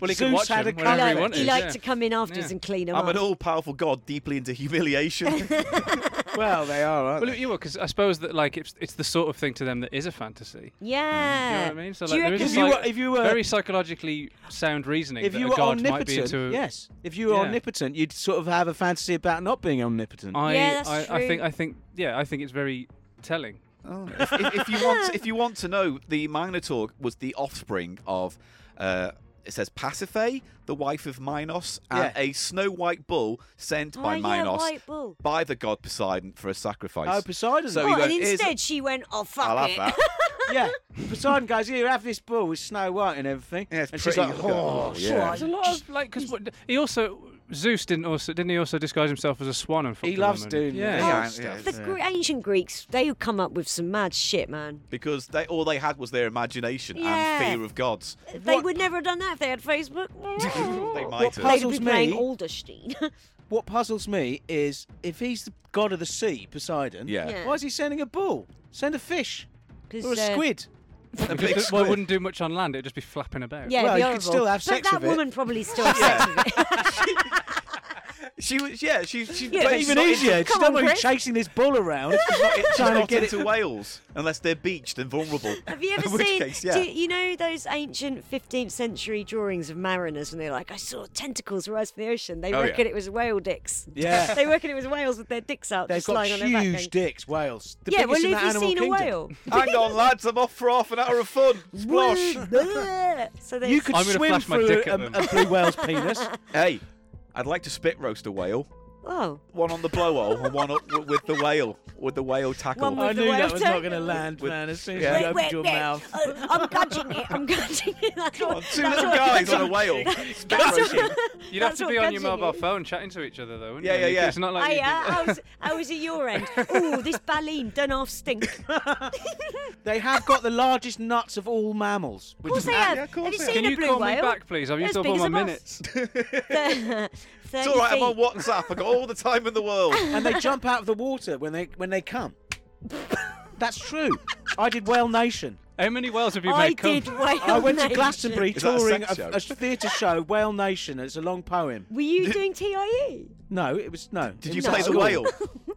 [SPEAKER 1] he could
[SPEAKER 4] Zeus
[SPEAKER 1] watch
[SPEAKER 4] had
[SPEAKER 1] him
[SPEAKER 4] a
[SPEAKER 1] whenever
[SPEAKER 4] cuckold.
[SPEAKER 1] he
[SPEAKER 3] Like,
[SPEAKER 1] wanted.
[SPEAKER 3] he liked
[SPEAKER 1] yeah.
[SPEAKER 3] to come in afterwards
[SPEAKER 1] Yeah.
[SPEAKER 3] and clean them
[SPEAKER 2] I'm
[SPEAKER 3] up.
[SPEAKER 2] an all-powerful god, deeply into humiliation.
[SPEAKER 4] well, they are, aren't
[SPEAKER 1] Well, you were because I suppose that like it's it's the sort of thing to them that is a fantasy.
[SPEAKER 3] yeah.
[SPEAKER 1] You know what I mean? So
[SPEAKER 3] Uh, Do
[SPEAKER 1] like,
[SPEAKER 3] you
[SPEAKER 1] there is
[SPEAKER 3] reckon-
[SPEAKER 1] a
[SPEAKER 4] If you
[SPEAKER 1] psych-
[SPEAKER 4] were- if you were-
[SPEAKER 1] very psychologically sound reasoning
[SPEAKER 4] if
[SPEAKER 1] that
[SPEAKER 4] you
[SPEAKER 1] a
[SPEAKER 4] were
[SPEAKER 1] god might be
[SPEAKER 4] omnipotent,
[SPEAKER 1] into a-
[SPEAKER 4] yes. If you were
[SPEAKER 1] Yeah.
[SPEAKER 4] omnipotent, you'd sort of have a fantasy about not being omnipotent.
[SPEAKER 1] I,
[SPEAKER 3] Yeah, that's
[SPEAKER 1] I, I think
[SPEAKER 3] true.
[SPEAKER 1] I think yeah, I think it's very telling.
[SPEAKER 2] Oh, if, if, if you want, if you want to know, the Minotaur was the offspring of. Uh, it says Pasiphae, the wife of Minos, and
[SPEAKER 4] Yeah.
[SPEAKER 2] a snow white bull sent
[SPEAKER 3] Oh,
[SPEAKER 2] by
[SPEAKER 3] yeah,
[SPEAKER 2] Minos
[SPEAKER 3] white bull.
[SPEAKER 2] by the god Poseidon for a sacrifice.
[SPEAKER 4] Oh, Poseidon.
[SPEAKER 2] So
[SPEAKER 3] Oh,
[SPEAKER 2] he
[SPEAKER 3] and
[SPEAKER 2] went, "Here's-
[SPEAKER 3] instead she went, oh fuck
[SPEAKER 2] I'll
[SPEAKER 3] it.
[SPEAKER 2] have that.
[SPEAKER 4] yeah. Poseidon goes, here, have this bull with Snow White and everything.
[SPEAKER 2] Yeah, it's
[SPEAKER 4] and she's
[SPEAKER 2] pretty
[SPEAKER 4] like,
[SPEAKER 2] good.
[SPEAKER 4] oh,
[SPEAKER 2] Oh,
[SPEAKER 4] sure.
[SPEAKER 2] yeah.
[SPEAKER 1] There's a lot of like because he also Zeus didn't also didn't he also disguise himself as a swan and fucked
[SPEAKER 4] He
[SPEAKER 1] a
[SPEAKER 4] loves
[SPEAKER 1] woman?
[SPEAKER 4] doing
[SPEAKER 1] yeah.
[SPEAKER 4] that.
[SPEAKER 2] Yeah,
[SPEAKER 3] Oh,
[SPEAKER 2] yeah,
[SPEAKER 3] the Gre- ancient Greeks, they would come up with some mad shit, man.
[SPEAKER 2] because they all they had was their imagination
[SPEAKER 3] Yeah.
[SPEAKER 2] and fear of gods.
[SPEAKER 3] They
[SPEAKER 4] What-
[SPEAKER 3] would never have done that if they had Facebook.
[SPEAKER 2] They might
[SPEAKER 4] What
[SPEAKER 2] have.
[SPEAKER 3] They'd
[SPEAKER 4] puzzles
[SPEAKER 3] be playing
[SPEAKER 4] me,
[SPEAKER 3] Alderstein.
[SPEAKER 4] what puzzles me is if he's the god of the sea, Poseidon,
[SPEAKER 2] Yeah.
[SPEAKER 3] Yeah.
[SPEAKER 4] why is he sending a bull? Send a fish
[SPEAKER 3] 'Cause,
[SPEAKER 4] or a
[SPEAKER 3] uh,
[SPEAKER 4] squid.
[SPEAKER 2] A
[SPEAKER 1] Because it-
[SPEAKER 2] big
[SPEAKER 1] well, it
[SPEAKER 2] squid.
[SPEAKER 1] wouldn't do much on land. It'd just be flapping about.
[SPEAKER 3] Yeah,
[SPEAKER 4] Well,
[SPEAKER 3] it'd be
[SPEAKER 4] you could
[SPEAKER 3] horrible.
[SPEAKER 4] still have
[SPEAKER 3] But
[SPEAKER 4] sex
[SPEAKER 3] that
[SPEAKER 4] with it.
[SPEAKER 3] woman probably still had sex with it.
[SPEAKER 2] She was, yeah, she, she but
[SPEAKER 3] Yeah, but
[SPEAKER 2] she's
[SPEAKER 3] even
[SPEAKER 2] not
[SPEAKER 3] easier,
[SPEAKER 2] into-
[SPEAKER 3] Come she's not on, really Chris.
[SPEAKER 4] chasing this bull around.
[SPEAKER 2] she's not, she's
[SPEAKER 4] trying to
[SPEAKER 2] not
[SPEAKER 4] get it-
[SPEAKER 2] into Wales unless they're beached and vulnerable.
[SPEAKER 3] Have you ever
[SPEAKER 2] In which
[SPEAKER 3] seen?
[SPEAKER 2] case, yeah.
[SPEAKER 3] do you know those ancient 15th century drawings of mariners when they're like, "I saw tentacles rise from the ocean." They
[SPEAKER 2] Oh,
[SPEAKER 3] reckon
[SPEAKER 2] yeah.
[SPEAKER 3] it was whale dicks.
[SPEAKER 4] Yeah.
[SPEAKER 3] they reckon it was whales with their dicks out,
[SPEAKER 4] They've
[SPEAKER 3] just
[SPEAKER 4] got
[SPEAKER 3] lying on their back.
[SPEAKER 4] huge
[SPEAKER 3] going,
[SPEAKER 4] dicks, whales. The
[SPEAKER 3] yeah, well,
[SPEAKER 4] biggest in
[SPEAKER 3] have you
[SPEAKER 4] the animal
[SPEAKER 3] seen
[SPEAKER 4] kingdom.
[SPEAKER 3] a whale?
[SPEAKER 2] Hang on, lads, I'm off for half an hour of fun. Splosh.
[SPEAKER 3] so there's
[SPEAKER 4] You could
[SPEAKER 1] I'm gonna
[SPEAKER 4] swim
[SPEAKER 1] flash my
[SPEAKER 4] through
[SPEAKER 1] dick
[SPEAKER 4] a,
[SPEAKER 1] at
[SPEAKER 4] a
[SPEAKER 1] them.
[SPEAKER 4] blue whale's penis.
[SPEAKER 2] hey, I'd like to spit roast a whale.
[SPEAKER 3] oh,
[SPEAKER 2] One on the blowhole and one up w- with the whale, with the whale tackle.
[SPEAKER 3] One with-
[SPEAKER 4] Oh, I
[SPEAKER 3] the
[SPEAKER 4] knew
[SPEAKER 3] whale
[SPEAKER 4] that was not
[SPEAKER 3] tail.
[SPEAKER 4] going to land,
[SPEAKER 2] With-
[SPEAKER 4] man. As soon as
[SPEAKER 2] yeah.
[SPEAKER 4] you
[SPEAKER 3] wait,
[SPEAKER 4] opened
[SPEAKER 3] wait,
[SPEAKER 4] your
[SPEAKER 3] wait.
[SPEAKER 4] mouth.
[SPEAKER 3] Oh, I'm catching it. I'm catching it. That's what,
[SPEAKER 2] Two
[SPEAKER 3] that's
[SPEAKER 2] little
[SPEAKER 3] what
[SPEAKER 2] guys on
[SPEAKER 3] gudging-
[SPEAKER 2] a whale. Spit
[SPEAKER 3] That's
[SPEAKER 2] roasting.
[SPEAKER 3] what-
[SPEAKER 1] You'd have
[SPEAKER 3] that's
[SPEAKER 1] to
[SPEAKER 3] what
[SPEAKER 1] be on your
[SPEAKER 3] gudging
[SPEAKER 1] mobile
[SPEAKER 3] is.
[SPEAKER 1] phone chatting to each other, though, wouldn't
[SPEAKER 2] Yeah,
[SPEAKER 1] you?
[SPEAKER 2] yeah, yeah.
[SPEAKER 1] It's not like
[SPEAKER 3] I,
[SPEAKER 1] you
[SPEAKER 3] uh,
[SPEAKER 1] can-
[SPEAKER 3] I, was, I was at your end. Ooh, this baleen done half stink. Of
[SPEAKER 4] They have got the largest nuts of all mammals. Which
[SPEAKER 3] course
[SPEAKER 4] is
[SPEAKER 3] they have.
[SPEAKER 2] yeah, of course
[SPEAKER 3] have you
[SPEAKER 2] they
[SPEAKER 3] seen
[SPEAKER 1] Can
[SPEAKER 3] a
[SPEAKER 1] you
[SPEAKER 3] blue
[SPEAKER 1] call
[SPEAKER 3] whale?
[SPEAKER 1] me back, please? I've
[SPEAKER 3] They're
[SPEAKER 1] used
[SPEAKER 3] as
[SPEAKER 1] up
[SPEAKER 3] big
[SPEAKER 1] all
[SPEAKER 3] as
[SPEAKER 1] my
[SPEAKER 3] a bus.
[SPEAKER 1] minutes.
[SPEAKER 2] It's all right, I'm on WhatsApp. I've got all the time in the world.
[SPEAKER 4] and they jump out of the water when they when they come. That's true. I did Whale Nation.
[SPEAKER 1] How many whales have you
[SPEAKER 3] I
[SPEAKER 1] made come?
[SPEAKER 3] did whale.
[SPEAKER 4] I went to
[SPEAKER 3] nation.
[SPEAKER 4] Glastonbury
[SPEAKER 2] Is that a
[SPEAKER 4] touring a,
[SPEAKER 2] sex show?
[SPEAKER 4] a theatre show, Whale Nation. It's a long poem.
[SPEAKER 3] Were you doing E? TIE?
[SPEAKER 4] No, it was no.
[SPEAKER 2] Did
[SPEAKER 4] it
[SPEAKER 2] you
[SPEAKER 4] was at
[SPEAKER 2] play the
[SPEAKER 4] school.
[SPEAKER 2] whale?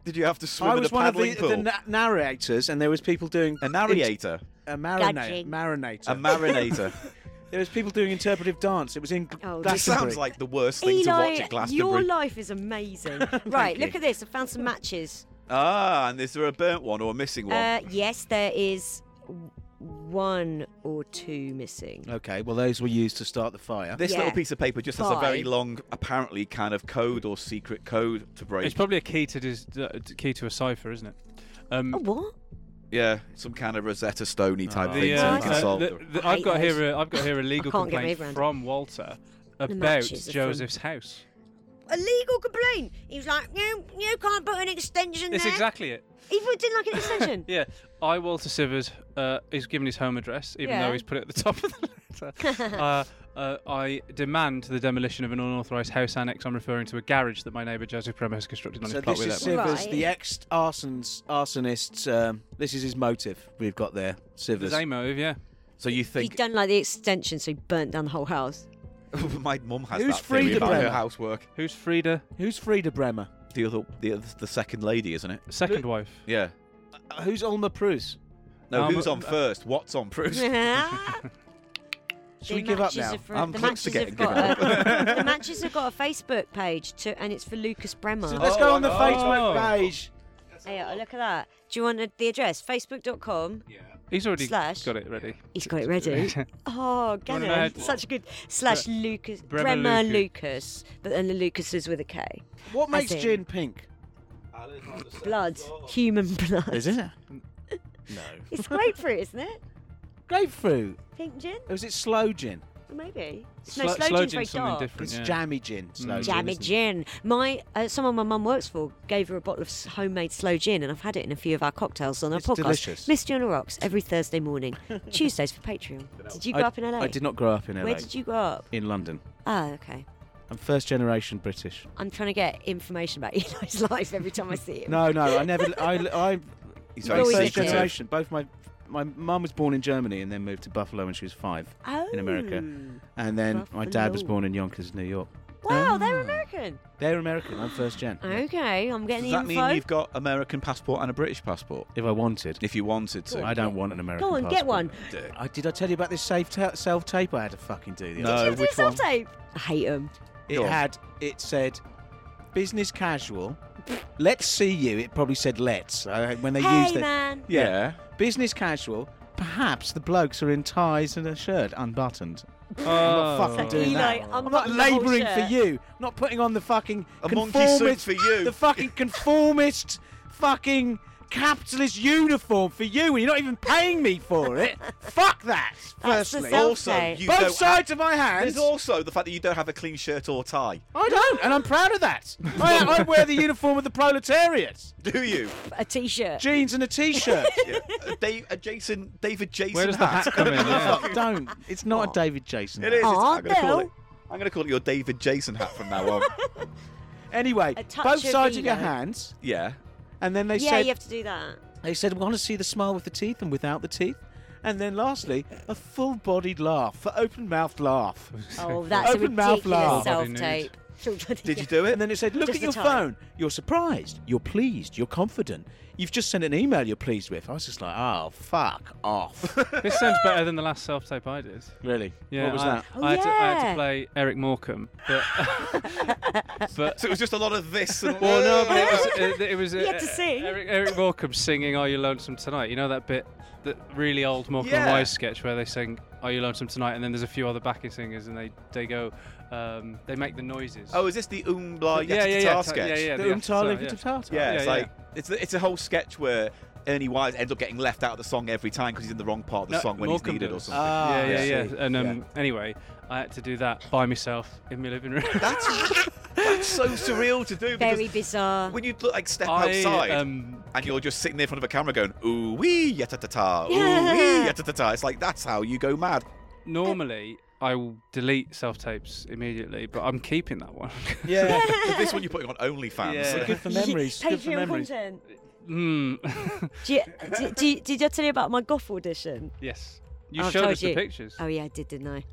[SPEAKER 2] Did you have to swim
[SPEAKER 4] I
[SPEAKER 2] in a
[SPEAKER 4] was one of
[SPEAKER 2] paddling
[SPEAKER 4] the,
[SPEAKER 2] pool?
[SPEAKER 4] the na- narrators, and there was people doing
[SPEAKER 2] a narrator,
[SPEAKER 4] a marinator.
[SPEAKER 3] Gudging.
[SPEAKER 4] marinator.
[SPEAKER 2] a marinator.
[SPEAKER 4] there was people doing interpretive dance. It was in
[SPEAKER 3] Oh,
[SPEAKER 4] Glastonbury.
[SPEAKER 3] that
[SPEAKER 2] that sounds like the worst thing to watch
[SPEAKER 3] Eli,
[SPEAKER 2] at Glastonbury.
[SPEAKER 3] your life is amazing. right, look
[SPEAKER 2] you.
[SPEAKER 3] at this. I found some matches.
[SPEAKER 2] Ah, and is there a burnt one or a missing one?
[SPEAKER 3] Uh, yes, there is w- one or two missing.
[SPEAKER 4] Okay, well those were used to start the fire.
[SPEAKER 2] this
[SPEAKER 3] yeah.
[SPEAKER 2] little piece of paper just has a very
[SPEAKER 3] Five.
[SPEAKER 2] long, apparently kind of code or secret code to break.
[SPEAKER 1] It's probably a key to dis- uh, key to a cipher, isn't it? Um,
[SPEAKER 3] A what?
[SPEAKER 2] yeah, some kind of Rosetta Stoney type
[SPEAKER 4] Oh.
[SPEAKER 2] thing
[SPEAKER 1] The,
[SPEAKER 2] so
[SPEAKER 1] uh,
[SPEAKER 2] we can
[SPEAKER 1] uh,
[SPEAKER 2] solve.
[SPEAKER 1] the-
[SPEAKER 2] them.
[SPEAKER 1] the-
[SPEAKER 3] I
[SPEAKER 1] I've
[SPEAKER 3] hate
[SPEAKER 1] got
[SPEAKER 3] those.
[SPEAKER 1] here. A, I've got here a legal
[SPEAKER 3] can't get my
[SPEAKER 1] complaint
[SPEAKER 3] head around it.
[SPEAKER 1] from Walter about
[SPEAKER 3] matches are from-
[SPEAKER 1] Joseph's house.
[SPEAKER 3] A legal complaint. He was like, you, you can't put an extension
[SPEAKER 1] It's
[SPEAKER 3] there.
[SPEAKER 1] exactly it.
[SPEAKER 3] He put in like an extension.
[SPEAKER 1] Yeah, I Walter Sivers uh, is given his home address, even
[SPEAKER 3] Yeah.
[SPEAKER 1] though he's put it at the top of the letter. uh, uh, I demand the demolition of an unauthorised house annex. I'm referring to a garage that my neighbour Joseph Premo has constructed on
[SPEAKER 4] So
[SPEAKER 1] his plot
[SPEAKER 4] this
[SPEAKER 1] with
[SPEAKER 4] is
[SPEAKER 1] that.
[SPEAKER 3] Siv-
[SPEAKER 4] Sivers,
[SPEAKER 3] Right.
[SPEAKER 4] the ex arsons arsonist's. Um, this is his motive. We've got there, Sivers.
[SPEAKER 1] Same move, yeah.
[SPEAKER 2] So you
[SPEAKER 3] He
[SPEAKER 2] think "Oh,
[SPEAKER 3] done like the extension, so he burnt down the whole house.
[SPEAKER 2] my mum has
[SPEAKER 4] Who's
[SPEAKER 2] that theory
[SPEAKER 4] Frida
[SPEAKER 2] about her
[SPEAKER 4] Bremer?
[SPEAKER 2] housework?
[SPEAKER 1] Who's Frida?
[SPEAKER 4] Who's Frida Bremer?
[SPEAKER 2] The other, the other, the second lady, isn't it?
[SPEAKER 1] Second wife.
[SPEAKER 2] Yeah.
[SPEAKER 4] Uh, who's Ulmer Prus?
[SPEAKER 2] No,
[SPEAKER 1] Um,
[SPEAKER 2] who's on
[SPEAKER 1] uh,
[SPEAKER 2] first? What's on Bruce?
[SPEAKER 4] Should we give up now?
[SPEAKER 2] I'm
[SPEAKER 3] the
[SPEAKER 2] close
[SPEAKER 3] Uh-huh. matches
[SPEAKER 2] to
[SPEAKER 3] have
[SPEAKER 2] getting
[SPEAKER 3] got a, the matches have got a Facebook page to, and it's for Lucas Bremer.
[SPEAKER 4] So let's
[SPEAKER 2] Oh,
[SPEAKER 4] go on the
[SPEAKER 2] I know.
[SPEAKER 4] Facebook page.
[SPEAKER 3] yeah, look at that. Do you want the address? Facebook.com.
[SPEAKER 1] He's already
[SPEAKER 3] Slash.
[SPEAKER 1] got it ready.
[SPEAKER 3] He's got it ready. oh, get
[SPEAKER 1] Well,
[SPEAKER 3] it.
[SPEAKER 1] no.
[SPEAKER 3] Such a good slash Lucas
[SPEAKER 1] Bremer
[SPEAKER 3] Bremer
[SPEAKER 1] Lucas.
[SPEAKER 3] Lucas, but then the Lucas is with a K.
[SPEAKER 4] What
[SPEAKER 3] I
[SPEAKER 4] makes
[SPEAKER 3] see.
[SPEAKER 4] gin pink?
[SPEAKER 3] Blood, human blood.
[SPEAKER 4] Is it
[SPEAKER 3] It's grapefruit, isn't it?
[SPEAKER 4] grapefruit?
[SPEAKER 3] Pink gin,
[SPEAKER 4] Or is it sloe gin?
[SPEAKER 3] maybe.
[SPEAKER 1] Slo-
[SPEAKER 3] no, sloe,
[SPEAKER 1] sloe
[SPEAKER 3] gin's very
[SPEAKER 1] gin's something
[SPEAKER 3] dark.
[SPEAKER 1] different.
[SPEAKER 4] It's
[SPEAKER 1] yeah.
[SPEAKER 4] jammy gin. Sloe gin,
[SPEAKER 3] Jammy
[SPEAKER 4] isn't it?
[SPEAKER 3] gin. My uh, someone my mum works for gave her a bottle of s- homemade sloe gin, and I've had it in a few of our cocktails on our
[SPEAKER 4] It's
[SPEAKER 3] podcast.
[SPEAKER 4] delicious.
[SPEAKER 3] Missed you on the rocks every Thursday morning, Tuesdays for Patreon. Did you grow
[SPEAKER 4] I,
[SPEAKER 3] up in LA?
[SPEAKER 4] I did not grow up in LA.
[SPEAKER 3] Where did you grow up?
[SPEAKER 4] In London.
[SPEAKER 3] Oh, okay.
[SPEAKER 4] I'm first generation British.
[SPEAKER 3] I'm trying to get information about Eli's life every time I see him.
[SPEAKER 4] No, no, I never. I, I
[SPEAKER 2] He's
[SPEAKER 3] You're
[SPEAKER 2] very
[SPEAKER 3] always British.
[SPEAKER 4] first
[SPEAKER 2] secretive.
[SPEAKER 4] generation. Both my my mum was born in Germany and then moved to Buffalo when she was five,
[SPEAKER 3] Oh.
[SPEAKER 4] in America. and then my dad was
[SPEAKER 3] Buffalo.
[SPEAKER 4] born in Yonkers, New York.
[SPEAKER 3] Oh.
[SPEAKER 4] Um,
[SPEAKER 3] Wow, they're American.
[SPEAKER 4] They're American. I'm first gen.
[SPEAKER 3] Okay, I'm
[SPEAKER 2] Does
[SPEAKER 3] getting the
[SPEAKER 2] that
[SPEAKER 3] info.
[SPEAKER 2] mean you've got American passport and a British passport?
[SPEAKER 4] If I wanted,
[SPEAKER 2] If you wanted to.
[SPEAKER 4] I don't want an American.
[SPEAKER 3] Go on, get
[SPEAKER 4] passport.
[SPEAKER 3] one.
[SPEAKER 4] I, did I tell you about this safe ta- self tape I had to fucking do? The
[SPEAKER 2] No.
[SPEAKER 4] other
[SPEAKER 2] Uh,
[SPEAKER 3] Did you
[SPEAKER 2] which
[SPEAKER 3] do self
[SPEAKER 2] one?
[SPEAKER 3] tape? I hate them.
[SPEAKER 4] It
[SPEAKER 2] Go on.
[SPEAKER 4] had. It said, business casual. Let's see you. It probably said let's uh, when they
[SPEAKER 3] Hey
[SPEAKER 4] used it.
[SPEAKER 3] man,
[SPEAKER 2] Yeah.
[SPEAKER 4] Business casual. Perhaps the blokes are in ties and a shirt unbuttoned.
[SPEAKER 1] Oh.
[SPEAKER 4] fucking doing
[SPEAKER 3] Eli,
[SPEAKER 4] that.
[SPEAKER 3] I'm
[SPEAKER 4] I'm not
[SPEAKER 3] buttoning the whole
[SPEAKER 4] labouring for
[SPEAKER 3] shirt.
[SPEAKER 4] you. I'm not putting on the fucking
[SPEAKER 2] A monkey suit
[SPEAKER 4] conformist
[SPEAKER 2] for you.
[SPEAKER 4] The fucking conformist fucking capitalist uniform for you, and you're not even paying me for it. Fuck that.
[SPEAKER 3] That's the
[SPEAKER 4] Firstly,
[SPEAKER 3] self-
[SPEAKER 2] Also,
[SPEAKER 3] Okay.
[SPEAKER 2] you
[SPEAKER 4] both
[SPEAKER 2] don't
[SPEAKER 4] sides of my hands.
[SPEAKER 2] There's also the fact that you don't have a clean shirt or tie.
[SPEAKER 4] I don't, and I'm proud of that. I, I wear the uniform of the proletariat:
[SPEAKER 2] Do you?
[SPEAKER 3] a t-shirt.
[SPEAKER 4] jeans and a t-shirt.
[SPEAKER 2] Yeah. Uh, Dave, uh, Jason, David Jason.
[SPEAKER 1] Where does the hat come in? Yeah.
[SPEAKER 4] Fuck, don't. It's not a David Jason.
[SPEAKER 2] It is. It's,
[SPEAKER 3] Aw,
[SPEAKER 2] I'm going to call
[SPEAKER 3] Bill.
[SPEAKER 2] it. I'm going to call it your David Jason hat from now on.
[SPEAKER 4] Anyway,
[SPEAKER 3] A touch
[SPEAKER 4] both
[SPEAKER 3] of
[SPEAKER 4] sides of your
[SPEAKER 3] Vino.
[SPEAKER 4] hands,
[SPEAKER 2] yeah.
[SPEAKER 4] and then they
[SPEAKER 3] yeah,
[SPEAKER 4] said
[SPEAKER 3] you have to do that.
[SPEAKER 4] They said, we want to see the smile with the teeth and without the teeth. And then lastly, a full bodied laugh, an open mouthed laugh.
[SPEAKER 3] Oh, that's a
[SPEAKER 4] Open
[SPEAKER 3] ridiculous
[SPEAKER 4] mouth
[SPEAKER 1] Body
[SPEAKER 4] laugh.
[SPEAKER 3] self
[SPEAKER 1] nude.
[SPEAKER 3] tape. children.
[SPEAKER 2] Did you do it?
[SPEAKER 4] And then it said, look
[SPEAKER 3] Just
[SPEAKER 4] at
[SPEAKER 3] the
[SPEAKER 4] your
[SPEAKER 3] time.
[SPEAKER 4] phone. You're surprised. You're pleased. You're confident. You've just sent an email you're pleased with. I was just like, oh, fuck off.
[SPEAKER 1] This sounds better than the last self tape I did.
[SPEAKER 4] really?
[SPEAKER 1] Yeah,
[SPEAKER 4] what was
[SPEAKER 1] I,
[SPEAKER 4] that?
[SPEAKER 3] Oh,
[SPEAKER 1] I, had to, I had
[SPEAKER 3] yeah.
[SPEAKER 1] to play Eric Morecambe, but
[SPEAKER 2] so it was just a lot of this. And,
[SPEAKER 1] well, no, but it was it, it was uh,
[SPEAKER 3] had to sing.
[SPEAKER 1] Eric, Eric Morecambe singing "Are You Lonesome Tonight." You know that bit, that really old Morecambe
[SPEAKER 2] Yeah.
[SPEAKER 1] and Wise sketch where they sing "Are You Lonesome Tonight," and then there's a few other backing singers, and they they go, um, they make the noises.
[SPEAKER 2] oh, is this the Umbla
[SPEAKER 1] yeah, yeah, yeah,
[SPEAKER 2] Guitar
[SPEAKER 1] ta-
[SPEAKER 2] sketch?
[SPEAKER 1] yeah, yeah,
[SPEAKER 4] The
[SPEAKER 1] yeah,
[SPEAKER 4] Umtar
[SPEAKER 1] sorry,
[SPEAKER 4] Levi
[SPEAKER 1] yeah.
[SPEAKER 4] Tatata.
[SPEAKER 2] Yeah, it's
[SPEAKER 1] Yeah,
[SPEAKER 2] like it's it's a whole sketch where Ernie Wise ends up getting left out of the song every time because he's in the wrong part of the
[SPEAKER 1] No,
[SPEAKER 2] song when
[SPEAKER 1] Morecambe
[SPEAKER 2] he's needed or
[SPEAKER 1] does. Ah,
[SPEAKER 2] something.
[SPEAKER 1] yeah,
[SPEAKER 4] I
[SPEAKER 1] yeah, yeah.
[SPEAKER 4] see.
[SPEAKER 1] And um, anyway, I had to do that by myself in my living room.
[SPEAKER 2] That's, that's so surreal to do.
[SPEAKER 3] Very
[SPEAKER 2] Because
[SPEAKER 3] bizarre.
[SPEAKER 2] when you look, like step
[SPEAKER 1] I
[SPEAKER 2] outside
[SPEAKER 1] um,
[SPEAKER 2] and you're just sitting there in front of a camera going ooh wee ya ta ta ta ooh
[SPEAKER 3] Yeah.
[SPEAKER 2] wee ya ta ta ta, it's like that's how you go mad.
[SPEAKER 1] normally I will delete self tapes immediately, but I'm keeping that one.
[SPEAKER 4] Yeah.
[SPEAKER 2] But this one you're putting on OnlyFans.
[SPEAKER 1] Yeah.
[SPEAKER 4] Good for memories. Good for
[SPEAKER 3] Patreon
[SPEAKER 4] memories.
[SPEAKER 3] content.
[SPEAKER 1] mm.
[SPEAKER 3] Do you, do, do, did I tell you about my goth audition?
[SPEAKER 1] yes, you
[SPEAKER 3] I've
[SPEAKER 1] showed
[SPEAKER 3] told
[SPEAKER 1] us
[SPEAKER 3] you.
[SPEAKER 1] the pictures.
[SPEAKER 3] Oh yeah, I did, didn't I?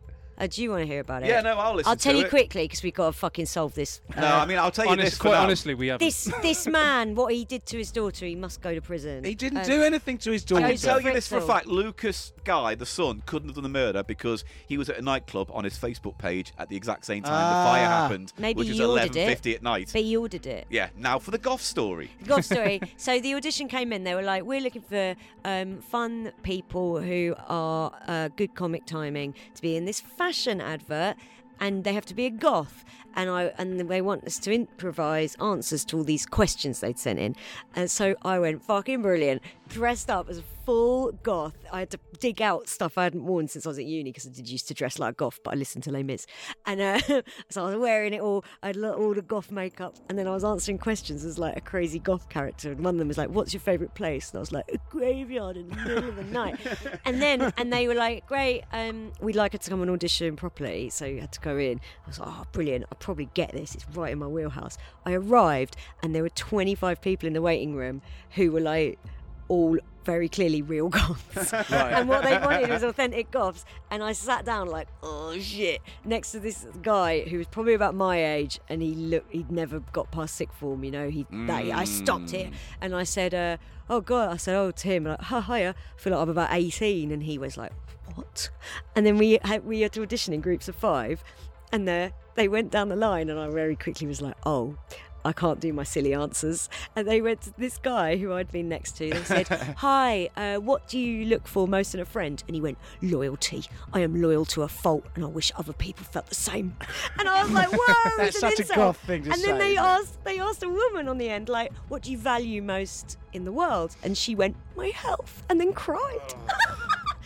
[SPEAKER 3] Uh, do you want to hear about it?
[SPEAKER 2] Yeah, no, I'll listen.
[SPEAKER 3] I'll tell
[SPEAKER 2] to
[SPEAKER 3] you
[SPEAKER 2] it.
[SPEAKER 3] quickly because we've got to fucking solve this.
[SPEAKER 2] No, I mean I'll tell you
[SPEAKER 1] Honest,
[SPEAKER 2] this. for
[SPEAKER 1] quite
[SPEAKER 2] now.
[SPEAKER 1] honestly, we haven't.
[SPEAKER 3] This this man, what he did to his daughter, he must go to prison.
[SPEAKER 4] He didn't
[SPEAKER 3] Um,
[SPEAKER 4] do anything to his daughter.
[SPEAKER 2] I can
[SPEAKER 3] Joseph
[SPEAKER 2] tell you this for a
[SPEAKER 3] Fritzl.
[SPEAKER 2] fact: Lucas Guy, the son, couldn't have done the murder because he was at a nightclub on his Facebook page at the exact same time the fire
[SPEAKER 4] Ah.
[SPEAKER 2] happened,
[SPEAKER 3] Maybe
[SPEAKER 2] which was
[SPEAKER 3] he ordered
[SPEAKER 2] 11:50 at night.
[SPEAKER 3] But he ordered it.
[SPEAKER 2] Yeah. Now for the Goff story.
[SPEAKER 3] God story. So the audition came in. They were like, "We're looking for um, fun people who are uh, good comic timing to be in this fashion advert, and they have to be a goth." And I and they want us to improvise answers to all these questions they'd sent in. And so I went fucking brilliant, dressed up as a full goth. I had to dig out stuff I hadn't worn since I was at uni because I did used to dress like a goth, but I listened to Les Mis. And uh, so I was wearing it all. I had lo- all the goth makeup. And then I was answering questions as like a crazy goth character. And one of them was like, What's your favourite place? And I was like, A graveyard in the middle of the night. and then, and they were like, Great, um, we'd like her to come and audition properly. So you had to go in. I was like, Oh, brilliant. I'll probably get this. It's right in my wheelhouse. I arrived and there were 25 people in the waiting room who were like, all very clearly real goths. And what they wanted was authentic goths. And I sat down like, oh shit, next to this guy who was probably about my age and he looked he'd never got past sick form, you know. He that, I stopped it and I said, uh, oh god, I said, oh Tim, like, hi, hiya, I feel like I'm about 18 and he was like, what? And then we had we had to audition in groups of five and uh, they went down the line and I very quickly was like, oh, I can't do my silly answers. And they went to this guy who I'd been next to. They said, Hi, uh, what do you look for most in a friend? And he went, Loyalty. I am loyal to a fault and I wish other people felt the same. And I was like, Whoa,
[SPEAKER 4] That's
[SPEAKER 3] it's an
[SPEAKER 4] such a
[SPEAKER 3] insult.
[SPEAKER 4] goth thing to
[SPEAKER 3] And then
[SPEAKER 4] say,
[SPEAKER 3] they
[SPEAKER 4] isn't it?
[SPEAKER 3] asked, they asked a woman on the end, like, What do you value most in the world? And she went, My health. And then
[SPEAKER 4] Oh.
[SPEAKER 3] cried.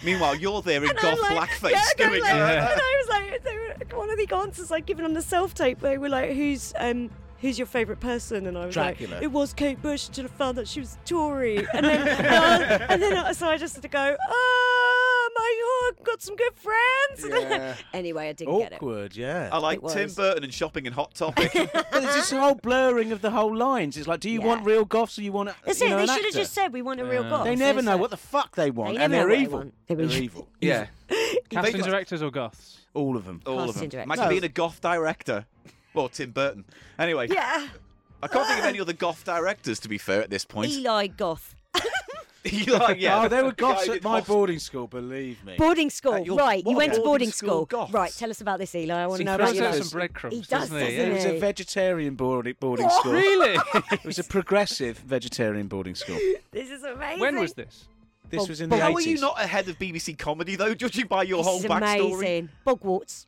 [SPEAKER 2] Meanwhile, you're there in
[SPEAKER 3] And
[SPEAKER 2] goth
[SPEAKER 3] I'm like,
[SPEAKER 2] blackface
[SPEAKER 3] yeah, and I'm
[SPEAKER 2] doing
[SPEAKER 3] like-
[SPEAKER 2] it.
[SPEAKER 3] And I was like, they were, one of the answers I'd given on the self tape, they were like, who's um, who's your favourite person? And I was
[SPEAKER 4] Dracula.
[SPEAKER 3] like, it was Kate Bush until I found out she was a Tory. And then, and, I was- and then I- so I just had to go, oh, my God, got some good friends. And then-
[SPEAKER 8] Yeah.
[SPEAKER 3] anyway, I didn't get it.
[SPEAKER 4] Awkward, yeah.
[SPEAKER 2] I like
[SPEAKER 3] It was.
[SPEAKER 2] Tim Burton and shopping and Hot Topic.
[SPEAKER 4] But it's this whole blurring of the whole lines. It's like, do you
[SPEAKER 3] Uh-huh. Yeah.
[SPEAKER 4] want real goths or you want? A,
[SPEAKER 3] That's
[SPEAKER 4] you
[SPEAKER 3] it.
[SPEAKER 4] know,
[SPEAKER 3] They
[SPEAKER 4] an
[SPEAKER 3] should have
[SPEAKER 4] actor?
[SPEAKER 3] just said, we want a real
[SPEAKER 1] Yeah.
[SPEAKER 3] goth.
[SPEAKER 4] They never know what the fuck they want,
[SPEAKER 3] never
[SPEAKER 4] and
[SPEAKER 3] know
[SPEAKER 4] they're
[SPEAKER 3] what they
[SPEAKER 4] evil.
[SPEAKER 3] want. They were-
[SPEAKER 4] evil.
[SPEAKER 2] yeah,
[SPEAKER 1] Casting
[SPEAKER 2] got-
[SPEAKER 1] directors or goths?
[SPEAKER 4] All of them.
[SPEAKER 2] all of
[SPEAKER 3] Casting
[SPEAKER 2] them.
[SPEAKER 3] director.
[SPEAKER 2] Imagine
[SPEAKER 3] No.
[SPEAKER 2] being a goth director. Well, Tim Burton. Anyway,
[SPEAKER 3] Yeah.
[SPEAKER 2] I can't think of any other goth directors to be fair at this point.
[SPEAKER 3] Eli Goth.
[SPEAKER 2] Eli, yeah.
[SPEAKER 4] Oh, they were
[SPEAKER 2] Guy
[SPEAKER 4] goths at
[SPEAKER 2] with
[SPEAKER 4] my
[SPEAKER 2] Hot-
[SPEAKER 4] boarding school. Believe me.
[SPEAKER 3] Boarding school.
[SPEAKER 2] your-
[SPEAKER 3] right.
[SPEAKER 2] what
[SPEAKER 3] You went
[SPEAKER 2] a
[SPEAKER 3] to
[SPEAKER 2] boarding
[SPEAKER 3] boarding
[SPEAKER 2] school
[SPEAKER 3] school.
[SPEAKER 2] goth.
[SPEAKER 3] Right. Tell us about this, Eli. I want
[SPEAKER 4] See,
[SPEAKER 3] to know
[SPEAKER 1] Throws
[SPEAKER 3] about
[SPEAKER 4] first
[SPEAKER 3] your
[SPEAKER 1] out
[SPEAKER 4] of
[SPEAKER 3] life.
[SPEAKER 1] some breadcrumbs,
[SPEAKER 3] He does,
[SPEAKER 1] doesn't he?
[SPEAKER 3] doesn't
[SPEAKER 4] It was a
[SPEAKER 3] Hey.
[SPEAKER 4] vegetarian boarding boarding school.
[SPEAKER 1] Really?
[SPEAKER 4] It was a progressive vegetarian boarding school.
[SPEAKER 3] This is amazing.
[SPEAKER 1] when was this?
[SPEAKER 4] This
[SPEAKER 3] Well,
[SPEAKER 4] was in
[SPEAKER 3] but
[SPEAKER 4] the
[SPEAKER 2] How are you
[SPEAKER 4] 80s.
[SPEAKER 2] not ahead of BBC comedy though? Judging by your
[SPEAKER 3] This
[SPEAKER 2] whole
[SPEAKER 3] is
[SPEAKER 2] backstory.
[SPEAKER 3] amazing. Bogwarts.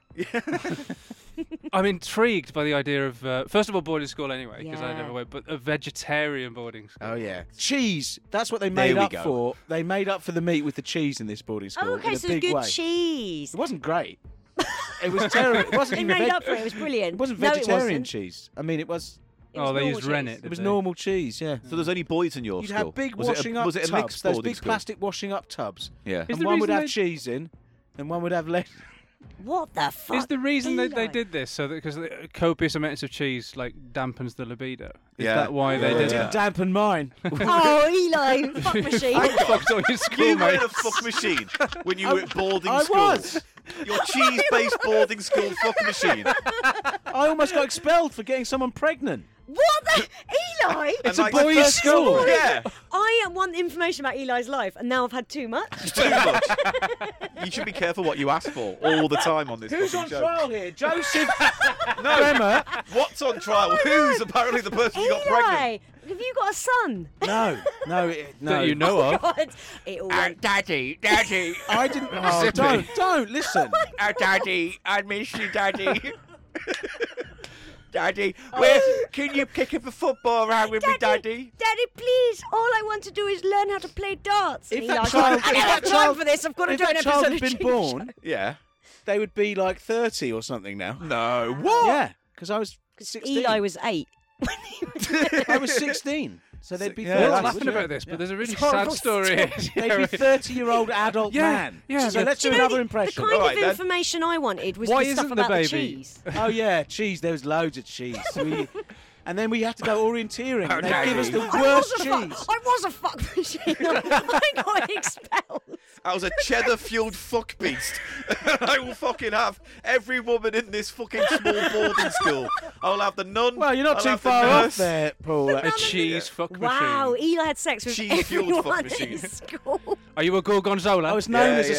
[SPEAKER 1] I'm intrigued by the idea of uh, first of all boarding school anyway because I
[SPEAKER 3] Yeah.
[SPEAKER 1] never went, but a vegetarian boarding school.
[SPEAKER 4] Oh yeah, cheese. That's what they
[SPEAKER 2] There
[SPEAKER 4] made
[SPEAKER 2] we
[SPEAKER 4] up
[SPEAKER 2] go.
[SPEAKER 4] for. They made up for the meat with the cheese in this boarding school
[SPEAKER 3] Oh, okay,
[SPEAKER 4] in a
[SPEAKER 3] so
[SPEAKER 4] big
[SPEAKER 3] good
[SPEAKER 4] way.
[SPEAKER 3] cheese.
[SPEAKER 4] It wasn't great. It was terrible. It wasn't
[SPEAKER 3] They
[SPEAKER 4] even
[SPEAKER 3] made
[SPEAKER 4] veg-
[SPEAKER 3] up for it. It was brilliant.
[SPEAKER 4] It wasn't
[SPEAKER 3] No, it
[SPEAKER 4] vegetarian
[SPEAKER 3] wasn't.
[SPEAKER 4] cheese. I mean, it was.
[SPEAKER 3] It
[SPEAKER 1] Oh,
[SPEAKER 3] was
[SPEAKER 1] they
[SPEAKER 3] normal
[SPEAKER 1] used rennet.
[SPEAKER 3] cheese.
[SPEAKER 1] did
[SPEAKER 4] It was
[SPEAKER 1] they?
[SPEAKER 4] normal cheese. Yeah.
[SPEAKER 2] So there's only boys in your
[SPEAKER 4] You'd
[SPEAKER 2] school.
[SPEAKER 4] have big
[SPEAKER 2] was
[SPEAKER 4] washing
[SPEAKER 2] it a,
[SPEAKER 4] up
[SPEAKER 2] Was it a
[SPEAKER 4] tubs.
[SPEAKER 2] mixed
[SPEAKER 4] Those
[SPEAKER 2] boarding
[SPEAKER 4] big
[SPEAKER 2] school?
[SPEAKER 4] plastic washing up tubs.
[SPEAKER 2] Yeah.
[SPEAKER 1] Is
[SPEAKER 4] and
[SPEAKER 1] the
[SPEAKER 4] one would
[SPEAKER 1] reason
[SPEAKER 4] have
[SPEAKER 1] they-
[SPEAKER 4] cheese in, and one would have less.
[SPEAKER 3] What the fuck?
[SPEAKER 1] Is the reason that they
[SPEAKER 3] Eli.
[SPEAKER 1] did this so that because copious amounts of cheese like dampens the libido? Is
[SPEAKER 2] Yeah.
[SPEAKER 1] that why they
[SPEAKER 2] Yeah.
[SPEAKER 1] did
[SPEAKER 4] Didn't
[SPEAKER 1] that?
[SPEAKER 4] dampen mine.
[SPEAKER 3] Oh, Eli, fuck machine.
[SPEAKER 1] Fucked all your school
[SPEAKER 2] You were in
[SPEAKER 1] mates.
[SPEAKER 2] a fuck machine when you were at boarding
[SPEAKER 4] I
[SPEAKER 2] school.
[SPEAKER 4] was.
[SPEAKER 2] Your cheese-based boarding school fuck machine.
[SPEAKER 4] I almost got expelled for getting someone pregnant.
[SPEAKER 3] What the Eli?
[SPEAKER 2] It's
[SPEAKER 4] a boys' school.
[SPEAKER 2] Yeah,
[SPEAKER 3] I want information about Eli's life, and now I've had too much.
[SPEAKER 2] too much. You should be careful what you ask for all the time on this
[SPEAKER 8] Who's on
[SPEAKER 2] fucking show.
[SPEAKER 8] trial here? Joseph.
[SPEAKER 2] No, What's on trial? Who's apparently the person who got pregnant?
[SPEAKER 3] Oh Eli, have you got a son?
[SPEAKER 4] No, no, it- no.
[SPEAKER 1] that you know of.
[SPEAKER 3] God, it all
[SPEAKER 5] Uh,
[SPEAKER 3] went.
[SPEAKER 5] Daddy, daddy,
[SPEAKER 4] I didn't. Oh, don't, don't listen.
[SPEAKER 5] oh, daddy, I miss you, daddy. daddy, where can you kick up a football around with me, daddy?
[SPEAKER 3] Oh. Daddy, please! All I want to do is learn how to play darts. And
[SPEAKER 4] If
[SPEAKER 3] Eli's
[SPEAKER 4] that child-
[SPEAKER 3] like, I don't
[SPEAKER 4] if that
[SPEAKER 3] have time
[SPEAKER 4] child-
[SPEAKER 3] for this. I've got to
[SPEAKER 4] if
[SPEAKER 3] do an
[SPEAKER 4] that child
[SPEAKER 3] episode
[SPEAKER 4] had
[SPEAKER 3] of
[SPEAKER 4] been
[SPEAKER 3] Cheap
[SPEAKER 4] born,
[SPEAKER 2] Yeah.
[SPEAKER 4] they would be like 30 or something now.
[SPEAKER 2] No. What?
[SPEAKER 4] Yeah, because I was
[SPEAKER 3] Show.
[SPEAKER 4] 16.
[SPEAKER 3] Eli was eight. when he was-
[SPEAKER 4] I was 16, so they'd be
[SPEAKER 2] Yeah,
[SPEAKER 1] We're
[SPEAKER 4] 30.
[SPEAKER 1] all
[SPEAKER 2] that's-
[SPEAKER 1] laughing
[SPEAKER 4] wouldn't
[SPEAKER 1] about
[SPEAKER 4] they?
[SPEAKER 1] this, but there's a really sad
[SPEAKER 3] horrible
[SPEAKER 1] story. here.
[SPEAKER 4] They'd be 30 year old adult
[SPEAKER 1] Yeah,
[SPEAKER 4] man.
[SPEAKER 1] yeah,
[SPEAKER 4] So
[SPEAKER 1] but-
[SPEAKER 4] let's do
[SPEAKER 3] You know,
[SPEAKER 4] another
[SPEAKER 3] the-
[SPEAKER 4] impression.
[SPEAKER 3] The kind
[SPEAKER 2] All right,
[SPEAKER 3] of
[SPEAKER 2] then.
[SPEAKER 3] information I wanted was
[SPEAKER 1] Why
[SPEAKER 3] the
[SPEAKER 1] isn't
[SPEAKER 3] stuff
[SPEAKER 1] the
[SPEAKER 3] about
[SPEAKER 1] baby-
[SPEAKER 3] the cheese.
[SPEAKER 4] Oh yeah, cheese. There was loads of cheese. We, and then we had to go orienteering. and they give us the
[SPEAKER 3] I
[SPEAKER 4] worst
[SPEAKER 3] was a fuck-
[SPEAKER 4] cheese.
[SPEAKER 3] I was a fuck machine. I got expelled.
[SPEAKER 2] That was a cheddar-fueled fuck beast. I will fucking have every woman in this fucking small boarding school. I'll have the nun.
[SPEAKER 4] Well, you're not
[SPEAKER 2] I'll
[SPEAKER 4] too
[SPEAKER 2] have the
[SPEAKER 4] far off
[SPEAKER 2] nurse.
[SPEAKER 4] there, Paul.
[SPEAKER 1] A cheese fuck
[SPEAKER 3] Wow,
[SPEAKER 1] machine.
[SPEAKER 3] Eli had sex with
[SPEAKER 2] Cheese-fueled fuck
[SPEAKER 3] everyone
[SPEAKER 2] machine.
[SPEAKER 3] in school.
[SPEAKER 1] Are you a Gorgonzola?
[SPEAKER 4] I was known
[SPEAKER 2] Yeah,
[SPEAKER 4] as a
[SPEAKER 2] yeah,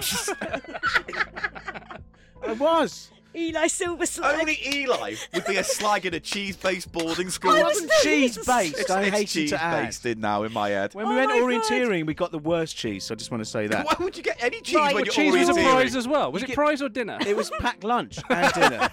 [SPEAKER 4] slag. I was.
[SPEAKER 3] Eli Silver Slug.
[SPEAKER 2] Only Eli would be a slag in a cheese-based boarding school.
[SPEAKER 3] I
[SPEAKER 4] It
[SPEAKER 3] was
[SPEAKER 4] wasn't
[SPEAKER 3] known
[SPEAKER 4] cheese
[SPEAKER 3] as a
[SPEAKER 4] based.
[SPEAKER 2] it's
[SPEAKER 4] I
[SPEAKER 2] it's
[SPEAKER 4] hated to add.
[SPEAKER 2] cheese-based in now in my head.
[SPEAKER 4] When we
[SPEAKER 3] Oh
[SPEAKER 4] went
[SPEAKER 3] my God.
[SPEAKER 4] orienteering, we got the worst cheese. So I just want to say that
[SPEAKER 2] Why would you get any cheese
[SPEAKER 3] Right,
[SPEAKER 2] when
[SPEAKER 3] well,
[SPEAKER 2] you're
[SPEAKER 1] cheese was a
[SPEAKER 2] orienteering?
[SPEAKER 1] prize as well. Was it prize or dinner?
[SPEAKER 4] it was packed lunch and dinner.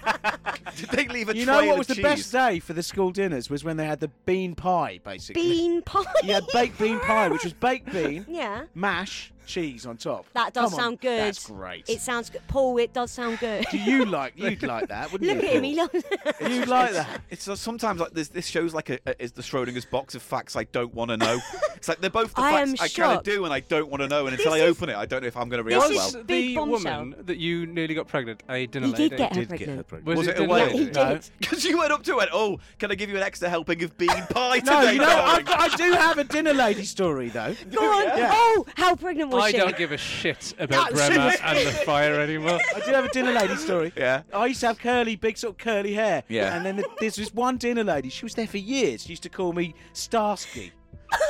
[SPEAKER 2] Did they leave a
[SPEAKER 4] you
[SPEAKER 2] trail
[SPEAKER 4] know what
[SPEAKER 2] of
[SPEAKER 4] was the
[SPEAKER 2] cheese?
[SPEAKER 4] best day for the school dinners was when they had the bean pie, basically.
[SPEAKER 3] Bean pie.
[SPEAKER 4] You had baked bean pie, which was baked bean.
[SPEAKER 3] Yeah.
[SPEAKER 4] mash, cheese on top.
[SPEAKER 3] That does
[SPEAKER 4] Come on,
[SPEAKER 3] sound good.
[SPEAKER 4] That's great.
[SPEAKER 3] It sounds good. Paul, it does sound good.
[SPEAKER 4] Do you like you'd like that, wouldn't
[SPEAKER 3] Look
[SPEAKER 4] you?
[SPEAKER 3] at him, he loves
[SPEAKER 4] Paul? You'd like that.
[SPEAKER 2] It's uh, sometimes like this. This shows like a, a is the Schrodinger's box of facts I don't want to know. it's like they're both the
[SPEAKER 3] I
[SPEAKER 2] facts
[SPEAKER 3] am
[SPEAKER 2] I kind of
[SPEAKER 3] shocked.
[SPEAKER 2] do and I don't want to know, and until I
[SPEAKER 3] This is-
[SPEAKER 2] open it, I don't know if I'm going to react
[SPEAKER 3] is-
[SPEAKER 2] well.
[SPEAKER 1] was
[SPEAKER 3] Big
[SPEAKER 1] the
[SPEAKER 3] bombshell.
[SPEAKER 1] woman that you nearly got pregnant a dinner
[SPEAKER 3] He
[SPEAKER 1] lady?
[SPEAKER 3] did get her
[SPEAKER 4] Did get her
[SPEAKER 3] pregnant.
[SPEAKER 4] pregnant.
[SPEAKER 1] Was,
[SPEAKER 2] Was
[SPEAKER 1] it,
[SPEAKER 2] it
[SPEAKER 1] a
[SPEAKER 2] a
[SPEAKER 1] dinner
[SPEAKER 2] whale?
[SPEAKER 3] He
[SPEAKER 1] lady?
[SPEAKER 3] did.
[SPEAKER 4] No.
[SPEAKER 2] Because you went up to it. Oh, can I give you an extra helping of bean pie today?
[SPEAKER 4] No, you know
[SPEAKER 2] darling?"
[SPEAKER 4] I've got, I do have a dinner lady story though.
[SPEAKER 3] Go on. Oh, how pregnant was
[SPEAKER 1] I
[SPEAKER 3] she?
[SPEAKER 1] don't give a shit about
[SPEAKER 2] No,
[SPEAKER 1] Bremer
[SPEAKER 2] seriously.
[SPEAKER 1] and the fire anymore.
[SPEAKER 4] I do have a dinner lady story.
[SPEAKER 2] Yeah.
[SPEAKER 4] I used to have curly, big sort of curly hair.
[SPEAKER 2] Yeah.
[SPEAKER 4] And then the, there's this one dinner lady. She was there for years. She used to call me Starsky.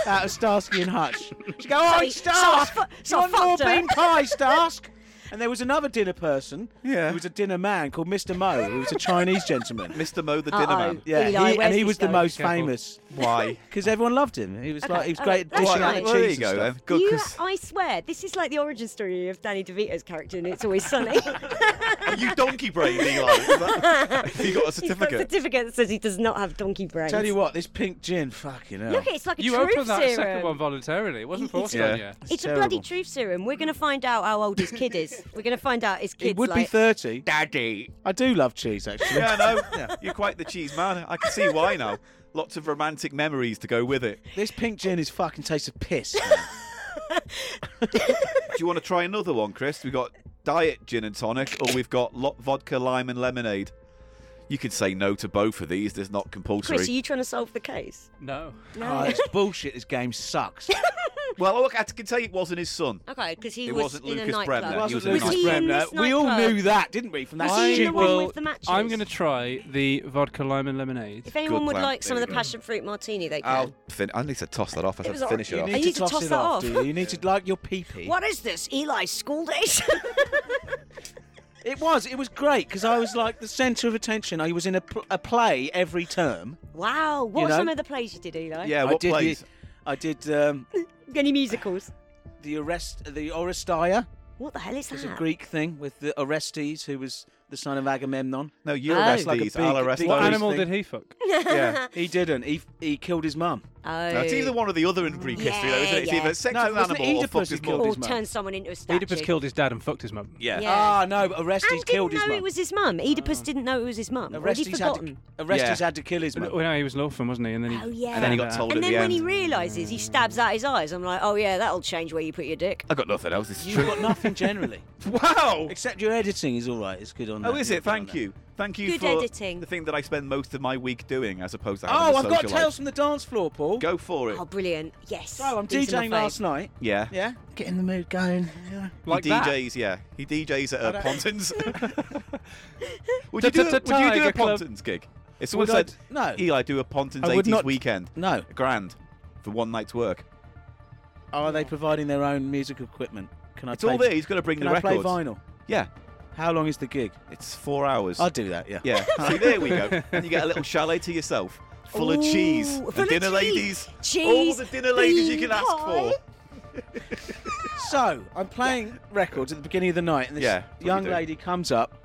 [SPEAKER 4] Out of Starsky and Hutch. She'd
[SPEAKER 3] So-
[SPEAKER 4] go, oh,
[SPEAKER 3] so I
[SPEAKER 4] Starsk!
[SPEAKER 3] fu- so
[SPEAKER 4] you
[SPEAKER 3] I
[SPEAKER 4] want more
[SPEAKER 3] fucked her."
[SPEAKER 4] bean pie, Starsk? And there was another dinner person.
[SPEAKER 2] Yeah.
[SPEAKER 4] Who was a dinner man called Mr. Mo, who was a Chinese gentleman.
[SPEAKER 2] Mr. Mo the dinner
[SPEAKER 3] Uh-oh.
[SPEAKER 2] man.
[SPEAKER 4] Yeah,
[SPEAKER 3] Eli,
[SPEAKER 4] he,
[SPEAKER 3] where's
[SPEAKER 4] and he
[SPEAKER 3] this
[SPEAKER 4] was the
[SPEAKER 3] going?
[SPEAKER 4] most
[SPEAKER 1] Careful.
[SPEAKER 4] famous
[SPEAKER 2] Why?
[SPEAKER 4] because everyone loved him. He was like he was
[SPEAKER 3] all
[SPEAKER 4] great
[SPEAKER 3] right, that's
[SPEAKER 4] at dishing out
[SPEAKER 2] Why?
[SPEAKER 4] the
[SPEAKER 3] fine.
[SPEAKER 4] cheese.
[SPEAKER 2] Well, there
[SPEAKER 4] and
[SPEAKER 2] you go
[SPEAKER 4] stuff.
[SPEAKER 2] then. Good.
[SPEAKER 3] You,
[SPEAKER 2] 'cause-
[SPEAKER 3] I swear, this is like the origin story of Danny DeVito's character in It's Always Sunny.
[SPEAKER 2] Are you donkey brain, Eli. Is that- Have you got a
[SPEAKER 3] He's got a
[SPEAKER 2] certificate?
[SPEAKER 3] certificate that says he does not have donkey brains.
[SPEAKER 4] Tell you what, this pink gin, fucking hell.
[SPEAKER 3] Look, it's like a
[SPEAKER 1] You
[SPEAKER 3] truth
[SPEAKER 1] opened that
[SPEAKER 3] serum.
[SPEAKER 1] second one voluntarily. It wasn't forced
[SPEAKER 2] Yeah.
[SPEAKER 1] on you.
[SPEAKER 3] It's a
[SPEAKER 4] terrible.
[SPEAKER 3] bloody truth serum. We're going to find out how old his kid is. We're going to find out his kid's
[SPEAKER 4] it would be
[SPEAKER 3] like,
[SPEAKER 4] thirty.
[SPEAKER 5] Daddy,
[SPEAKER 4] I do love cheese, actually.
[SPEAKER 2] yeah, no. You're quite the cheese man. I can see why now. Lots of romantic memories to go with it.
[SPEAKER 4] this pink gin is fucking tastes of piss. man.
[SPEAKER 2] Do you want to try another one, Chris? We've got diet gin and tonic, or we've got lo- vodka, lime, and lemonade. You could say no to both of these. There's not compulsory.
[SPEAKER 3] Chris, are you trying to solve the case?
[SPEAKER 1] No.
[SPEAKER 4] oh, it's bullshit. This game sucks.
[SPEAKER 2] Well, look, I can tell you it wasn't his son.
[SPEAKER 3] Okay, because he
[SPEAKER 2] It
[SPEAKER 3] was
[SPEAKER 2] wasn't
[SPEAKER 3] in
[SPEAKER 2] Lucas
[SPEAKER 3] a nightclub.
[SPEAKER 2] Bremner. He
[SPEAKER 4] Wasn't
[SPEAKER 2] was a
[SPEAKER 4] Lucas
[SPEAKER 2] nice
[SPEAKER 4] Bremner.
[SPEAKER 3] This
[SPEAKER 4] We all
[SPEAKER 3] nightclub.
[SPEAKER 4] knew that, didn't we? From that
[SPEAKER 3] Was he in the
[SPEAKER 4] stupid.
[SPEAKER 3] one with the matches?
[SPEAKER 1] I'm going to try the vodka lime and lemonade.
[SPEAKER 3] If anyone
[SPEAKER 2] Good
[SPEAKER 3] would
[SPEAKER 2] plan.
[SPEAKER 3] like some
[SPEAKER 2] There
[SPEAKER 3] of
[SPEAKER 2] we
[SPEAKER 3] the
[SPEAKER 2] go.
[SPEAKER 3] passion fruit martini, they can.
[SPEAKER 2] I'll fin- I need to toss that off. I
[SPEAKER 3] It
[SPEAKER 2] have
[SPEAKER 3] was
[SPEAKER 2] to finish it
[SPEAKER 3] alright.
[SPEAKER 2] off.
[SPEAKER 4] you
[SPEAKER 3] I
[SPEAKER 4] need
[SPEAKER 3] need
[SPEAKER 4] to
[SPEAKER 3] to
[SPEAKER 4] toss,
[SPEAKER 3] toss
[SPEAKER 4] it
[SPEAKER 3] that
[SPEAKER 4] off.
[SPEAKER 3] off.
[SPEAKER 4] do you? you need to like your pee pee.
[SPEAKER 3] What is this, Eli's school days?
[SPEAKER 4] It was. It was great because I was like the centre of attention. I was in a, pl- a play every term.
[SPEAKER 3] wow, what
[SPEAKER 4] You
[SPEAKER 3] were
[SPEAKER 4] know?
[SPEAKER 3] some of the plays you did, Eli?
[SPEAKER 2] Yeah,
[SPEAKER 4] I
[SPEAKER 2] what
[SPEAKER 4] did
[SPEAKER 2] plays?
[SPEAKER 4] The, I did um,
[SPEAKER 3] Any musicals?
[SPEAKER 4] the arrest, the Oresteia.
[SPEAKER 3] What the hell is
[SPEAKER 4] It's
[SPEAKER 3] that?
[SPEAKER 4] a Greek thing with the Orestes, who was the son of Agamemnon.
[SPEAKER 2] No, you
[SPEAKER 3] Oh.
[SPEAKER 2] arrest
[SPEAKER 4] Like a
[SPEAKER 2] these.
[SPEAKER 4] big-
[SPEAKER 2] I'll arrest
[SPEAKER 4] big
[SPEAKER 1] What
[SPEAKER 4] Those
[SPEAKER 2] those.
[SPEAKER 1] animal
[SPEAKER 4] thing-
[SPEAKER 1] did he fuck?
[SPEAKER 2] yeah.
[SPEAKER 4] He didn't. He he killed his mum.
[SPEAKER 3] Oh.
[SPEAKER 2] Now, it's either one or the other in Greek history, though, isn't it? It's
[SPEAKER 3] Yeah,
[SPEAKER 2] either
[SPEAKER 3] yeah.
[SPEAKER 2] sex
[SPEAKER 4] No,
[SPEAKER 2] with an
[SPEAKER 4] wasn't it
[SPEAKER 2] animal or
[SPEAKER 4] Oedipus
[SPEAKER 2] fucked
[SPEAKER 4] who
[SPEAKER 2] his
[SPEAKER 4] killed
[SPEAKER 2] mum.
[SPEAKER 3] Or
[SPEAKER 4] his mum.
[SPEAKER 3] turn someone into a statue.
[SPEAKER 1] Oedipus killed his dad and fucked his mum.
[SPEAKER 2] Yeah.
[SPEAKER 3] Yeah.
[SPEAKER 4] Ah no, but Orestes
[SPEAKER 3] And
[SPEAKER 4] killed
[SPEAKER 3] didn't
[SPEAKER 4] his
[SPEAKER 3] know
[SPEAKER 4] mum.
[SPEAKER 3] it was his mum. Oedipus didn't know it was his mum. Already
[SPEAKER 4] Orestes had to,
[SPEAKER 3] forgotten.
[SPEAKER 4] Orestes
[SPEAKER 2] Yeah.
[SPEAKER 4] had to kill his
[SPEAKER 1] Well,
[SPEAKER 4] mum.
[SPEAKER 1] no, he was an orphan, wasn't he? And then he
[SPEAKER 3] Oh, yeah.
[SPEAKER 2] And then he got
[SPEAKER 1] found out.
[SPEAKER 2] told at
[SPEAKER 3] And
[SPEAKER 2] the
[SPEAKER 3] then when
[SPEAKER 2] end.
[SPEAKER 3] he realises, he stabs out his eyes. I'm like, oh yeah, that'll change where you put your dick.
[SPEAKER 2] I got nothing else. It's
[SPEAKER 4] You've
[SPEAKER 2] true.
[SPEAKER 4] got nothing generally,
[SPEAKER 2] Wow.
[SPEAKER 4] except your editing is all right. It's good on.
[SPEAKER 2] Oh,
[SPEAKER 4] that.
[SPEAKER 2] is
[SPEAKER 4] You're
[SPEAKER 2] it?
[SPEAKER 4] good on
[SPEAKER 2] Thank
[SPEAKER 4] that.
[SPEAKER 2] you. Thank you
[SPEAKER 3] Good
[SPEAKER 2] for
[SPEAKER 3] editing.
[SPEAKER 2] the thing that I spend most of my week doing, as opposed to having
[SPEAKER 4] Oh,
[SPEAKER 2] a
[SPEAKER 4] I've got
[SPEAKER 2] social
[SPEAKER 4] Tales
[SPEAKER 2] life.
[SPEAKER 4] from the Dance Floor, Paul.
[SPEAKER 2] Go for it.
[SPEAKER 3] Oh, brilliant. Yes.
[SPEAKER 4] So I'm
[SPEAKER 3] These are my
[SPEAKER 4] DJing last
[SPEAKER 3] fave.
[SPEAKER 4] night.
[SPEAKER 2] yeah.
[SPEAKER 4] Yeah. Get in the mood going. Yeah.
[SPEAKER 1] Like
[SPEAKER 2] he
[SPEAKER 1] that.
[SPEAKER 2] DJs, yeah. He DJs at uh,
[SPEAKER 4] don't-
[SPEAKER 2] Pontins. would you do a, would you do
[SPEAKER 1] Tiger
[SPEAKER 2] a
[SPEAKER 1] Club.
[SPEAKER 2] Pontins gig? If someone
[SPEAKER 4] Would I
[SPEAKER 2] said,
[SPEAKER 4] d- no.
[SPEAKER 2] Eli, do a Pontins
[SPEAKER 9] I would
[SPEAKER 2] 80s
[SPEAKER 9] not-
[SPEAKER 2] weekend.
[SPEAKER 9] No.
[SPEAKER 2] A grand for one night's work.
[SPEAKER 9] Are they providing their own music equipment? Can I?
[SPEAKER 2] It's
[SPEAKER 9] play,
[SPEAKER 2] all there. He's going to bring
[SPEAKER 9] Can
[SPEAKER 2] the
[SPEAKER 9] I
[SPEAKER 2] records.
[SPEAKER 9] play vinyl?
[SPEAKER 2] Yeah.
[SPEAKER 9] How long is the gig?
[SPEAKER 2] It's four hours.
[SPEAKER 9] I'll do that. Yeah.
[SPEAKER 2] Yeah. See, there we go. And you get a little chalet to yourself, full of cheese,
[SPEAKER 3] Ooh,
[SPEAKER 2] and
[SPEAKER 3] full of
[SPEAKER 2] dinner
[SPEAKER 3] cheese.
[SPEAKER 2] ladies, all
[SPEAKER 3] Cheese,
[SPEAKER 2] the dinner ladies you
[SPEAKER 3] bean
[SPEAKER 2] can ask for.
[SPEAKER 3] pie.
[SPEAKER 9] So
[SPEAKER 4] I'm playing records at the beginning of the night, and this
[SPEAKER 2] Yeah, that's what you
[SPEAKER 4] young
[SPEAKER 2] do.
[SPEAKER 4] lady comes up.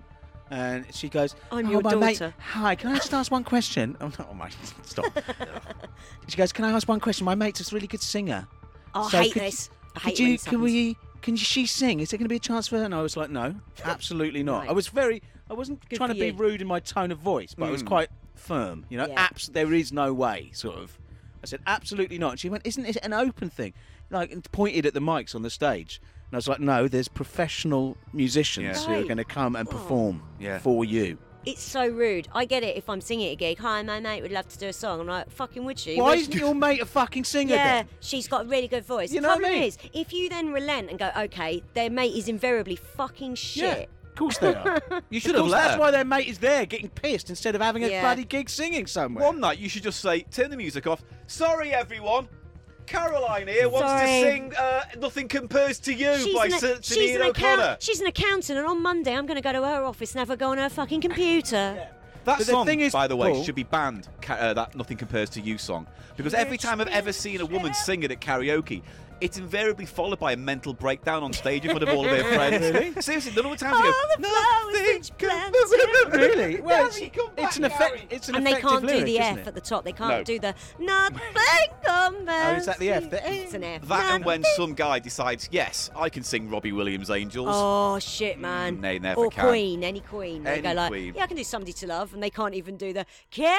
[SPEAKER 4] And she goes,
[SPEAKER 3] I'm
[SPEAKER 4] "Oh,
[SPEAKER 3] your
[SPEAKER 4] my mate-
[SPEAKER 3] daughter."
[SPEAKER 4] Hi, can I just ask one question? I'm not, oh my, stop. she goes, Can I ask one question? My mate's a really good singer.
[SPEAKER 3] Oh, I
[SPEAKER 4] So
[SPEAKER 3] hate
[SPEAKER 4] could-
[SPEAKER 3] this. I
[SPEAKER 4] Could
[SPEAKER 3] hate when
[SPEAKER 4] you,
[SPEAKER 3] this
[SPEAKER 4] can
[SPEAKER 3] happens.
[SPEAKER 4] we? Can she sing? Is there going to be a chance for her? And I was like, no, absolutely not.
[SPEAKER 3] Right.
[SPEAKER 4] I was very, I wasn't
[SPEAKER 3] Good
[SPEAKER 4] trying to
[SPEAKER 3] for
[SPEAKER 4] be
[SPEAKER 3] you.
[SPEAKER 4] rude in my tone of voice, but I
[SPEAKER 2] Hmm.
[SPEAKER 4] was quite firm. You know,
[SPEAKER 3] Yeah.
[SPEAKER 4] abs- there is no way, sort of. I said, absolutely not. And she went, isn't it an open thing? Like, and pointed at the mics on the stage. And I was like, no, there's professional musicians
[SPEAKER 2] Yeah.
[SPEAKER 4] who are
[SPEAKER 3] Right. Oh.
[SPEAKER 4] going to come and perform
[SPEAKER 2] Yeah.
[SPEAKER 4] for you.
[SPEAKER 3] It's so rude. I get it if I'm singing at a gig. Hi, my mate would love to do a song. I'm like, fucking would she?
[SPEAKER 4] Why
[SPEAKER 3] Would
[SPEAKER 4] isn't your mate a fucking singer?
[SPEAKER 3] Yeah,
[SPEAKER 4] then?
[SPEAKER 3] she's got a really good voice.
[SPEAKER 4] You
[SPEAKER 3] the
[SPEAKER 4] know what I
[SPEAKER 3] problem
[SPEAKER 4] mean?
[SPEAKER 3] is, if you then relent and go, okay, their mate is invariably fucking
[SPEAKER 4] Yeah,
[SPEAKER 3] shit.
[SPEAKER 4] of course they are.
[SPEAKER 2] You should
[SPEAKER 4] Of
[SPEAKER 2] have
[SPEAKER 4] course,
[SPEAKER 2] let
[SPEAKER 4] that's
[SPEAKER 2] her.
[SPEAKER 4] why their mate is there getting pissed instead of having a
[SPEAKER 3] Yeah.
[SPEAKER 4] bloody gig singing somewhere.
[SPEAKER 2] One night you should just say, turn the music off. Sorry, everyone. Caroline here wants
[SPEAKER 3] Sorry.
[SPEAKER 2] to sing uh, "Nothing Compares to You" by
[SPEAKER 3] an,
[SPEAKER 2] Sir
[SPEAKER 3] she's, an
[SPEAKER 2] Sinead O'Connor.
[SPEAKER 3] she's an accountant, and on Monday I'm going to go to her office and have her go on her fucking computer.
[SPEAKER 2] That
[SPEAKER 4] But the
[SPEAKER 2] song,
[SPEAKER 4] thing is,
[SPEAKER 2] by the way,
[SPEAKER 4] Paul-
[SPEAKER 2] should be banned. Ca- uh, that "Nothing Compares to You" song, because every time I've ever seen a woman sing it at karaoke, it's invariably followed by a mental breakdown on stage in front of all of her friends. Seriously, the number of times you
[SPEAKER 3] All the flowers which plant
[SPEAKER 2] go.
[SPEAKER 4] really? Well,
[SPEAKER 2] Gary,
[SPEAKER 4] it's,
[SPEAKER 2] come
[SPEAKER 4] it's
[SPEAKER 2] back,
[SPEAKER 4] an effect.
[SPEAKER 2] Gary.
[SPEAKER 4] It's an
[SPEAKER 3] And they
[SPEAKER 4] effective
[SPEAKER 3] can't
[SPEAKER 4] lyric,
[SPEAKER 3] do the F
[SPEAKER 4] isn't it?
[SPEAKER 3] at the top. They can't
[SPEAKER 2] No.
[SPEAKER 3] do the nothing compares.
[SPEAKER 4] Oh, is that the F?
[SPEAKER 3] to-
[SPEAKER 4] The-
[SPEAKER 3] It's an F.
[SPEAKER 2] That and when
[SPEAKER 3] Nothing-
[SPEAKER 2] some guy decides, yes, I can sing Robbie Williams' "Angels."
[SPEAKER 3] Oh shit, man!
[SPEAKER 2] they never
[SPEAKER 3] or
[SPEAKER 2] can.
[SPEAKER 3] Queen, any Queen. They go
[SPEAKER 2] Any
[SPEAKER 3] like,
[SPEAKER 2] Queen.
[SPEAKER 3] yeah, I can do somebody to love, and they can't even do the can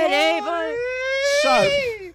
[SPEAKER 3] anybody.
[SPEAKER 4] So,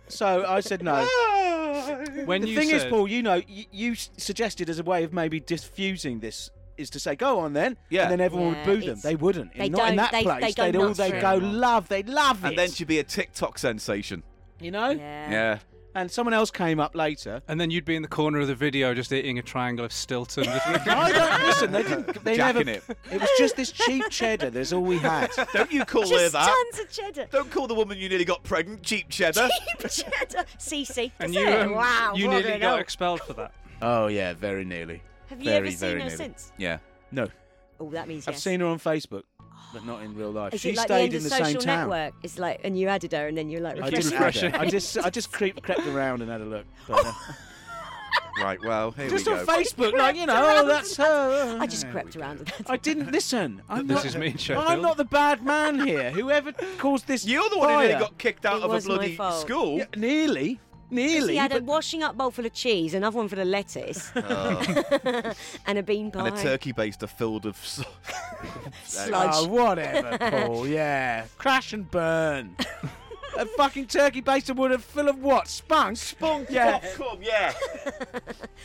[SPEAKER 4] so I said no. Ah.
[SPEAKER 1] When
[SPEAKER 4] the
[SPEAKER 1] you
[SPEAKER 4] thing is,
[SPEAKER 1] said-
[SPEAKER 4] Paul, you know, you, you s- suggested as a way of maybe diffusing this is to say, go on then,
[SPEAKER 2] Yeah.
[SPEAKER 4] and then everyone
[SPEAKER 3] Yeah,
[SPEAKER 4] would boo them.
[SPEAKER 3] it's-
[SPEAKER 4] They wouldn't. In-
[SPEAKER 3] they
[SPEAKER 4] not in
[SPEAKER 3] don't-
[SPEAKER 4] that
[SPEAKER 3] they-
[SPEAKER 4] place.
[SPEAKER 3] they go
[SPEAKER 4] would all
[SPEAKER 3] nuts
[SPEAKER 4] they
[SPEAKER 3] for it.
[SPEAKER 4] go love. They love
[SPEAKER 2] and
[SPEAKER 4] it.
[SPEAKER 2] then she'd be a TikTok sensation.
[SPEAKER 4] you know.
[SPEAKER 3] Yeah.
[SPEAKER 4] And someone else came up later.
[SPEAKER 1] And then you'd be in the corner of the video just eating a triangle of Stilton.
[SPEAKER 4] I don't listen. They didn't. They
[SPEAKER 2] Jacking
[SPEAKER 4] never.
[SPEAKER 2] it.
[SPEAKER 4] was just this cheap cheddar. That's all we had.
[SPEAKER 2] Don't you call her
[SPEAKER 3] Just
[SPEAKER 2] that.
[SPEAKER 3] tons of cheddar.
[SPEAKER 2] Don't call the woman you nearly got pregnant cheap cheddar.
[SPEAKER 3] Cheap cheddar. CC.
[SPEAKER 1] and
[SPEAKER 3] That's
[SPEAKER 1] you,
[SPEAKER 3] it.
[SPEAKER 1] um,
[SPEAKER 3] wow.
[SPEAKER 1] you
[SPEAKER 3] what
[SPEAKER 1] nearly
[SPEAKER 3] an
[SPEAKER 1] got
[SPEAKER 3] old-
[SPEAKER 1] expelled for that.
[SPEAKER 4] oh yeah, very nearly.
[SPEAKER 3] Have you
[SPEAKER 4] very,
[SPEAKER 3] ever seen
[SPEAKER 4] very
[SPEAKER 3] her
[SPEAKER 4] nearly.
[SPEAKER 3] since?
[SPEAKER 2] yeah.
[SPEAKER 4] No,
[SPEAKER 3] Oh, that means
[SPEAKER 4] I've
[SPEAKER 3] yes.
[SPEAKER 4] seen her on Facebook, but not in real life.
[SPEAKER 3] Is
[SPEAKER 4] she
[SPEAKER 3] it like the
[SPEAKER 4] stayed
[SPEAKER 3] end
[SPEAKER 4] in
[SPEAKER 3] of
[SPEAKER 4] the same
[SPEAKER 3] social
[SPEAKER 4] town.
[SPEAKER 3] network? It's like, and you added her, and then you're like,
[SPEAKER 4] I
[SPEAKER 1] Keeps
[SPEAKER 4] didn't
[SPEAKER 1] fresh
[SPEAKER 4] add her. I just I just creep, crept around and had a look. But, uh,
[SPEAKER 2] Right, well, here
[SPEAKER 4] just
[SPEAKER 2] we
[SPEAKER 4] on
[SPEAKER 2] go.
[SPEAKER 4] Facebook, like you know,
[SPEAKER 3] around
[SPEAKER 4] oh that's her.
[SPEAKER 3] I just crept around. with that.
[SPEAKER 4] I didn't listen. I'm
[SPEAKER 1] This
[SPEAKER 4] not,
[SPEAKER 1] is me in
[SPEAKER 4] I'm
[SPEAKER 1] Sheffield.
[SPEAKER 4] not the bad man here. Whoever caused this,
[SPEAKER 2] You're the one who nearly
[SPEAKER 4] fire-
[SPEAKER 2] got kicked out
[SPEAKER 3] It
[SPEAKER 2] of a
[SPEAKER 3] was my
[SPEAKER 2] bloody
[SPEAKER 3] fault.
[SPEAKER 2] school.
[SPEAKER 4] Yeah, nearly, nearly.
[SPEAKER 3] He had a
[SPEAKER 4] but-
[SPEAKER 3] washing up bowl full of cheese, another one full of lettuce, and a bean pie.
[SPEAKER 2] Oh. And a turkey baster filled of. s-
[SPEAKER 3] Sludge.
[SPEAKER 4] Oh, whatever, Paul. Yeah, crash and burn. a fucking turkey baster would have full of what? Spunk. Spunk. Yeah,
[SPEAKER 2] Popcorn, Oh, yeah.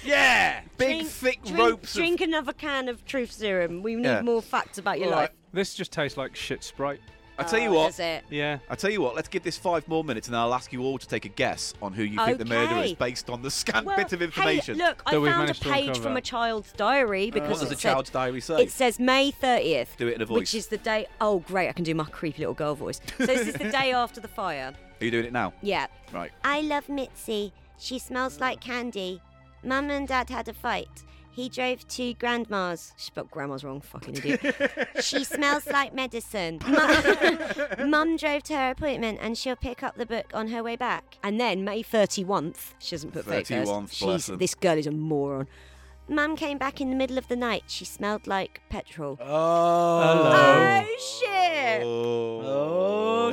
[SPEAKER 4] yeah.
[SPEAKER 2] Big
[SPEAKER 3] Drink-
[SPEAKER 2] thick
[SPEAKER 3] drink,
[SPEAKER 2] ropes. of-
[SPEAKER 3] Drink another can of truth serum. We need
[SPEAKER 2] Yeah.
[SPEAKER 3] more facts about your life.
[SPEAKER 1] This just tastes like shit Sprite.
[SPEAKER 2] I tell you
[SPEAKER 3] Oh,
[SPEAKER 2] what.
[SPEAKER 3] That's it.
[SPEAKER 1] Yeah.
[SPEAKER 2] I tell you what. Let's give this five more minutes, and I'll ask you all to take a guess on who you think the murderer is
[SPEAKER 3] Okay.
[SPEAKER 2] based on the scant
[SPEAKER 3] Well,
[SPEAKER 2] bit of information.
[SPEAKER 3] Hey, look,
[SPEAKER 1] That
[SPEAKER 3] I
[SPEAKER 1] we've
[SPEAKER 3] found a
[SPEAKER 1] managed to
[SPEAKER 3] page
[SPEAKER 1] uncover.
[SPEAKER 3] from a child's diary because
[SPEAKER 2] what does
[SPEAKER 3] it
[SPEAKER 2] Oh. a child's
[SPEAKER 3] said,
[SPEAKER 2] diary say?
[SPEAKER 3] It says May 30th.
[SPEAKER 2] Do it in a voice.
[SPEAKER 3] Which is the day. Oh, great. I can do my creepy little girl voice. So this is the day after the fire.
[SPEAKER 2] Are you doing it now?
[SPEAKER 3] Yeah.
[SPEAKER 2] Right.
[SPEAKER 3] I love Mitzi. She smells like candy. Mum and Dad had a fight. He drove to Grandma's. She spelled Grandma's wrong, fucking idiot. she smells like medicine. Mu- Mum drove to her appointment and she'll pick up the book on her way back. And then May 31th, she doesn't put fake hers.
[SPEAKER 2] 31th, bless
[SPEAKER 3] She's,
[SPEAKER 2] them.
[SPEAKER 3] this girl is a moron. Mum came back in the middle of the night. She smelled like petrol. Oh, shit!
[SPEAKER 2] Oh,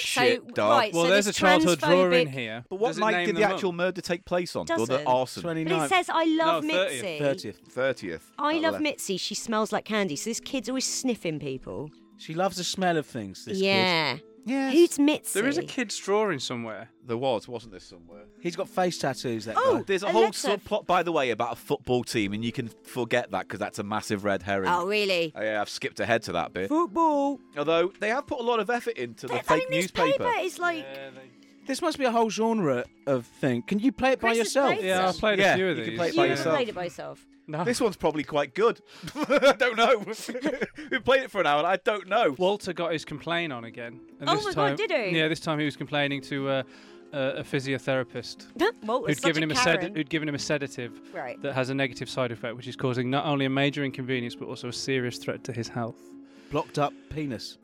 [SPEAKER 2] Shit,
[SPEAKER 3] So,
[SPEAKER 2] dog.
[SPEAKER 3] right,
[SPEAKER 1] Well,
[SPEAKER 3] so
[SPEAKER 1] there's a
[SPEAKER 3] this
[SPEAKER 1] childhood drawer in
[SPEAKER 3] transphobic-
[SPEAKER 1] here.
[SPEAKER 2] But what
[SPEAKER 1] Does it
[SPEAKER 2] night
[SPEAKER 1] name
[SPEAKER 2] did the
[SPEAKER 1] them
[SPEAKER 2] actual
[SPEAKER 1] up?
[SPEAKER 2] murder take place on? Or the
[SPEAKER 3] Doesn't.
[SPEAKER 2] arson?
[SPEAKER 4] 29th.
[SPEAKER 3] But it says, I love
[SPEAKER 1] No, 30th.
[SPEAKER 3] Mitzi.
[SPEAKER 4] 30th.
[SPEAKER 2] 30th.
[SPEAKER 3] I
[SPEAKER 2] At
[SPEAKER 3] love
[SPEAKER 2] 11.
[SPEAKER 3] Mitzi. She smells like candy. So this kid's always sniffing people.
[SPEAKER 4] She loves the smell of things. This kid.
[SPEAKER 3] yeah.
[SPEAKER 4] Yeah.
[SPEAKER 3] Who's Mitzi?
[SPEAKER 1] There is a kid's drawing somewhere.
[SPEAKER 2] There was, wasn't there, somewhere?
[SPEAKER 4] He's got face tattoos. That
[SPEAKER 3] Oh,
[SPEAKER 4] guy.
[SPEAKER 2] There's a
[SPEAKER 3] Alexa.
[SPEAKER 2] whole subplot, by the way, about a football team, and you can forget that because that's a massive red herring.
[SPEAKER 3] Oh, really?
[SPEAKER 2] Oh, yeah, I've skipped ahead to that bit.
[SPEAKER 3] Football.
[SPEAKER 2] Although they have put a lot of effort into the
[SPEAKER 3] But, I
[SPEAKER 2] fake
[SPEAKER 3] mean, this
[SPEAKER 2] newspaper.
[SPEAKER 3] paper is like
[SPEAKER 4] This must be a whole genre of thing. Can you play it by
[SPEAKER 3] Chris has
[SPEAKER 4] yourself?
[SPEAKER 3] played
[SPEAKER 1] Yeah, I
[SPEAKER 3] Yeah.
[SPEAKER 1] played
[SPEAKER 2] Yeah,
[SPEAKER 1] a few of
[SPEAKER 2] you
[SPEAKER 1] these.
[SPEAKER 2] can play it
[SPEAKER 3] you
[SPEAKER 2] by
[SPEAKER 3] never
[SPEAKER 2] yourself.
[SPEAKER 3] played it by yourself.
[SPEAKER 1] No.
[SPEAKER 2] This one's probably quite good. I don't know. we played it for an hour. And I don't know.
[SPEAKER 1] Walter got his complaint on again. And
[SPEAKER 3] Oh
[SPEAKER 1] this
[SPEAKER 3] my God,
[SPEAKER 1] time,
[SPEAKER 3] did he?
[SPEAKER 1] Yeah, this time he was complaining to uh, uh, a physiotherapist
[SPEAKER 3] Walt was
[SPEAKER 1] who'd
[SPEAKER 3] such
[SPEAKER 1] given
[SPEAKER 3] a
[SPEAKER 1] him a
[SPEAKER 3] Karen.
[SPEAKER 1] sed- who'd given him a sedative
[SPEAKER 3] Right.
[SPEAKER 1] that has a negative side effect, which is causing not only a major inconvenience but also a serious threat to his health.
[SPEAKER 4] Blocked up penis.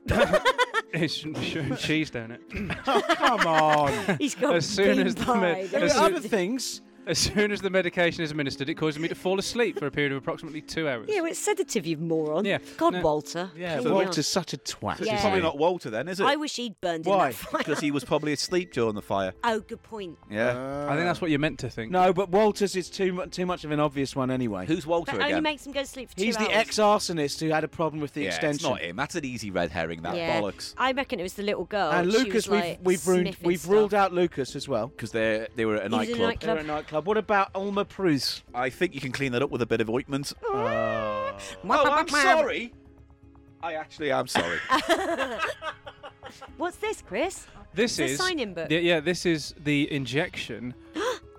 [SPEAKER 1] It's shooting cheese down it.
[SPEAKER 4] Come on.
[SPEAKER 3] He's got
[SPEAKER 1] As soon as the
[SPEAKER 3] bean
[SPEAKER 1] mid-
[SPEAKER 3] pie.
[SPEAKER 1] as
[SPEAKER 4] There
[SPEAKER 1] soon-
[SPEAKER 4] are other things.
[SPEAKER 1] As soon as the medication is administered, it causes me to fall asleep for a period of approximately two hours.
[SPEAKER 3] Yeah, well, it's sedative, you moron.
[SPEAKER 1] Yeah.
[SPEAKER 3] God,
[SPEAKER 1] No.
[SPEAKER 3] Walter.
[SPEAKER 4] Yeah,
[SPEAKER 3] Bloody
[SPEAKER 4] Walter's such a twat.
[SPEAKER 3] Yeah.
[SPEAKER 2] It's probably not Walter then, is
[SPEAKER 3] hell.
[SPEAKER 2] it?
[SPEAKER 3] I wish he'd burned
[SPEAKER 4] Why?
[SPEAKER 3] in that fire.
[SPEAKER 2] Because he was probably asleep during the fire.
[SPEAKER 3] Oh, good point.
[SPEAKER 2] Yeah.
[SPEAKER 3] Uh,
[SPEAKER 1] I think that's what you're meant to think.
[SPEAKER 4] No, but Walters is too mu- too much of an obvious one anyway.
[SPEAKER 2] Who's Walter
[SPEAKER 3] That
[SPEAKER 2] again?
[SPEAKER 3] only makes him go to sleep for two
[SPEAKER 4] He's the
[SPEAKER 3] hours.
[SPEAKER 4] ex arsonist who had a problem with the
[SPEAKER 2] yeah,
[SPEAKER 4] extension.
[SPEAKER 2] it's not him. That's an easy red herring. That
[SPEAKER 3] yeah.
[SPEAKER 2] bollocks.
[SPEAKER 3] I reckon it was the little girl.
[SPEAKER 4] And
[SPEAKER 3] Oh, She was,
[SPEAKER 4] Lucas,
[SPEAKER 3] like,
[SPEAKER 4] we've we've ruined,
[SPEAKER 3] sniffing
[SPEAKER 4] we've ruled
[SPEAKER 3] stuff.
[SPEAKER 4] out Lucas as well.
[SPEAKER 2] Because they they were at a
[SPEAKER 3] He was in a
[SPEAKER 2] nightclub.
[SPEAKER 3] nightclub.
[SPEAKER 4] They're a nightclub. What about Ulmer Prus?
[SPEAKER 2] I think you can clean that up with a bit of ointment.
[SPEAKER 3] Mwah,
[SPEAKER 2] Oh,
[SPEAKER 3] mwah,
[SPEAKER 2] I'm
[SPEAKER 3] mwah, mwah.
[SPEAKER 2] sorry. I actually am sorry.
[SPEAKER 3] What's this, Chris?
[SPEAKER 1] This
[SPEAKER 3] It's a
[SPEAKER 1] is
[SPEAKER 3] sign-in book.
[SPEAKER 1] the- yeah, this is the injection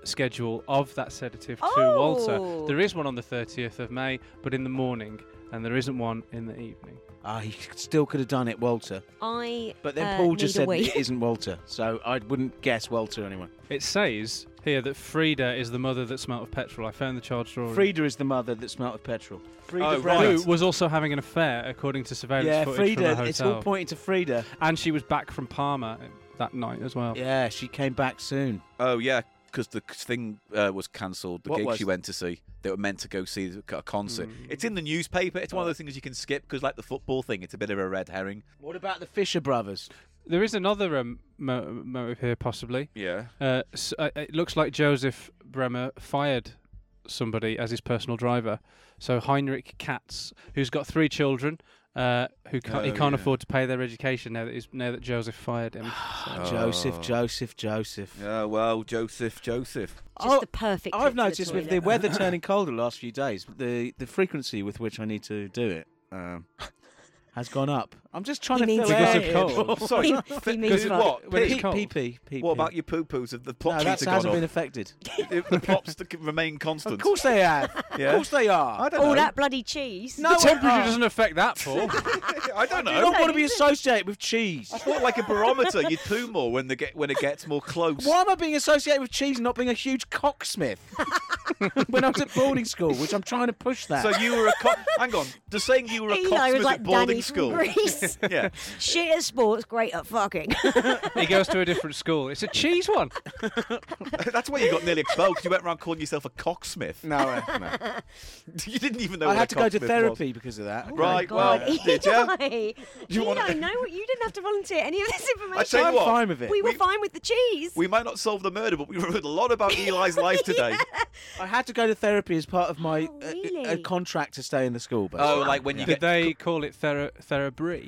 [SPEAKER 1] schedule of that sedative to
[SPEAKER 3] Oh.
[SPEAKER 1] Walter. There is one on the 30th of May, but in the morning, and there isn't one in the evening.
[SPEAKER 4] Ah, he still could have done it, Walter.
[SPEAKER 3] I.
[SPEAKER 4] But then
[SPEAKER 3] uh,
[SPEAKER 4] Paul just
[SPEAKER 3] need a
[SPEAKER 4] said
[SPEAKER 3] wee.
[SPEAKER 4] it isn't Walter, so I wouldn't guess Walter anyone.
[SPEAKER 1] It says here that Frida is the mother that smelt of petrol. I found the child drawing.
[SPEAKER 4] Frida is the mother that smelt of petrol. Frida
[SPEAKER 2] Oh,
[SPEAKER 4] Brennan's
[SPEAKER 2] right.
[SPEAKER 1] who was also having an affair, according to surveillance
[SPEAKER 4] Yeah,
[SPEAKER 1] footage from the
[SPEAKER 4] Frida.
[SPEAKER 1] hotel.
[SPEAKER 4] It's all pointing to Frida.
[SPEAKER 1] and she was back from Parma that night as well.
[SPEAKER 4] Yeah, she came back soon.
[SPEAKER 2] oh yeah, because the thing uh, was cancelled. The
[SPEAKER 4] What
[SPEAKER 2] gig
[SPEAKER 4] was?
[SPEAKER 2] she went to see. They were meant to go see the- a concert. It's in the newspaper. It's one of those things you can skip because, like the football thing, it's a bit of a red herring.
[SPEAKER 4] What about the Fisher brothers?
[SPEAKER 1] There is another um, mo- motive here, possibly.
[SPEAKER 2] Yeah.
[SPEAKER 1] Uh, s uh, it looks like Joseph Bremer fired somebody as his personal driver. So Heinrich Katz, who's got three children, uh, who can't, he
[SPEAKER 2] Oh,
[SPEAKER 1] can't
[SPEAKER 2] yeah.
[SPEAKER 1] afford to pay their education now that he's, now that Joseph fired him. So-
[SPEAKER 2] Oh.
[SPEAKER 4] Joseph, Joseph, Joseph.
[SPEAKER 2] Yeah. Well, Joseph, Joseph.
[SPEAKER 3] Just the perfect. trip
[SPEAKER 4] Oh, I've
[SPEAKER 3] to
[SPEAKER 4] noticed
[SPEAKER 3] the
[SPEAKER 4] with the
[SPEAKER 3] toilet.
[SPEAKER 4] weather turning colder the last few days, the the frequency with which I need to do it um, has gone up. I'm just trying
[SPEAKER 3] He
[SPEAKER 4] to
[SPEAKER 3] means
[SPEAKER 4] fill
[SPEAKER 1] Because
[SPEAKER 4] air
[SPEAKER 1] of
[SPEAKER 4] in.
[SPEAKER 1] cold.
[SPEAKER 2] Oh, Sorry.
[SPEAKER 3] He- he means
[SPEAKER 2] this is
[SPEAKER 3] well.
[SPEAKER 2] what?
[SPEAKER 1] When it's
[SPEAKER 2] Pete?
[SPEAKER 1] cold.
[SPEAKER 4] Pee pee pee.
[SPEAKER 2] What about your poo poos? Have the plot
[SPEAKER 4] No, that
[SPEAKER 2] trees have
[SPEAKER 4] hasn't
[SPEAKER 2] gone
[SPEAKER 4] been
[SPEAKER 2] up?
[SPEAKER 4] affected.
[SPEAKER 2] The- the plots to c- remain constant.
[SPEAKER 4] Of course they have.
[SPEAKER 2] Yeah.
[SPEAKER 4] Of course they are.
[SPEAKER 2] I don't
[SPEAKER 3] All
[SPEAKER 2] know.
[SPEAKER 3] that bloody cheese.
[SPEAKER 4] No,
[SPEAKER 1] the
[SPEAKER 4] it-
[SPEAKER 1] temperature
[SPEAKER 4] oh,
[SPEAKER 1] doesn't affect that, Paul.
[SPEAKER 2] I don't
[SPEAKER 4] I
[SPEAKER 2] know.
[SPEAKER 4] don't want to be associated with cheese.
[SPEAKER 2] I thought like a barometer, you poo more when the get when it gets more close.
[SPEAKER 4] Why am I being associated with cheese and not being a huge cocksmith? when I was at boarding school, which I'm trying to push that.
[SPEAKER 2] So you were a co- hang on. Just saying you were a
[SPEAKER 3] Eli
[SPEAKER 2] cocksmith
[SPEAKER 3] was like
[SPEAKER 2] at boarding
[SPEAKER 3] Danny
[SPEAKER 2] school.
[SPEAKER 3] from Greece.
[SPEAKER 2] Yeah.
[SPEAKER 3] Shit at sports, great at fucking.
[SPEAKER 1] he goes to a different school. It's a cheese one.
[SPEAKER 2] That's why you got nearly expelled because you went around calling yourself a cocksmith.
[SPEAKER 4] no, uh, no.
[SPEAKER 2] You didn't even know.
[SPEAKER 4] I
[SPEAKER 2] what
[SPEAKER 4] had
[SPEAKER 2] a
[SPEAKER 4] to go to
[SPEAKER 2] cocksmith was.
[SPEAKER 4] therapy because of that.
[SPEAKER 2] Right.
[SPEAKER 3] God,
[SPEAKER 2] Well, did ya?
[SPEAKER 3] Eli,
[SPEAKER 2] you wanna-
[SPEAKER 3] Eli, no, you didn't have to volunteer any of this information.
[SPEAKER 2] I tell you
[SPEAKER 4] I'm
[SPEAKER 2] what.
[SPEAKER 4] fine with it.
[SPEAKER 3] we were
[SPEAKER 2] we-
[SPEAKER 3] fine with the cheese.
[SPEAKER 2] We might not solve the murder, but we wrote a lot about Eli's life today.
[SPEAKER 4] I had to go to therapy as part of my
[SPEAKER 3] Oh,
[SPEAKER 4] uh,
[SPEAKER 3] really?
[SPEAKER 4] uh, contract to stay in the school. But
[SPEAKER 2] Oh, like when you
[SPEAKER 1] Did
[SPEAKER 2] get
[SPEAKER 1] they call it thera- therabri?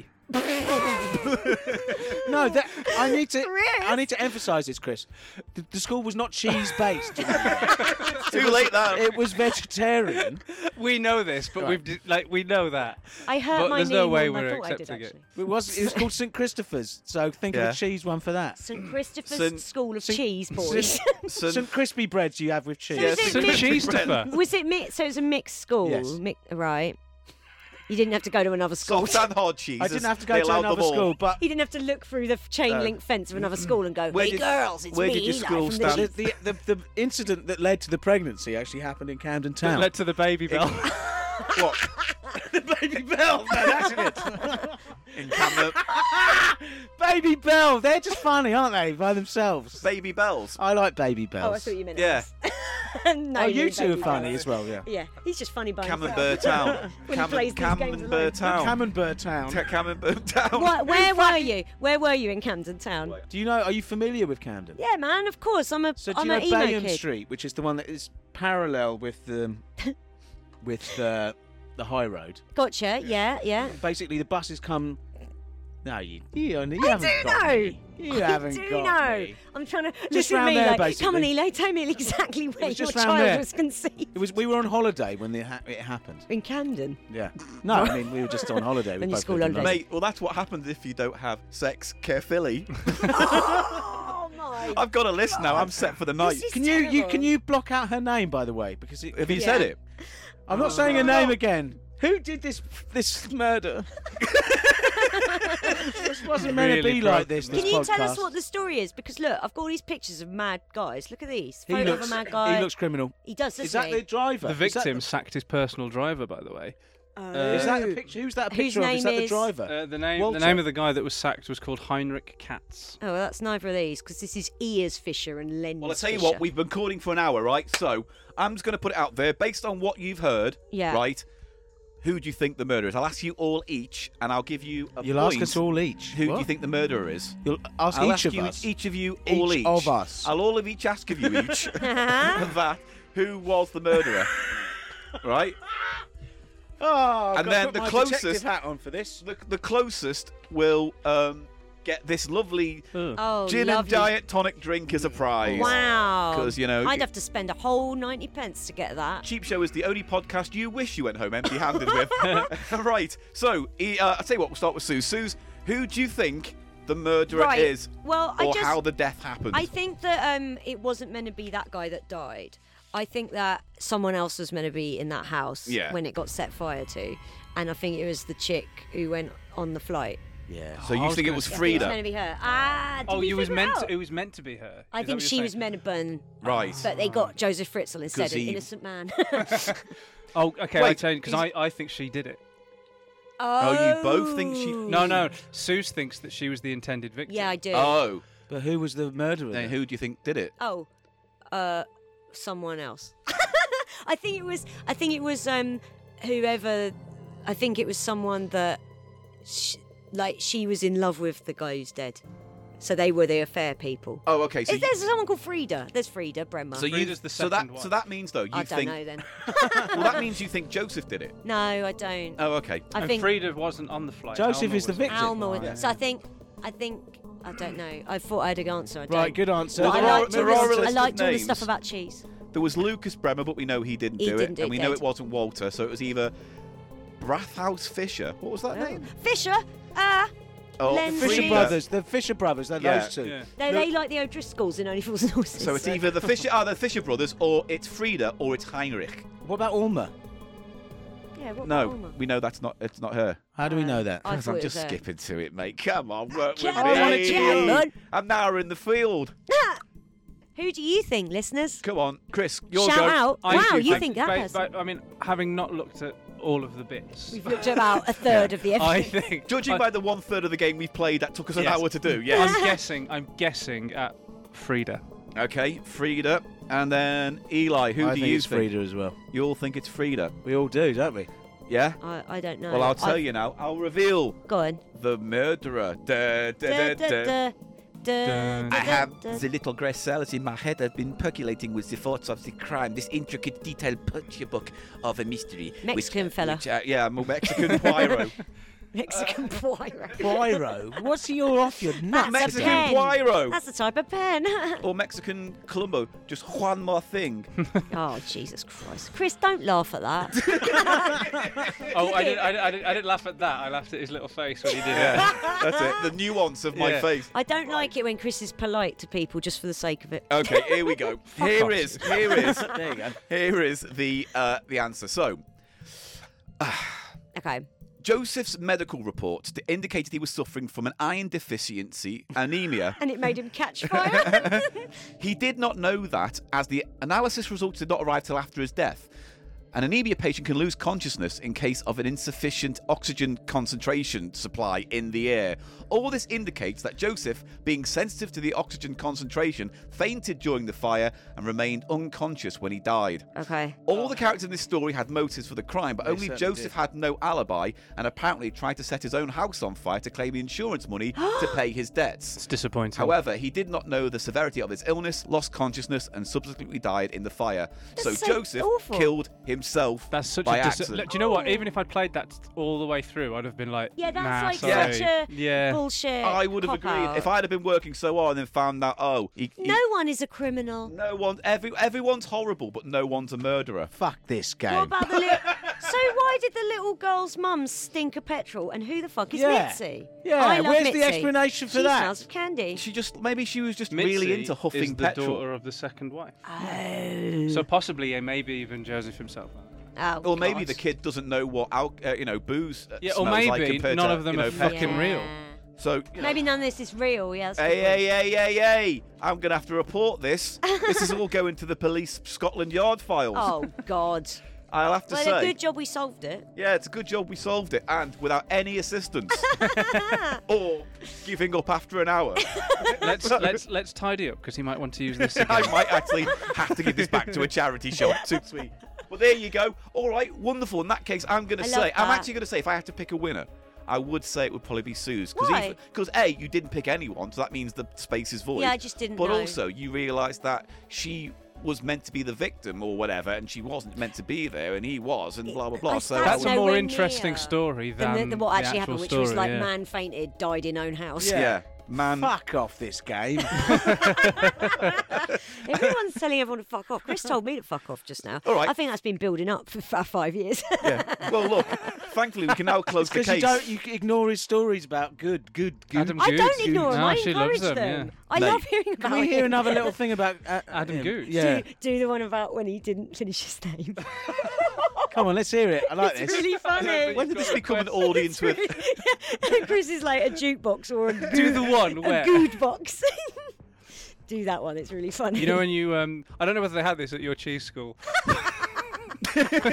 [SPEAKER 4] no, that, I need to.
[SPEAKER 3] Chris.
[SPEAKER 4] I need to emphasise this, Chris. The, the school was not cheese based.
[SPEAKER 2] too late now.
[SPEAKER 4] it was vegetarian.
[SPEAKER 1] We know this, but we've d- like we know that.
[SPEAKER 3] I hurt
[SPEAKER 1] But
[SPEAKER 3] my
[SPEAKER 1] there's
[SPEAKER 3] knee
[SPEAKER 1] no
[SPEAKER 3] more
[SPEAKER 1] way
[SPEAKER 3] than I
[SPEAKER 1] we're
[SPEAKER 3] thought I did,
[SPEAKER 1] accepting it.
[SPEAKER 3] actually.
[SPEAKER 4] It was. It was called St Christopher's. So think
[SPEAKER 2] Yeah.
[SPEAKER 4] of a cheese one for that.
[SPEAKER 3] St. Christopher's
[SPEAKER 2] Mm. Saint-
[SPEAKER 3] School of
[SPEAKER 4] Saint-
[SPEAKER 3] Cheese, boys.
[SPEAKER 2] Son-
[SPEAKER 4] St crispy breads you have with cheese.
[SPEAKER 3] Yes.
[SPEAKER 1] St. Christopher.
[SPEAKER 3] was it mixed? So it was a mixed school,
[SPEAKER 4] Yes.
[SPEAKER 3] mi- right? You didn't have to go to another school.
[SPEAKER 2] soft and hard cheese.
[SPEAKER 4] I didn't have to
[SPEAKER 2] They
[SPEAKER 4] go to
[SPEAKER 2] allowed them
[SPEAKER 4] another
[SPEAKER 2] all.
[SPEAKER 4] school, but
[SPEAKER 3] You didn't have to look through the chain link fence of another school and go,
[SPEAKER 2] Where
[SPEAKER 3] "Hey
[SPEAKER 2] did-
[SPEAKER 3] girls, it's
[SPEAKER 2] where
[SPEAKER 3] me."
[SPEAKER 2] did your
[SPEAKER 3] Eli
[SPEAKER 2] school
[SPEAKER 3] from
[SPEAKER 2] stand?
[SPEAKER 3] The
[SPEAKER 4] the, the, the, the incident that led to the pregnancy actually happened in Camden Town.
[SPEAKER 1] Led to the baby bell.
[SPEAKER 2] What?
[SPEAKER 4] Baby Bell. No, that's it.
[SPEAKER 2] In Camden,
[SPEAKER 4] Baby Bell. They're just funny, aren't they? By themselves.
[SPEAKER 2] baby bells.
[SPEAKER 4] I like Baby
[SPEAKER 3] Oh,
[SPEAKER 4] Bells.
[SPEAKER 3] I thought you meant
[SPEAKER 2] Yeah.
[SPEAKER 3] us. no,
[SPEAKER 4] Oh, you
[SPEAKER 3] mean
[SPEAKER 4] two are
[SPEAKER 3] baby
[SPEAKER 4] funny
[SPEAKER 3] girls.
[SPEAKER 4] as well, yeah.
[SPEAKER 3] Yeah, he's just funny by
[SPEAKER 2] Camden
[SPEAKER 3] himself.
[SPEAKER 2] Burr Town.
[SPEAKER 3] When he plays these games alone.
[SPEAKER 2] Burr Town.
[SPEAKER 4] Camembert Town.
[SPEAKER 2] Ca- Camden Burr Town.
[SPEAKER 3] What, where were you? Where were you in Camden Town?
[SPEAKER 4] Do you know? Are you familiar with Camden?
[SPEAKER 3] Yeah, man, of course. I'm a
[SPEAKER 4] So do
[SPEAKER 3] am
[SPEAKER 4] you
[SPEAKER 3] an
[SPEAKER 4] know
[SPEAKER 3] emo
[SPEAKER 4] Bayham
[SPEAKER 3] kid.
[SPEAKER 4] Street, which is the one that is parallel with the with the the high road?
[SPEAKER 3] Gotcha. Yeah, yeah.
[SPEAKER 4] Basically, the buses come
[SPEAKER 8] No, you, you, only- you
[SPEAKER 3] I
[SPEAKER 8] haven't
[SPEAKER 3] do
[SPEAKER 8] got
[SPEAKER 3] know.
[SPEAKER 8] me. You
[SPEAKER 3] I
[SPEAKER 8] haven't
[SPEAKER 3] do
[SPEAKER 8] got
[SPEAKER 3] know.
[SPEAKER 8] me.
[SPEAKER 3] I'm trying to listen to
[SPEAKER 8] round
[SPEAKER 3] me
[SPEAKER 8] there,
[SPEAKER 3] like, come on,
[SPEAKER 8] basically.
[SPEAKER 3] Eli, tell me exactly where your
[SPEAKER 8] just round
[SPEAKER 3] child
[SPEAKER 8] there.
[SPEAKER 3] was conceived.
[SPEAKER 8] It was. We were on holiday when the ha- it happened.
[SPEAKER 3] In Camden.
[SPEAKER 8] Yeah. No, I mean we were just on holiday. We
[SPEAKER 3] On your
[SPEAKER 8] both
[SPEAKER 3] school
[SPEAKER 8] lived in
[SPEAKER 3] holiday.
[SPEAKER 8] London.
[SPEAKER 2] Mate, well, that's what happens if you don't have sex carefully.
[SPEAKER 3] oh my!
[SPEAKER 2] I've got a list now. I'm set for the night.
[SPEAKER 3] This is
[SPEAKER 8] Can you, you
[SPEAKER 3] terrible.
[SPEAKER 8] can you block out her name by the way? Because it,
[SPEAKER 2] Have you
[SPEAKER 3] Yeah.
[SPEAKER 2] said it?
[SPEAKER 8] I'm
[SPEAKER 3] Oh,
[SPEAKER 8] not saying her name again. Who did this this murder? this wasn't meant to
[SPEAKER 1] Really
[SPEAKER 8] be
[SPEAKER 1] broke
[SPEAKER 8] like this.
[SPEAKER 3] Can
[SPEAKER 8] this
[SPEAKER 3] you tell
[SPEAKER 8] podcast.
[SPEAKER 3] us what the story is? Because look, I've got all these pictures of mad guys. Look at these.
[SPEAKER 8] he
[SPEAKER 3] Photo
[SPEAKER 8] looks?
[SPEAKER 3] of a mad guy.
[SPEAKER 8] He looks criminal.
[SPEAKER 3] He does, doesn't
[SPEAKER 8] Is that
[SPEAKER 3] he?
[SPEAKER 8] the driver?
[SPEAKER 1] The
[SPEAKER 8] Is that
[SPEAKER 1] victim sacked his personal driver, by the way.
[SPEAKER 8] the- Is
[SPEAKER 1] Uh,
[SPEAKER 8] that, the picture? Who's that a
[SPEAKER 3] Whose
[SPEAKER 8] picture of? Is
[SPEAKER 3] name
[SPEAKER 8] that the
[SPEAKER 3] is-
[SPEAKER 8] driver?
[SPEAKER 1] Uh, the name
[SPEAKER 8] Walter.
[SPEAKER 1] the name of the guy that was sacked was called Heinrich Katz.
[SPEAKER 3] Oh, well, that's neither of these because this is Ears Fisher and Lens.
[SPEAKER 2] Well, I tell you
[SPEAKER 3] Fisher.
[SPEAKER 2] what, we've been calling for an hour, right? So I'm just going to put it out there based on what you've heard,
[SPEAKER 3] Yeah.
[SPEAKER 2] right? Who do you think the murderer is? I'll ask you all each, and I'll give you a
[SPEAKER 8] You'll
[SPEAKER 2] point.
[SPEAKER 8] ask us all each.
[SPEAKER 2] Who do you
[SPEAKER 8] What?
[SPEAKER 2] think the murderer is?
[SPEAKER 8] You'll ask
[SPEAKER 2] I'll
[SPEAKER 8] each
[SPEAKER 2] ask
[SPEAKER 8] of
[SPEAKER 2] you,
[SPEAKER 8] us.
[SPEAKER 2] each of you, all
[SPEAKER 8] Each
[SPEAKER 2] each
[SPEAKER 8] of us.
[SPEAKER 2] I'll all of each ask of you each that who was the murderer, right?
[SPEAKER 8] Oh,
[SPEAKER 2] And
[SPEAKER 8] I've got
[SPEAKER 2] then
[SPEAKER 8] to put
[SPEAKER 2] the
[SPEAKER 8] my
[SPEAKER 2] closest-
[SPEAKER 8] detective hat on for this.
[SPEAKER 2] The, the closest will um, get this lovely
[SPEAKER 3] Oh,
[SPEAKER 2] gin
[SPEAKER 3] lovely.
[SPEAKER 2] and diet tonic drink as a prize.
[SPEAKER 3] Wow.
[SPEAKER 2] 'Cause, you know,
[SPEAKER 3] I'd
[SPEAKER 2] you-
[SPEAKER 3] have to spend a whole ninety pence to get that.
[SPEAKER 2] Cheap Show is the only podcast you wish you went home empty-handed with. right. So, e- uh, I tell you what, we'll start with Sue. Sue's, who do you think the murderer
[SPEAKER 3] Right.
[SPEAKER 2] is,
[SPEAKER 3] Well, I
[SPEAKER 2] or
[SPEAKER 3] just-
[SPEAKER 2] how the death happened?
[SPEAKER 3] I think that um, it wasn't meant to be that guy that died. I think that someone else was meant to be in that house
[SPEAKER 2] Yeah.
[SPEAKER 3] when it got set fire to, and I think it was the chick who went on the flight.
[SPEAKER 8] Yeah.
[SPEAKER 2] so you think it was
[SPEAKER 3] I think It was meant
[SPEAKER 2] Frida?
[SPEAKER 3] to be her. Ah, did
[SPEAKER 1] Oh,
[SPEAKER 3] we
[SPEAKER 1] you was
[SPEAKER 3] figure it
[SPEAKER 1] meant.
[SPEAKER 3] out?
[SPEAKER 1] it was meant to be her.
[SPEAKER 3] I
[SPEAKER 1] Is that
[SPEAKER 3] think
[SPEAKER 1] what you're
[SPEAKER 3] she was
[SPEAKER 1] saying?
[SPEAKER 3] meant to burn,
[SPEAKER 2] Right.
[SPEAKER 3] but they got Joseph Fritzl instead,
[SPEAKER 2] 'Cause
[SPEAKER 3] an
[SPEAKER 2] he-
[SPEAKER 3] innocent man.
[SPEAKER 1] Oh, okay. I
[SPEAKER 2] Wait,
[SPEAKER 1] change because I,
[SPEAKER 2] he's-
[SPEAKER 1] I think she did it.
[SPEAKER 2] Oh, you both think she-
[SPEAKER 3] Oh.
[SPEAKER 1] No, no. Suze thinks that she was the intended victim.
[SPEAKER 3] Yeah, I do.
[SPEAKER 2] Oh,
[SPEAKER 8] But who was the murderer?
[SPEAKER 2] then
[SPEAKER 8] then?
[SPEAKER 2] who do you think did it?
[SPEAKER 3] oh, uh, someone else. I think it was. I think it was um, whoever. I think it was someone that, sh- like, she was in love with the guy who's dead. So they were the affair people.
[SPEAKER 2] Oh, okay. So,
[SPEAKER 3] Is there someone called Frida? There's Frida Bremer.
[SPEAKER 2] so you
[SPEAKER 1] Frida's the
[SPEAKER 2] so that
[SPEAKER 1] second one.
[SPEAKER 2] so that means though you
[SPEAKER 3] I don't
[SPEAKER 2] think
[SPEAKER 3] know then.
[SPEAKER 2] well that means you think Joseph did it.
[SPEAKER 3] No, I don't.
[SPEAKER 2] Oh, okay.
[SPEAKER 3] I
[SPEAKER 1] and
[SPEAKER 3] think
[SPEAKER 1] Frida wasn't on the flight.
[SPEAKER 8] Joseph
[SPEAKER 1] Alma
[SPEAKER 8] is the
[SPEAKER 1] was.
[SPEAKER 8] victim.
[SPEAKER 3] Alma.
[SPEAKER 2] Oh,
[SPEAKER 3] was- So I think. I think. I don't know. I thought I had an answer. I don't.
[SPEAKER 8] Right, good answer.
[SPEAKER 3] But
[SPEAKER 2] Well,
[SPEAKER 3] I
[SPEAKER 2] there are-
[SPEAKER 3] liked, all,
[SPEAKER 2] there are a
[SPEAKER 3] this- I
[SPEAKER 2] list of
[SPEAKER 3] liked all the
[SPEAKER 2] names.
[SPEAKER 3] stuff about cheese.
[SPEAKER 2] There was Lucas Bremer, but we know he didn't
[SPEAKER 3] He
[SPEAKER 2] do
[SPEAKER 3] didn't
[SPEAKER 2] it,
[SPEAKER 3] do
[SPEAKER 2] and
[SPEAKER 3] it,
[SPEAKER 2] we know
[SPEAKER 3] dead.
[SPEAKER 2] it wasn't Walter. So it was either Brathhouse Fisher. What was that name?
[SPEAKER 3] Fisher. Uh,
[SPEAKER 2] Oh,
[SPEAKER 3] Len
[SPEAKER 8] Fisher
[SPEAKER 3] Frida.
[SPEAKER 8] Brothers, the Fisher Brothers, they're
[SPEAKER 2] Yeah.
[SPEAKER 8] those two.
[SPEAKER 1] Yeah.
[SPEAKER 3] they, they like the O'Driscolls in Only Fools and Horses.
[SPEAKER 2] So it's either the Fisher, ah, the Fisher brothers, or it's Frida, or it's Heinrich.
[SPEAKER 8] What about Alma?
[SPEAKER 3] Yeah, what
[SPEAKER 2] No,
[SPEAKER 3] about Alma?
[SPEAKER 2] we know that's not. It's not her.
[SPEAKER 8] How do we know that?
[SPEAKER 3] Um, I
[SPEAKER 2] Because
[SPEAKER 3] thought
[SPEAKER 2] I'm
[SPEAKER 3] it
[SPEAKER 2] just
[SPEAKER 3] was her.
[SPEAKER 2] skipping to it, mate. Come on, work with
[SPEAKER 3] Come on,
[SPEAKER 2] me.
[SPEAKER 3] come on.
[SPEAKER 2] I'm now in the field.
[SPEAKER 3] Ah! Who do you think, listeners?
[SPEAKER 2] Come on, Chris, your
[SPEAKER 3] Shout
[SPEAKER 2] go.
[SPEAKER 3] out.
[SPEAKER 1] I
[SPEAKER 3] wow,
[SPEAKER 1] do
[SPEAKER 3] you think that
[SPEAKER 1] ba-
[SPEAKER 3] person.
[SPEAKER 1] ba- I mean, having not looked at all of the bits,
[SPEAKER 3] We've looked at about a third of the episode.
[SPEAKER 1] I think
[SPEAKER 2] Judging
[SPEAKER 1] I,
[SPEAKER 2] by the one third of the game we've played, that took us an
[SPEAKER 1] Yes.
[SPEAKER 2] hour to do. Yes.
[SPEAKER 1] I'm guessing. I'm guessing at Frida. Oh,
[SPEAKER 2] okay, Frida, and then Eli. Who
[SPEAKER 8] I
[SPEAKER 2] do
[SPEAKER 8] think
[SPEAKER 2] you
[SPEAKER 8] it's
[SPEAKER 2] think?
[SPEAKER 8] Frida as well.
[SPEAKER 2] You all think it's Frida.
[SPEAKER 8] We all do, don't we?
[SPEAKER 2] Yeah.
[SPEAKER 3] I, I don't know.
[SPEAKER 2] Well, I'll tell
[SPEAKER 3] I-
[SPEAKER 2] you now. I'll reveal
[SPEAKER 3] Go on.
[SPEAKER 2] the murderer. Da, da, da, da. I have the little grey cells in my head. I've been percolating with the thoughts of the crime, this intricate, detailed picture book of a mystery. which-
[SPEAKER 3] Mexican fella.
[SPEAKER 2] which, uh, yeah, I'm a Mexican Poirot.
[SPEAKER 3] Mexican Poirot.
[SPEAKER 8] Poirot. What's your off your
[SPEAKER 3] That's
[SPEAKER 8] nuts?
[SPEAKER 3] a
[SPEAKER 2] Mexican
[SPEAKER 8] today?
[SPEAKER 3] pen.
[SPEAKER 2] Poirot.
[SPEAKER 3] That's the type of pen.
[SPEAKER 2] or Mexican Columbo. Just Uh, one more thing.
[SPEAKER 3] oh, Jesus Christ. Chris, don't laugh at that.
[SPEAKER 1] Oh, I didn't, I, didn't, I, didn't, I didn't laugh at that. I laughed at his little face when he did it.
[SPEAKER 2] That's it. The nuance of my
[SPEAKER 1] Yeah.
[SPEAKER 2] face.
[SPEAKER 3] I don't like it when Chris is polite to people just for the sake of it.
[SPEAKER 2] Okay, here we go. Here is, here is,
[SPEAKER 8] There you go.
[SPEAKER 2] here is the uh, the answer. So,
[SPEAKER 3] Okay.
[SPEAKER 2] Joseph's medical report indicated he was suffering from an iron deficiency anemia.
[SPEAKER 3] And it made him catch fire.
[SPEAKER 2] He did not know that, as the analysis results did not arrive till after his death. An anemia patient can lose consciousness in case of an insufficient oxygen concentration supply in the air. All this indicates that Joseph, being sensitive to the oxygen concentration, fainted during the fire and remained unconscious when he died.
[SPEAKER 3] okay.
[SPEAKER 2] All the characters in this story had motives for the crime, but only Joseph had no alibi and apparently tried to set his own house on fire to claim insurance money to pay his debts.
[SPEAKER 1] It's disappointing.
[SPEAKER 2] However, he did not know the severity of his illness, lost consciousness, and subsequently died in the fire. So,
[SPEAKER 3] That's so
[SPEAKER 2] Joseph
[SPEAKER 3] awful.
[SPEAKER 2] killed himself
[SPEAKER 1] That's such
[SPEAKER 2] by
[SPEAKER 1] a. Dis-
[SPEAKER 2] accident.
[SPEAKER 1] Look, do you know
[SPEAKER 3] Oh.
[SPEAKER 1] what? Even if I'd played that all the way through, I'd have been like,
[SPEAKER 10] Yeah, that's
[SPEAKER 1] nah,
[SPEAKER 10] like
[SPEAKER 1] sorry.
[SPEAKER 10] such a
[SPEAKER 1] yeah.
[SPEAKER 10] bullshit.
[SPEAKER 2] I would have agreed
[SPEAKER 10] cop-out.
[SPEAKER 2] if I had been working so hard and then found out. Oh, he, he-
[SPEAKER 3] No one is a criminal.
[SPEAKER 2] no one. Every everyone's horrible, but no one's a murderer.
[SPEAKER 8] Fuck this
[SPEAKER 3] What
[SPEAKER 8] game.
[SPEAKER 3] about the little? so why did the little girl's mum stink of petrol? And who the fuck is
[SPEAKER 8] Yeah.
[SPEAKER 3] Mitzi?
[SPEAKER 8] Yeah,
[SPEAKER 3] I love
[SPEAKER 8] where's the
[SPEAKER 3] Mitzi.
[SPEAKER 8] explanation for
[SPEAKER 3] she
[SPEAKER 8] that?
[SPEAKER 3] Smells of candy.
[SPEAKER 2] She just maybe she was just
[SPEAKER 1] Mitzi
[SPEAKER 2] really into huffing
[SPEAKER 1] is the
[SPEAKER 2] petrol.
[SPEAKER 1] daughter of the second wife. So possibly, yeah, maybe even Joseph himself.
[SPEAKER 3] oh,
[SPEAKER 2] Or maybe
[SPEAKER 3] God.
[SPEAKER 2] the kid doesn't know what al- uh, you know booze. uh,
[SPEAKER 1] Yeah, or
[SPEAKER 2] smells like
[SPEAKER 1] maybe
[SPEAKER 2] compared
[SPEAKER 1] none
[SPEAKER 2] to,
[SPEAKER 1] of them
[SPEAKER 2] you know,
[SPEAKER 1] are
[SPEAKER 2] petrol.
[SPEAKER 1] fucking real.
[SPEAKER 2] So you know,
[SPEAKER 3] Maybe none of this is real. Yeah. that's
[SPEAKER 2] Hey,
[SPEAKER 3] good.
[SPEAKER 2] hey, hey, hey, hey! I'm gonna have to report this. this is all going to the police Scotland Yard files.
[SPEAKER 3] Oh God.
[SPEAKER 2] I'll have to
[SPEAKER 3] well, a
[SPEAKER 2] say.
[SPEAKER 3] good job we solved it.
[SPEAKER 2] yeah, it's a good job we solved it, and without any assistance or giving up after an hour.
[SPEAKER 1] Let's let's let's tidy up because he might want to use this. Again.
[SPEAKER 2] I might actually have to give this back to a charity shop. Too sweet. Well, there you go. All right, wonderful. In that case, I'm going
[SPEAKER 3] I
[SPEAKER 2] to
[SPEAKER 3] love
[SPEAKER 2] say, I'm
[SPEAKER 3] that.
[SPEAKER 2] actually going to say, if I had to pick a winner, I would say it would probably be Sue's.
[SPEAKER 3] Why?
[SPEAKER 2] Because A, you didn't pick anyone, so that means the space is void.
[SPEAKER 3] Yeah, I just didn't
[SPEAKER 2] But
[SPEAKER 3] know.
[SPEAKER 2] also, you realised that she was meant to be the victim or whatever, and she wasn't meant to be there, and he was, and blah, blah, blah.
[SPEAKER 3] I
[SPEAKER 2] so
[SPEAKER 3] found
[SPEAKER 2] that
[SPEAKER 1] That's
[SPEAKER 2] would-
[SPEAKER 1] a
[SPEAKER 3] nowhere
[SPEAKER 1] more interesting
[SPEAKER 3] near
[SPEAKER 1] story
[SPEAKER 3] uh, than
[SPEAKER 1] than
[SPEAKER 3] the, than what
[SPEAKER 1] the
[SPEAKER 3] actually
[SPEAKER 1] actual
[SPEAKER 3] happened, which
[SPEAKER 1] story,
[SPEAKER 3] was like
[SPEAKER 1] yeah.
[SPEAKER 3] man fainted, died in own house.
[SPEAKER 2] yeah. man.
[SPEAKER 8] Fuck off this game.
[SPEAKER 3] Everyone's telling everyone to fuck off. Chris told me to fuck off just now.
[SPEAKER 2] All right.
[SPEAKER 3] I think that's been building up for f- five years.
[SPEAKER 2] Yeah. Well, look. Thankfully, we can now close the
[SPEAKER 8] Because you
[SPEAKER 2] case.
[SPEAKER 8] don't, you ignore his stories about good, good, good.
[SPEAKER 1] Adam
[SPEAKER 3] I don't
[SPEAKER 1] Goodes.
[SPEAKER 3] ignore them.
[SPEAKER 1] No,
[SPEAKER 3] I
[SPEAKER 1] she loves
[SPEAKER 3] encourage them.
[SPEAKER 1] them. yeah.
[SPEAKER 3] I love hearing about
[SPEAKER 8] Can we hear
[SPEAKER 3] him.
[SPEAKER 8] another little thing about uh,
[SPEAKER 1] Adam
[SPEAKER 8] him?
[SPEAKER 1] Goodes?
[SPEAKER 8] Yeah,
[SPEAKER 3] Do, do the one about when he didn't finish his name.
[SPEAKER 8] come on, let's hear it. I like
[SPEAKER 3] it's
[SPEAKER 8] this.
[SPEAKER 3] really funny.
[SPEAKER 2] When did this become an audience with?
[SPEAKER 3] Chris is like a jukebox or a goo,
[SPEAKER 1] Do the one
[SPEAKER 3] a
[SPEAKER 1] where
[SPEAKER 3] good box. do that one. It's really funny.
[SPEAKER 1] you know when you um I don't know whether they had this at your cheese school,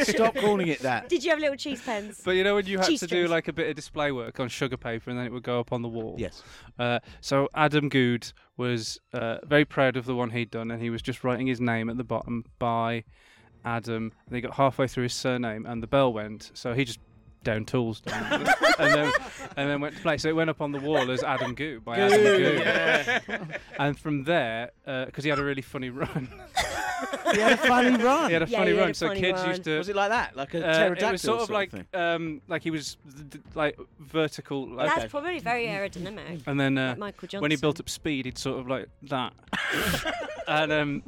[SPEAKER 8] Stop calling it that.
[SPEAKER 3] Did you have little cheese pens?
[SPEAKER 1] but you know when you had
[SPEAKER 3] Cheese
[SPEAKER 1] to do
[SPEAKER 3] strings.
[SPEAKER 1] like a bit of display work on sugar paper and then it would go up on the wall.
[SPEAKER 8] Yes.
[SPEAKER 1] Uh, so Adam Good was uh, very proud of the one he'd done, and he was just writing his name at the bottom by Adam. And he got halfway through his surname, and the bell went, so he just down tools down and, then, and then went to play. So it went up on the wall as Adam Goo by Adam Goo. And from there, because he had a really funny run,
[SPEAKER 8] He had a funny run.
[SPEAKER 1] he had a
[SPEAKER 3] Yeah,
[SPEAKER 1] funny
[SPEAKER 3] he had
[SPEAKER 1] run.
[SPEAKER 3] a
[SPEAKER 1] so
[SPEAKER 3] funny
[SPEAKER 1] kids
[SPEAKER 3] run.
[SPEAKER 1] used to.
[SPEAKER 8] Was it like that? Like a
[SPEAKER 1] uh,
[SPEAKER 8] pterodactyl?
[SPEAKER 1] it was sort of like
[SPEAKER 8] thing?
[SPEAKER 1] um, like he was d- d- like vertical, like,
[SPEAKER 3] That's probably very aerodynamic.
[SPEAKER 1] and then uh,
[SPEAKER 3] Like Michael
[SPEAKER 1] when he
[SPEAKER 3] Johnson.
[SPEAKER 1] built up speed, he'd sort of like that. and um,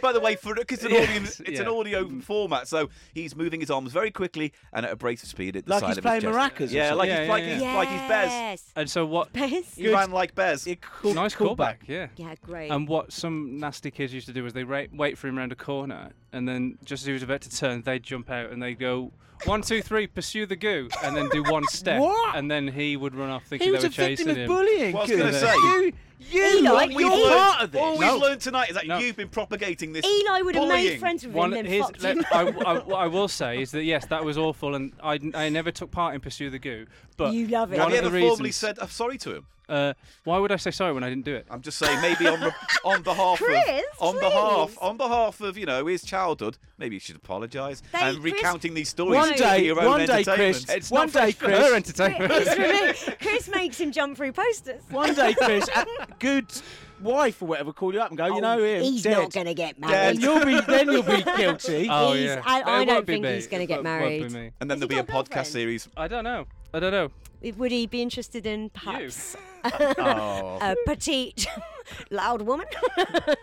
[SPEAKER 2] By the way, for because an
[SPEAKER 1] Yes,
[SPEAKER 2] audio, it's
[SPEAKER 1] yeah.
[SPEAKER 2] an audio
[SPEAKER 8] Mm.
[SPEAKER 2] format, so he's moving his arms very quickly and at a brace of speed at the
[SPEAKER 8] Like
[SPEAKER 2] side
[SPEAKER 8] he's
[SPEAKER 2] of
[SPEAKER 8] playing
[SPEAKER 2] his chest.
[SPEAKER 8] maracas or
[SPEAKER 2] Yeah, like
[SPEAKER 1] something.
[SPEAKER 2] he's
[SPEAKER 1] Yeah,
[SPEAKER 2] like
[SPEAKER 1] yeah,
[SPEAKER 2] he's
[SPEAKER 1] yeah.
[SPEAKER 2] like he's Bez.
[SPEAKER 3] Yes.
[SPEAKER 1] and so what?
[SPEAKER 3] Bez?
[SPEAKER 2] He ran like Bez.
[SPEAKER 8] It cool,
[SPEAKER 1] nice callback, yeah.
[SPEAKER 3] Yeah, great.
[SPEAKER 1] And what some nasty kids used to do was they ra- wait for him around a corner, and then just as he was about to turn, they'd jump out and they'd go one, two, three, pursue the goo, and then do one step,
[SPEAKER 8] What?
[SPEAKER 1] and then he would run off thinking
[SPEAKER 8] He was
[SPEAKER 1] they
[SPEAKER 8] a
[SPEAKER 1] were chasing
[SPEAKER 8] victim of
[SPEAKER 1] him.
[SPEAKER 8] bullying.
[SPEAKER 2] What I was gonna
[SPEAKER 8] Goose.
[SPEAKER 2] say.
[SPEAKER 8] You, you,
[SPEAKER 3] Eli,
[SPEAKER 8] lot,
[SPEAKER 3] we've
[SPEAKER 8] you're
[SPEAKER 2] learned-
[SPEAKER 8] part of this.
[SPEAKER 2] All we've learned tonight is that
[SPEAKER 1] No.
[SPEAKER 2] you've been propagating this.
[SPEAKER 3] Eli would have
[SPEAKER 2] bullying.
[SPEAKER 3] made friends with
[SPEAKER 1] One,
[SPEAKER 3] him then
[SPEAKER 1] here's-
[SPEAKER 3] fucked him.
[SPEAKER 1] let- I, I- what I will say is that yes, that was awful, and I, I never took part in pursue the goo. But
[SPEAKER 3] You love it.
[SPEAKER 1] One
[SPEAKER 2] Have you
[SPEAKER 1] of
[SPEAKER 2] ever
[SPEAKER 1] the
[SPEAKER 2] formally
[SPEAKER 1] reasons-
[SPEAKER 2] said I'm sorry to him?
[SPEAKER 1] Uh, why would I say sorry when I didn't do it?
[SPEAKER 2] I'm just saying maybe on re- on behalf
[SPEAKER 3] Chris,
[SPEAKER 2] of on
[SPEAKER 3] please.
[SPEAKER 2] behalf on behalf of you know his childhood. Maybe you should apologise
[SPEAKER 3] They-
[SPEAKER 2] and
[SPEAKER 3] Chris-
[SPEAKER 2] recounting these stories.
[SPEAKER 8] One
[SPEAKER 3] No.
[SPEAKER 2] for
[SPEAKER 8] day,
[SPEAKER 2] your own
[SPEAKER 8] one day, Chris.
[SPEAKER 2] entertainment.
[SPEAKER 1] It's
[SPEAKER 8] one
[SPEAKER 1] not fair
[SPEAKER 8] day,
[SPEAKER 1] for her
[SPEAKER 8] Chris.
[SPEAKER 1] entertainment.
[SPEAKER 3] Chris, remember- Chris makes him jump through posters.
[SPEAKER 8] One day, Chris. A good wife or whatever call you up and go, you know, him,
[SPEAKER 3] Oh, he's
[SPEAKER 8] dead.
[SPEAKER 3] not going to get married.
[SPEAKER 8] And you'll be then you'll be guilty.
[SPEAKER 1] Oh
[SPEAKER 3] He's-
[SPEAKER 1] yeah,
[SPEAKER 3] I-
[SPEAKER 1] It
[SPEAKER 3] I
[SPEAKER 1] won't
[SPEAKER 3] don't
[SPEAKER 1] be
[SPEAKER 3] think
[SPEAKER 1] me.
[SPEAKER 3] he's gonna get
[SPEAKER 1] It won't be
[SPEAKER 3] married.
[SPEAKER 1] me.
[SPEAKER 2] And then
[SPEAKER 3] Has
[SPEAKER 2] there'll
[SPEAKER 3] he
[SPEAKER 2] be a
[SPEAKER 3] got a
[SPEAKER 2] podcast
[SPEAKER 3] girlfriend?
[SPEAKER 2] series.
[SPEAKER 1] I don't know. I don't know.
[SPEAKER 3] Would he be interested in perhaps a petite, loud woman?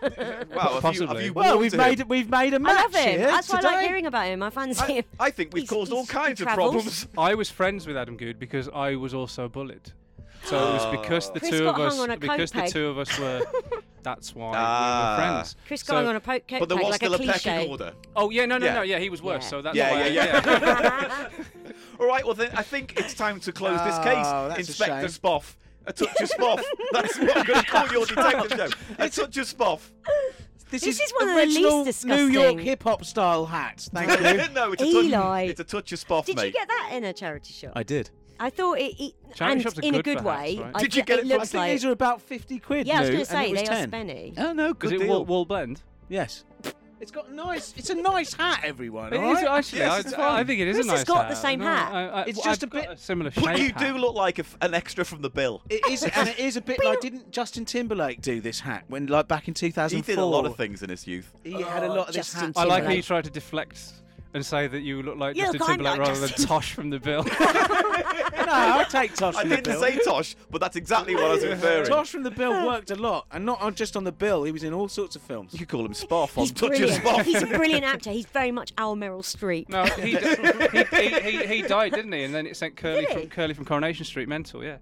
[SPEAKER 2] Wow, have you, have
[SPEAKER 1] Possibly.
[SPEAKER 2] you
[SPEAKER 8] Well,
[SPEAKER 2] warmed
[SPEAKER 8] we've
[SPEAKER 2] him?
[SPEAKER 8] made we've made a match
[SPEAKER 3] I love him.
[SPEAKER 8] here
[SPEAKER 3] That's why I
[SPEAKER 8] today.
[SPEAKER 3] like hearing about him. I fancy
[SPEAKER 2] I,
[SPEAKER 3] him.
[SPEAKER 2] I think we've
[SPEAKER 3] He's-
[SPEAKER 2] caused all
[SPEAKER 3] he's- he
[SPEAKER 2] kinds of
[SPEAKER 3] travels.
[SPEAKER 2] problems.
[SPEAKER 1] I was friends with Adam Good because I was also bullied. So it was because the
[SPEAKER 3] Chris
[SPEAKER 1] two
[SPEAKER 3] got
[SPEAKER 1] of us
[SPEAKER 3] hung on a coat
[SPEAKER 1] because the
[SPEAKER 3] peg.
[SPEAKER 1] two of us were that's why
[SPEAKER 2] Ah.
[SPEAKER 1] we were friends.
[SPEAKER 3] Chris
[SPEAKER 1] So-
[SPEAKER 3] going on a poke coat
[SPEAKER 2] But there
[SPEAKER 3] peg
[SPEAKER 2] was
[SPEAKER 3] like
[SPEAKER 2] still
[SPEAKER 3] a
[SPEAKER 2] a pecking
[SPEAKER 3] cliche.
[SPEAKER 2] order.
[SPEAKER 1] Oh yeah, no no
[SPEAKER 2] Yeah.
[SPEAKER 1] no, yeah, he was worse.
[SPEAKER 3] Yeah.
[SPEAKER 1] So that's
[SPEAKER 2] Yeah,
[SPEAKER 1] why
[SPEAKER 2] yeah, yeah. All right, well then I think it's time to close this case,
[SPEAKER 8] Oh, that's a
[SPEAKER 2] Inspector
[SPEAKER 8] shame.
[SPEAKER 2] Spoff. A touch of Spoff. That's what I'm going to call your detective show. A touch of Spoff.
[SPEAKER 3] This is one of the least
[SPEAKER 8] original New
[SPEAKER 3] disgusting.
[SPEAKER 8] York hip hop style hats. Thank you.
[SPEAKER 2] no, it's a
[SPEAKER 3] Eli.
[SPEAKER 2] touch. It's a touch of Spoff,
[SPEAKER 3] Did
[SPEAKER 2] mate.
[SPEAKER 3] you get that in a charity shop? I,
[SPEAKER 8] did.
[SPEAKER 3] thought it, it
[SPEAKER 1] Charity
[SPEAKER 3] and
[SPEAKER 1] shops are
[SPEAKER 3] in a
[SPEAKER 1] good
[SPEAKER 3] good
[SPEAKER 1] for hats,
[SPEAKER 3] way.
[SPEAKER 1] right?
[SPEAKER 3] I
[SPEAKER 2] Did
[SPEAKER 3] d-
[SPEAKER 2] you get it
[SPEAKER 3] it
[SPEAKER 2] for-
[SPEAKER 8] I
[SPEAKER 3] looks
[SPEAKER 8] think
[SPEAKER 3] like
[SPEAKER 8] these are about fifty quid.
[SPEAKER 3] yeah, I was
[SPEAKER 8] new,
[SPEAKER 3] going to
[SPEAKER 8] and
[SPEAKER 3] say
[SPEAKER 8] it was
[SPEAKER 3] they
[SPEAKER 8] 10.
[SPEAKER 3] are spenny.
[SPEAKER 8] Oh no,
[SPEAKER 1] Because
[SPEAKER 8] good
[SPEAKER 1] it
[SPEAKER 8] deal.
[SPEAKER 1] will, will blend.
[SPEAKER 8] yes.
[SPEAKER 4] It's got nice. It's a nice hat, everyone.
[SPEAKER 1] It
[SPEAKER 4] all
[SPEAKER 1] is
[SPEAKER 4] right?
[SPEAKER 1] actually.
[SPEAKER 4] Yes, it's
[SPEAKER 1] I, I
[SPEAKER 4] fine.
[SPEAKER 1] think it is
[SPEAKER 3] Chris
[SPEAKER 1] a
[SPEAKER 3] has
[SPEAKER 1] nice
[SPEAKER 3] got
[SPEAKER 1] hat.
[SPEAKER 3] the same
[SPEAKER 1] No,
[SPEAKER 3] hat.
[SPEAKER 1] I, I,
[SPEAKER 4] It's
[SPEAKER 1] well,
[SPEAKER 4] just
[SPEAKER 1] I've
[SPEAKER 4] a bit-
[SPEAKER 1] got similar shape.
[SPEAKER 2] But you
[SPEAKER 1] hat.
[SPEAKER 2] do look like a f an extra from the bill.
[SPEAKER 4] It is, and it is a bit like didn't Justin Timberlake do this hat when, like, back in 2004?
[SPEAKER 2] He did a lot of things in his youth.
[SPEAKER 4] He had a lot of this
[SPEAKER 3] Justin
[SPEAKER 4] hat.
[SPEAKER 1] I like how
[SPEAKER 3] Timberlake.
[SPEAKER 1] you try to deflect and say that you look like
[SPEAKER 3] You
[SPEAKER 1] Justin
[SPEAKER 3] look, I'm
[SPEAKER 1] Timberlake
[SPEAKER 3] like
[SPEAKER 1] rather than
[SPEAKER 3] Justin-
[SPEAKER 1] Tosh from the Bill.
[SPEAKER 4] no, I take Tosh
[SPEAKER 2] I
[SPEAKER 4] from the
[SPEAKER 2] didn't
[SPEAKER 4] bill.
[SPEAKER 2] say Tosh, but that's exactly what I was referring.
[SPEAKER 4] Tosh from the bill worked a lot, and not on- just on the bill. He was in all sorts of films.
[SPEAKER 2] You could call him Spoff on
[SPEAKER 3] He's
[SPEAKER 2] Touch of
[SPEAKER 3] brilliant.
[SPEAKER 2] Spoff.
[SPEAKER 3] He's a brilliant actor. He's very much our Meryl Streep.
[SPEAKER 1] no, he, d- he, he, he, he died, didn't he? And then it sent Curly
[SPEAKER 3] Did he?
[SPEAKER 1] from Curly from Coronation Street mental. Yeah,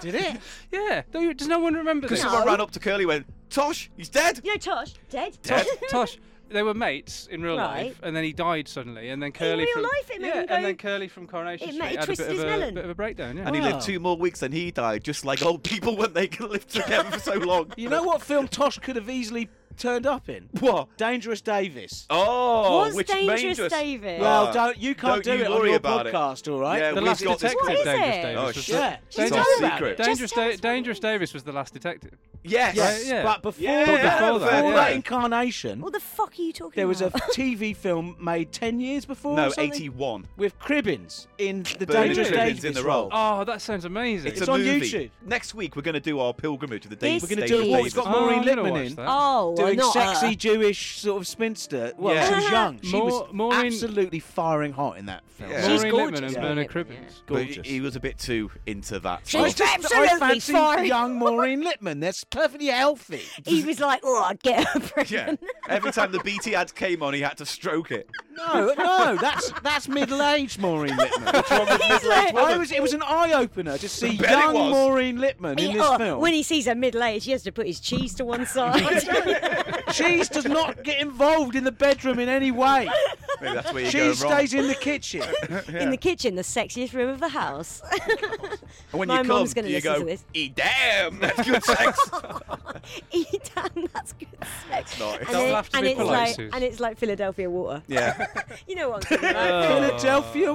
[SPEAKER 4] Did it?
[SPEAKER 1] yeah. Don't you- Does no one remember this?
[SPEAKER 2] Someone ran up to Curly and went, Tosh, he's dead.
[SPEAKER 3] You know Tosh? Dead?
[SPEAKER 1] Tosh, Tosh, they were mates in real
[SPEAKER 3] Right.
[SPEAKER 1] life, and then he died suddenly, and then Curly
[SPEAKER 3] real
[SPEAKER 1] from
[SPEAKER 3] life it made
[SPEAKER 1] yeah,
[SPEAKER 3] him go-
[SPEAKER 1] and then Curly from Coronation
[SPEAKER 3] It ma-
[SPEAKER 1] Street
[SPEAKER 3] it
[SPEAKER 1] had a
[SPEAKER 3] twisted
[SPEAKER 1] bit of
[SPEAKER 3] his
[SPEAKER 1] a,
[SPEAKER 3] melon.
[SPEAKER 1] bit of a breakdown. Yeah.
[SPEAKER 2] And he lived two more weeks and he died, just like old people when they can live together for so long.
[SPEAKER 4] You know what film Tosh could have easily turned up in?
[SPEAKER 2] What?
[SPEAKER 4] Dangerous Davis.
[SPEAKER 2] Oh,
[SPEAKER 3] What's
[SPEAKER 2] which
[SPEAKER 3] Dangerous
[SPEAKER 2] dangerous
[SPEAKER 3] David?
[SPEAKER 4] Well,
[SPEAKER 2] Ah.
[SPEAKER 4] don't you can't
[SPEAKER 2] Don't
[SPEAKER 4] do
[SPEAKER 2] you
[SPEAKER 4] it
[SPEAKER 2] worry
[SPEAKER 4] on your
[SPEAKER 2] about it.
[SPEAKER 4] podcast, all right?
[SPEAKER 2] Yeah,
[SPEAKER 1] the
[SPEAKER 2] we've
[SPEAKER 1] last
[SPEAKER 2] got this
[SPEAKER 1] detective,
[SPEAKER 3] What is
[SPEAKER 1] Dangerous
[SPEAKER 3] it?
[SPEAKER 1] Davis.
[SPEAKER 2] Oh,
[SPEAKER 1] was the-
[SPEAKER 2] shit.
[SPEAKER 4] Yeah.
[SPEAKER 2] It's
[SPEAKER 1] Dangerous,
[SPEAKER 2] top
[SPEAKER 1] Da-
[SPEAKER 2] secret.
[SPEAKER 1] Dangerous,
[SPEAKER 3] Just tell
[SPEAKER 1] da-
[SPEAKER 3] us what it
[SPEAKER 1] Dangerous
[SPEAKER 3] is.
[SPEAKER 1] Davis was the last detective.
[SPEAKER 2] Yes.
[SPEAKER 1] Yes. Yeah.
[SPEAKER 4] But before,
[SPEAKER 2] Yeah,
[SPEAKER 4] before
[SPEAKER 1] but before that,
[SPEAKER 4] that,
[SPEAKER 1] yeah.
[SPEAKER 4] incarnation,
[SPEAKER 3] What the fuck are you talking
[SPEAKER 4] there was a
[SPEAKER 3] about?
[SPEAKER 4] TV film made 10 years before. or
[SPEAKER 2] No,
[SPEAKER 4] something,
[SPEAKER 2] 81.
[SPEAKER 4] With Cribbins in the
[SPEAKER 2] Bernie
[SPEAKER 4] Dangerous
[SPEAKER 1] Cribbins
[SPEAKER 4] Davis
[SPEAKER 2] in the
[SPEAKER 4] role.
[SPEAKER 2] role.
[SPEAKER 1] Oh, that sounds amazing.
[SPEAKER 4] It's on
[SPEAKER 2] movie.
[SPEAKER 4] YouTube.
[SPEAKER 2] Next week, we're going to do our pilgrimage of the Davis.
[SPEAKER 3] This
[SPEAKER 4] We're going to
[SPEAKER 3] Davis
[SPEAKER 4] do
[SPEAKER 2] Davis.
[SPEAKER 4] what? It's got
[SPEAKER 1] Oh,
[SPEAKER 4] Maureen
[SPEAKER 1] I'm gonna
[SPEAKER 4] Lipman
[SPEAKER 1] watch
[SPEAKER 4] in.
[SPEAKER 1] that.
[SPEAKER 3] oh, well,
[SPEAKER 4] Doing
[SPEAKER 3] not
[SPEAKER 4] sexy
[SPEAKER 3] her.
[SPEAKER 4] Jewish sort of spinster. Well,
[SPEAKER 2] Yeah.
[SPEAKER 4] she was young. She
[SPEAKER 1] Maur-
[SPEAKER 4] was
[SPEAKER 1] Maureen-
[SPEAKER 4] absolutely firing hot in that film.
[SPEAKER 2] Yeah.
[SPEAKER 3] She's
[SPEAKER 1] Maureen
[SPEAKER 3] gorgeous,
[SPEAKER 1] Lipman and
[SPEAKER 3] yeah.
[SPEAKER 1] Bernard
[SPEAKER 3] Lipman,
[SPEAKER 1] Cribbins.
[SPEAKER 2] But
[SPEAKER 4] Gorgeous.
[SPEAKER 2] he was a bit too into that.
[SPEAKER 3] She's
[SPEAKER 4] I
[SPEAKER 2] stuff.
[SPEAKER 3] She's
[SPEAKER 4] just- I
[SPEAKER 3] absolutely
[SPEAKER 4] fancy
[SPEAKER 3] fine.
[SPEAKER 4] young Maureen Lipman. That's perfectly healthy.
[SPEAKER 3] He was like, oh, I'd get her
[SPEAKER 2] Yeah.
[SPEAKER 3] pregnant.
[SPEAKER 2] Every time the BT ad came on, he had to stroke it.
[SPEAKER 4] No, no, that's that's middle-aged Maureen Lipman.
[SPEAKER 3] He's like, "Oh,
[SPEAKER 4] I was, it was an eye opener to see
[SPEAKER 2] bet it
[SPEAKER 4] young
[SPEAKER 2] was.
[SPEAKER 4] Maureen Lipman in
[SPEAKER 3] he-
[SPEAKER 4] this
[SPEAKER 3] oh,
[SPEAKER 4] film.
[SPEAKER 3] when he sees her middle age, he has to put his cheese to one side.
[SPEAKER 4] Cheese does not get involved in the bedroom in any way.
[SPEAKER 2] Maybe that's where you go
[SPEAKER 4] Cheese
[SPEAKER 2] wrong.
[SPEAKER 4] stays in the kitchen.
[SPEAKER 3] In the kitchen, the sexiest room of the house.
[SPEAKER 2] and when
[SPEAKER 3] My
[SPEAKER 2] you come,
[SPEAKER 3] mum's gonna
[SPEAKER 2] you
[SPEAKER 3] listen
[SPEAKER 2] go,
[SPEAKER 3] to this.
[SPEAKER 2] "E damn, that's good sex.
[SPEAKER 3] Eat down, that's good sex.
[SPEAKER 2] not.
[SPEAKER 3] And,
[SPEAKER 2] Don't
[SPEAKER 3] then-
[SPEAKER 1] laugh to
[SPEAKER 3] and
[SPEAKER 1] be
[SPEAKER 3] it's
[SPEAKER 1] polite,
[SPEAKER 3] like,
[SPEAKER 1] Suze.
[SPEAKER 3] and it's like Philadelphia water.
[SPEAKER 2] yeah.
[SPEAKER 3] You know what I'm talking about.
[SPEAKER 1] Uh.
[SPEAKER 4] Philadelphia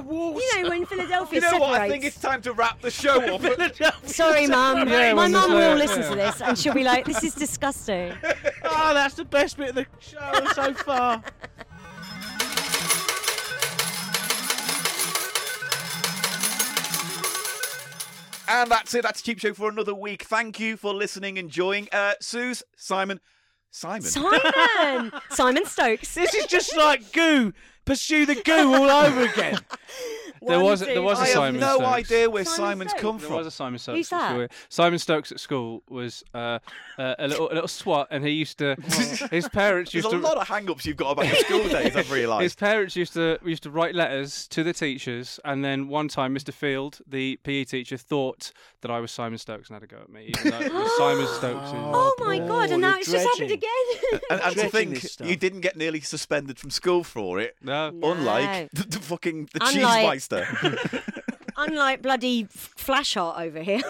[SPEAKER 4] Walls.
[SPEAKER 3] You know when Philadelphia
[SPEAKER 2] You know
[SPEAKER 3] separates.
[SPEAKER 2] what? I think it's time to wrap the show up.
[SPEAKER 3] Sorry, mum.
[SPEAKER 1] Yeah,
[SPEAKER 3] My
[SPEAKER 1] when
[SPEAKER 3] mum
[SPEAKER 1] you say
[SPEAKER 3] will
[SPEAKER 1] it,
[SPEAKER 3] listen
[SPEAKER 1] yeah.
[SPEAKER 3] to this, and she'll be like, "This is disgusting."
[SPEAKER 4] Oh, that's the best bit of the show so far.
[SPEAKER 2] And that's it. That's Cheap Show for another week. Thank you for listening, enjoying. Uh, Suze, Simon, Simon.
[SPEAKER 3] Simon, Simon Stokes.
[SPEAKER 4] This is just like goo. Pursue the goo all over again.
[SPEAKER 1] There
[SPEAKER 3] One,
[SPEAKER 1] was a-
[SPEAKER 3] two,
[SPEAKER 1] there was a
[SPEAKER 2] I
[SPEAKER 3] three.
[SPEAKER 2] have
[SPEAKER 1] Simon
[SPEAKER 2] no
[SPEAKER 1] Stokes.
[SPEAKER 2] idea where
[SPEAKER 3] Simon
[SPEAKER 2] Simon's
[SPEAKER 3] Stokes.
[SPEAKER 2] come
[SPEAKER 1] There
[SPEAKER 2] from.
[SPEAKER 1] was a Simon Stokes.
[SPEAKER 3] Who's
[SPEAKER 1] at
[SPEAKER 3] that?
[SPEAKER 1] school. Simon Stokes at school was uh, uh, a little a little swat, and he used to. his parents
[SPEAKER 2] There's
[SPEAKER 1] used
[SPEAKER 2] a
[SPEAKER 1] to.
[SPEAKER 2] lot of hang-ups you've got about your school days. I've
[SPEAKER 1] his
[SPEAKER 2] realised.
[SPEAKER 1] parents used to used to write letters to the teachers, and then one time, Mr. Field, the PE teacher, thought that I was Simon Stokes and had a go at me. Even though it was Simon Stokes. is-
[SPEAKER 3] Oh my god! And now
[SPEAKER 4] you're
[SPEAKER 3] it's just happened
[SPEAKER 4] dredging.
[SPEAKER 3] again.
[SPEAKER 2] And, and to
[SPEAKER 4] Stretching
[SPEAKER 2] think
[SPEAKER 4] this stuff.
[SPEAKER 2] you didn't get nearly suspended from school for it,
[SPEAKER 1] No.
[SPEAKER 2] unlike the, the fucking the cheese
[SPEAKER 3] Unlike-
[SPEAKER 2] meister.
[SPEAKER 3] Unlike bloody f- flash art over here.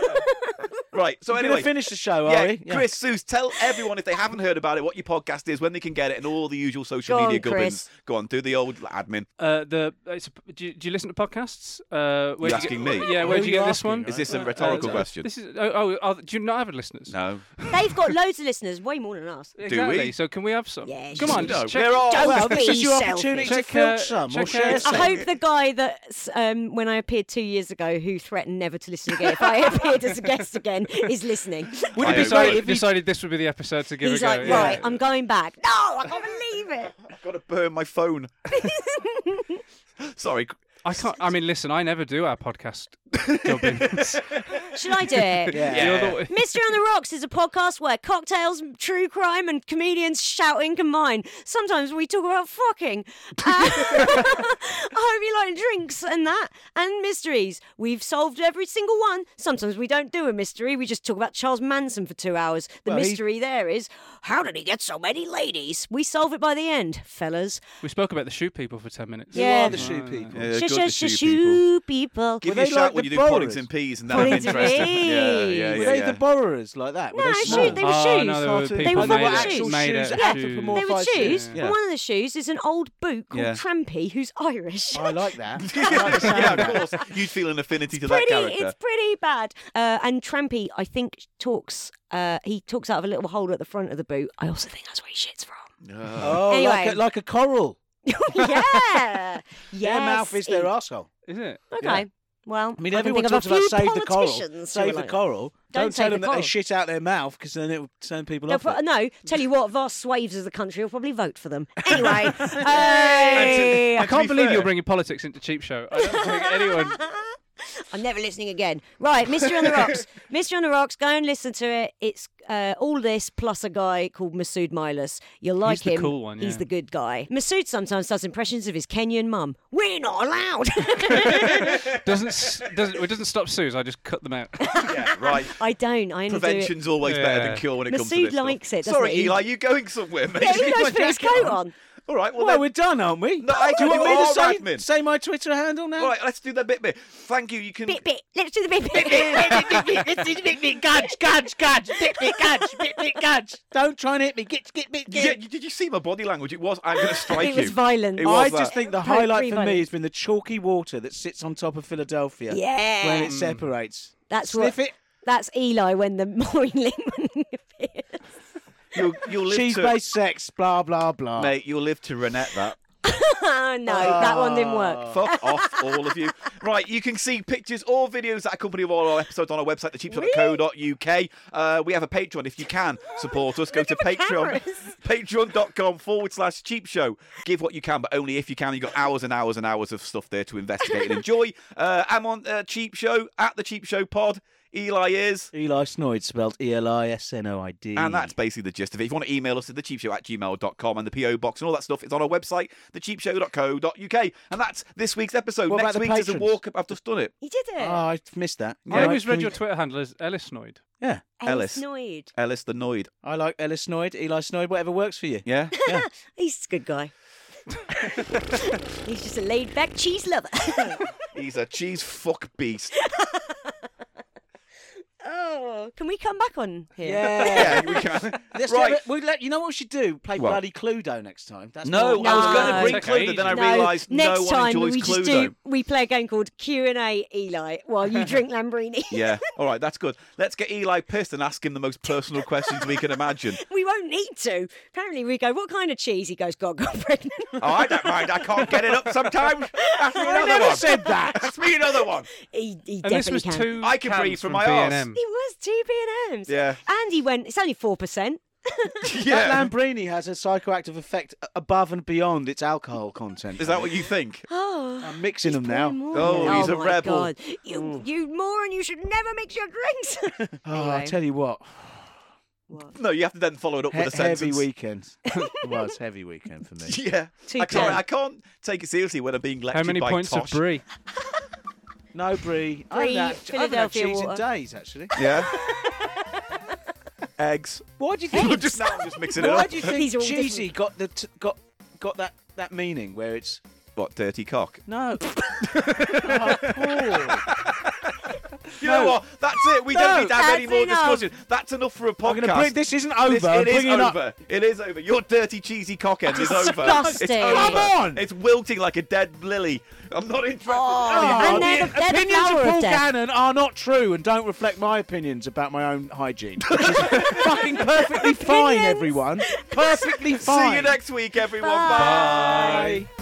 [SPEAKER 2] right. So
[SPEAKER 4] We're
[SPEAKER 2] anyway,
[SPEAKER 4] gonna finish the show, are
[SPEAKER 2] yeah,
[SPEAKER 4] we? Yeah.
[SPEAKER 2] Chris, Suze, tell everyone if they haven't heard about it what your podcast is, when they can get it, and all the usual social
[SPEAKER 3] Go
[SPEAKER 2] media
[SPEAKER 3] on,
[SPEAKER 2] gubbins.
[SPEAKER 3] Chris.
[SPEAKER 2] Go on, do the old admin.
[SPEAKER 1] Uh, the it's a, do, you, do you listen to podcasts? Uh, where
[SPEAKER 2] You're
[SPEAKER 1] do
[SPEAKER 2] asking
[SPEAKER 1] you get,
[SPEAKER 2] me?
[SPEAKER 1] Yeah,
[SPEAKER 4] Who
[SPEAKER 1] where
[SPEAKER 4] are
[SPEAKER 1] do you
[SPEAKER 4] you
[SPEAKER 1] get this
[SPEAKER 4] asking,
[SPEAKER 1] one?
[SPEAKER 4] right?
[SPEAKER 2] Is this a
[SPEAKER 1] Uh,
[SPEAKER 2] rhetorical
[SPEAKER 1] uh,
[SPEAKER 2] question?
[SPEAKER 1] This is oh, oh are, do you not have listeners?
[SPEAKER 2] no.
[SPEAKER 3] They've got loads of listeners, way more than us.
[SPEAKER 1] Exactly.
[SPEAKER 2] we?
[SPEAKER 1] So can we have some?
[SPEAKER 3] Yeah,
[SPEAKER 1] Come
[SPEAKER 3] sure.
[SPEAKER 1] on, just
[SPEAKER 2] No,
[SPEAKER 1] check.
[SPEAKER 2] we're all-
[SPEAKER 3] Don't
[SPEAKER 4] Well,
[SPEAKER 3] be
[SPEAKER 4] this is your
[SPEAKER 3] selfish.
[SPEAKER 4] opportunity to
[SPEAKER 1] Check, uh,
[SPEAKER 4] filch some or
[SPEAKER 1] check, uh,
[SPEAKER 4] share
[SPEAKER 3] I
[SPEAKER 4] some.
[SPEAKER 3] hope the guy that um, when I appeared two years ago, who threatened never to listen again if I appeared as a guest again, is listening.
[SPEAKER 4] Would
[SPEAKER 2] I
[SPEAKER 4] it be
[SPEAKER 2] hope
[SPEAKER 4] great
[SPEAKER 1] Decided,
[SPEAKER 4] if you
[SPEAKER 1] decided this would be the episode to give
[SPEAKER 3] He's
[SPEAKER 1] a go.
[SPEAKER 3] like,
[SPEAKER 1] yeah.
[SPEAKER 3] right, I'm going back. No, I can't believe it.
[SPEAKER 2] I've got to burn my phone. Sorry.
[SPEAKER 1] I can't. I mean, listen, I never do our podcast. Gubbins.
[SPEAKER 3] Should I do it?
[SPEAKER 1] You're the-
[SPEAKER 3] Mystery on the Rocks is a podcast where cocktails, true crime, and comedians shouting combine. Sometimes we talk about fucking. Uh, I hope you like drinks and that, and mysteries. We've solved every single one. Sometimes we don't do a mystery, we just talk about Charles Manson for two hours. The
[SPEAKER 4] he-
[SPEAKER 3] mystery there is how did he get so many ladies? We solve it by the end, fellas.
[SPEAKER 1] we spoke about the shoe people for ten minutes.
[SPEAKER 3] Yeah.
[SPEAKER 4] are the shoe people.
[SPEAKER 2] Yeah,
[SPEAKER 3] Shush,
[SPEAKER 2] good
[SPEAKER 3] shush,
[SPEAKER 2] to see you
[SPEAKER 3] shush,
[SPEAKER 2] people.
[SPEAKER 3] shoo, people.
[SPEAKER 2] Give
[SPEAKER 4] Were
[SPEAKER 2] me a
[SPEAKER 4] they
[SPEAKER 2] shout
[SPEAKER 4] like
[SPEAKER 2] when
[SPEAKER 4] the
[SPEAKER 2] you do puddings
[SPEAKER 4] borrowers?
[SPEAKER 2] and peas, and that'll be
[SPEAKER 3] Puddings and
[SPEAKER 2] interesting. Yeah,
[SPEAKER 3] peas.
[SPEAKER 2] yeah,
[SPEAKER 4] Were
[SPEAKER 2] yeah.
[SPEAKER 4] they
[SPEAKER 2] yeah.
[SPEAKER 4] the borrowers like that? Were
[SPEAKER 3] No,
[SPEAKER 4] they
[SPEAKER 3] shoe-
[SPEAKER 4] small?
[SPEAKER 3] they were
[SPEAKER 1] oh,
[SPEAKER 3] shoes.
[SPEAKER 1] No, there were
[SPEAKER 4] Sorted.
[SPEAKER 1] people
[SPEAKER 3] They were
[SPEAKER 1] made
[SPEAKER 3] full
[SPEAKER 1] out-
[SPEAKER 3] shoes.
[SPEAKER 1] made out
[SPEAKER 4] Shoes,
[SPEAKER 1] of
[SPEAKER 4] yeah.
[SPEAKER 1] shoes.
[SPEAKER 4] Anthropomorph-
[SPEAKER 3] They were
[SPEAKER 4] Morphize
[SPEAKER 3] shoes.
[SPEAKER 4] shoes.
[SPEAKER 2] Yeah.
[SPEAKER 3] One of the shoes is an old boot called
[SPEAKER 2] Yeah.
[SPEAKER 3] Trampy, who's Irish.
[SPEAKER 4] Oh, I like that.
[SPEAKER 2] yeah, of course. You'd feel an affinity to that
[SPEAKER 3] pretty,
[SPEAKER 2] character.
[SPEAKER 3] It's pretty bad. Uh, and Trampy, I think, talks. Uh, he talks out of a little hole at the front of the boot. I also think that's where he shits from.
[SPEAKER 4] Oh, like,
[SPEAKER 3] Anyway.
[SPEAKER 4] a, like a coral.
[SPEAKER 3] yeah.
[SPEAKER 4] Their
[SPEAKER 3] Yes.
[SPEAKER 4] mouth is their
[SPEAKER 3] eat.
[SPEAKER 4] asshole.
[SPEAKER 1] Is it?
[SPEAKER 3] Okay. Well,
[SPEAKER 4] I mean,
[SPEAKER 3] can
[SPEAKER 4] everyone
[SPEAKER 3] think of
[SPEAKER 4] talks about
[SPEAKER 3] a few
[SPEAKER 4] save the coral.
[SPEAKER 3] politicians who
[SPEAKER 4] Save
[SPEAKER 3] are
[SPEAKER 4] the
[SPEAKER 3] like that.
[SPEAKER 4] coral.
[SPEAKER 3] Don't
[SPEAKER 4] tell
[SPEAKER 3] save
[SPEAKER 4] them
[SPEAKER 3] the
[SPEAKER 4] that they
[SPEAKER 3] coral.
[SPEAKER 4] shit out their mouth because then it will turn people
[SPEAKER 3] They'll
[SPEAKER 4] off.
[SPEAKER 3] pro-
[SPEAKER 4] it.
[SPEAKER 3] no, tell you what, vast swathes of the country will probably vote for them. Anyway,
[SPEAKER 2] to-
[SPEAKER 3] hey,
[SPEAKER 1] I
[SPEAKER 2] And to
[SPEAKER 1] can't
[SPEAKER 2] be
[SPEAKER 1] believe
[SPEAKER 2] fair-
[SPEAKER 1] you're bringing politics into Cheap Show. I don't think anyone.
[SPEAKER 3] I'm never listening again. Right, Mystery on the Rocks. Mystery on the Rocks, go and listen to it. It's uh, all this plus a guy called Masood Milus. You'll like
[SPEAKER 1] the
[SPEAKER 3] him.
[SPEAKER 1] cool one,
[SPEAKER 3] He's
[SPEAKER 1] yeah.
[SPEAKER 3] the good guy. Masood sometimes does impressions of his Kenyan mum. We're not allowed.
[SPEAKER 1] Doesn't, s- doesn't it doesn't stop Suze? I just cut them out.
[SPEAKER 2] yeah, right.
[SPEAKER 3] I don't. I only do it.
[SPEAKER 2] Prevention's always better than
[SPEAKER 1] Yeah.
[SPEAKER 2] cure when it comes to
[SPEAKER 3] Masood
[SPEAKER 2] this stuff.
[SPEAKER 3] likes it, doesn't
[SPEAKER 2] Sorry,
[SPEAKER 3] he?
[SPEAKER 2] Eli, you going somewhere, mate?
[SPEAKER 3] Yeah, he
[SPEAKER 2] Leave my
[SPEAKER 3] knows put his
[SPEAKER 2] jacket
[SPEAKER 3] coat on.
[SPEAKER 2] All right, well,
[SPEAKER 4] Well,
[SPEAKER 2] then,
[SPEAKER 4] we're done, aren't we?
[SPEAKER 2] No, I
[SPEAKER 4] do you
[SPEAKER 2] think
[SPEAKER 4] want me
[SPEAKER 2] we're
[SPEAKER 4] to say,
[SPEAKER 2] admin.
[SPEAKER 4] say my Twitter handle now?
[SPEAKER 2] all right, let's do that bit, bit. Thank you. You can.
[SPEAKER 3] Bit bit. Let's do the bit bit. bit, bit, bit, bit, bit, bit. Gudge, gudge, gudge. Bit bit, gudge. Bit bit, gudge.
[SPEAKER 4] Don't try and hit me. Get, get, get,
[SPEAKER 2] Yeah,
[SPEAKER 4] get.
[SPEAKER 2] you- did you see my body language? It was I'm going to strike
[SPEAKER 3] It
[SPEAKER 2] you.
[SPEAKER 3] was violent.
[SPEAKER 2] It was
[SPEAKER 4] I
[SPEAKER 2] that.
[SPEAKER 4] just think the
[SPEAKER 3] Very
[SPEAKER 4] highlight for
[SPEAKER 3] violent.
[SPEAKER 4] me has been the chalky water that sits on top of Philadelphia.
[SPEAKER 3] Yeah.
[SPEAKER 4] When
[SPEAKER 2] Mm.
[SPEAKER 4] it separates.
[SPEAKER 3] That's
[SPEAKER 4] Sniff
[SPEAKER 3] what.
[SPEAKER 4] it.
[SPEAKER 3] That's Eli when the Maureen Lehman appears.
[SPEAKER 2] You'll, you'll live
[SPEAKER 4] Cheese
[SPEAKER 2] to,
[SPEAKER 4] based sex, blah, blah, blah.
[SPEAKER 2] mate. You'll live to renette that.
[SPEAKER 3] Oh no, that one didn't work.
[SPEAKER 2] Fuck off, all of you. Right, you can see pictures or videos that accompany all our episodes on our website, thecheapshot.co.uk. Uh, we have a Patreon. If you can support us, go to Patreon, patreon.com forward slash cheap show. Give what you can, but only if you can. You've got hours and hours and hours of stuff there to investigate and enjoy. Uh, I'm on uh, Cheap Show, at the Cheap Show pod. Eli is.
[SPEAKER 4] Eli Snoid, spelled E L I S N O I D.
[SPEAKER 2] And that's basically the gist of it. If you want to email us at thecheapshow at gmail.com and the PO box and all that stuff, it's on our website, thecheapshow.co.uk. And that's this week's episode.
[SPEAKER 4] What
[SPEAKER 2] Next
[SPEAKER 4] about the
[SPEAKER 2] week's is a
[SPEAKER 4] patrons?
[SPEAKER 2] walk up. I've just done it.
[SPEAKER 3] He did
[SPEAKER 4] Oh,
[SPEAKER 3] it.
[SPEAKER 4] I missed that.
[SPEAKER 1] I
[SPEAKER 4] Right,
[SPEAKER 1] always
[SPEAKER 4] can
[SPEAKER 1] read
[SPEAKER 4] we-
[SPEAKER 1] your Twitter handle as Ellis Noid.
[SPEAKER 4] Yeah.
[SPEAKER 2] Ellis.
[SPEAKER 3] Noid.
[SPEAKER 2] Ellis the Noid.
[SPEAKER 4] I like Ellis Snoid, Eli Snoid, whatever works for you.
[SPEAKER 2] Yeah?
[SPEAKER 4] Yeah.
[SPEAKER 3] He's a good guy. He's just a laid back cheese lover.
[SPEAKER 2] He's a cheese fuck beast.
[SPEAKER 3] oh, can we come back on here?
[SPEAKER 2] yeah, we can.
[SPEAKER 4] Let's
[SPEAKER 2] Right.
[SPEAKER 4] do it. We'll let, you know what we should do? Play
[SPEAKER 2] What?
[SPEAKER 4] bloody Cluedo next time. That's
[SPEAKER 2] No,
[SPEAKER 4] more-
[SPEAKER 2] I was going to
[SPEAKER 3] No.
[SPEAKER 2] bring
[SPEAKER 1] Take
[SPEAKER 2] Cluedo, then I
[SPEAKER 1] ages.
[SPEAKER 3] No,
[SPEAKER 2] realised no,
[SPEAKER 3] next
[SPEAKER 2] one
[SPEAKER 3] time
[SPEAKER 2] enjoys
[SPEAKER 3] we
[SPEAKER 2] Cluedo.
[SPEAKER 3] just do we play a game called Q and A, Eli, while you drink Lambrini.
[SPEAKER 2] Yeah, all right, that's good. Let's get Eli pissed and ask him the most personal questions we can imagine.
[SPEAKER 3] We won't need to. Apparently, we go, "What kind of cheese?" He goes, "God, got pregnant."
[SPEAKER 2] Oh, I don't mind. I can't get it up sometimes. Ask me another
[SPEAKER 4] never
[SPEAKER 2] one.
[SPEAKER 4] said that.
[SPEAKER 2] Ask me another one.
[SPEAKER 3] he he
[SPEAKER 1] And
[SPEAKER 3] definitely
[SPEAKER 1] this was
[SPEAKER 3] can.
[SPEAKER 1] two.
[SPEAKER 2] I can
[SPEAKER 1] cans
[SPEAKER 2] breathe from
[SPEAKER 1] from
[SPEAKER 2] my arse.
[SPEAKER 1] B&M.
[SPEAKER 3] It was two B and M's.
[SPEAKER 2] Yeah.
[SPEAKER 3] And he went. It's only four percent.
[SPEAKER 2] Yeah.
[SPEAKER 4] That Lambrini has a psychoactive effect above and beyond its alcohol content.
[SPEAKER 2] Is that what you think?
[SPEAKER 3] Oh.
[SPEAKER 4] I'm mixing them
[SPEAKER 3] Play
[SPEAKER 4] now.
[SPEAKER 3] more.
[SPEAKER 2] Oh, he's a
[SPEAKER 3] my
[SPEAKER 2] rebel. Mm.
[SPEAKER 3] God. You, you moron! You should never mix your drinks.
[SPEAKER 4] Oh, I
[SPEAKER 3] Anyway.
[SPEAKER 4] tell you what,
[SPEAKER 2] No, you have to then follow it up
[SPEAKER 4] he-
[SPEAKER 2] with a sentence.
[SPEAKER 4] heavy weekend. well, it's heavy weekend for me.
[SPEAKER 2] Yeah.
[SPEAKER 3] Two
[SPEAKER 2] I can't,
[SPEAKER 3] ten.
[SPEAKER 2] I can't take it seriously when I'm being lectured
[SPEAKER 1] How many
[SPEAKER 2] by
[SPEAKER 1] points
[SPEAKER 2] Tosh.
[SPEAKER 1] of brie?
[SPEAKER 4] No brie.
[SPEAKER 3] Brie,
[SPEAKER 4] I haven't had, I haven't had
[SPEAKER 3] Philadelphia
[SPEAKER 4] cheese in
[SPEAKER 3] water.
[SPEAKER 4] days, actually.
[SPEAKER 2] Yeah. Eggs.
[SPEAKER 4] Why do you think?
[SPEAKER 2] I'm just, now I'm just mixing it
[SPEAKER 4] Why
[SPEAKER 2] up.
[SPEAKER 4] do you
[SPEAKER 3] These are
[SPEAKER 4] think
[SPEAKER 3] all
[SPEAKER 4] cheesy got the t- got got that that meaning where it's
[SPEAKER 2] What, dirty cock?
[SPEAKER 4] no. Oh, Paul.
[SPEAKER 2] You know what? That's it. We don't need to have any
[SPEAKER 3] That's
[SPEAKER 2] more
[SPEAKER 3] enough.
[SPEAKER 2] discussion. That's enough for a
[SPEAKER 4] I'm
[SPEAKER 2] podcast.
[SPEAKER 4] gonna bring this isn't over.
[SPEAKER 2] This-
[SPEAKER 4] I'm
[SPEAKER 2] it is
[SPEAKER 4] bringing
[SPEAKER 2] over.
[SPEAKER 4] up-
[SPEAKER 2] It is over. Your dirty, cheesy cockhead is over. It's
[SPEAKER 3] Disgusting.
[SPEAKER 2] over.
[SPEAKER 3] Come
[SPEAKER 4] on.
[SPEAKER 2] It's wilting like a dead lily. I'm not interested.
[SPEAKER 3] Oh, and they're the, they're the
[SPEAKER 4] opinions
[SPEAKER 3] flower
[SPEAKER 4] of
[SPEAKER 3] of,
[SPEAKER 4] Paul
[SPEAKER 3] death.
[SPEAKER 4] Gannon are not true and don't reflect my opinions about my own hygiene. Which is fucking perfectly fine,
[SPEAKER 3] Opinions.
[SPEAKER 4] everyone. Perfectly fine.
[SPEAKER 2] See you next week, everyone.
[SPEAKER 3] Bye.
[SPEAKER 4] Bye.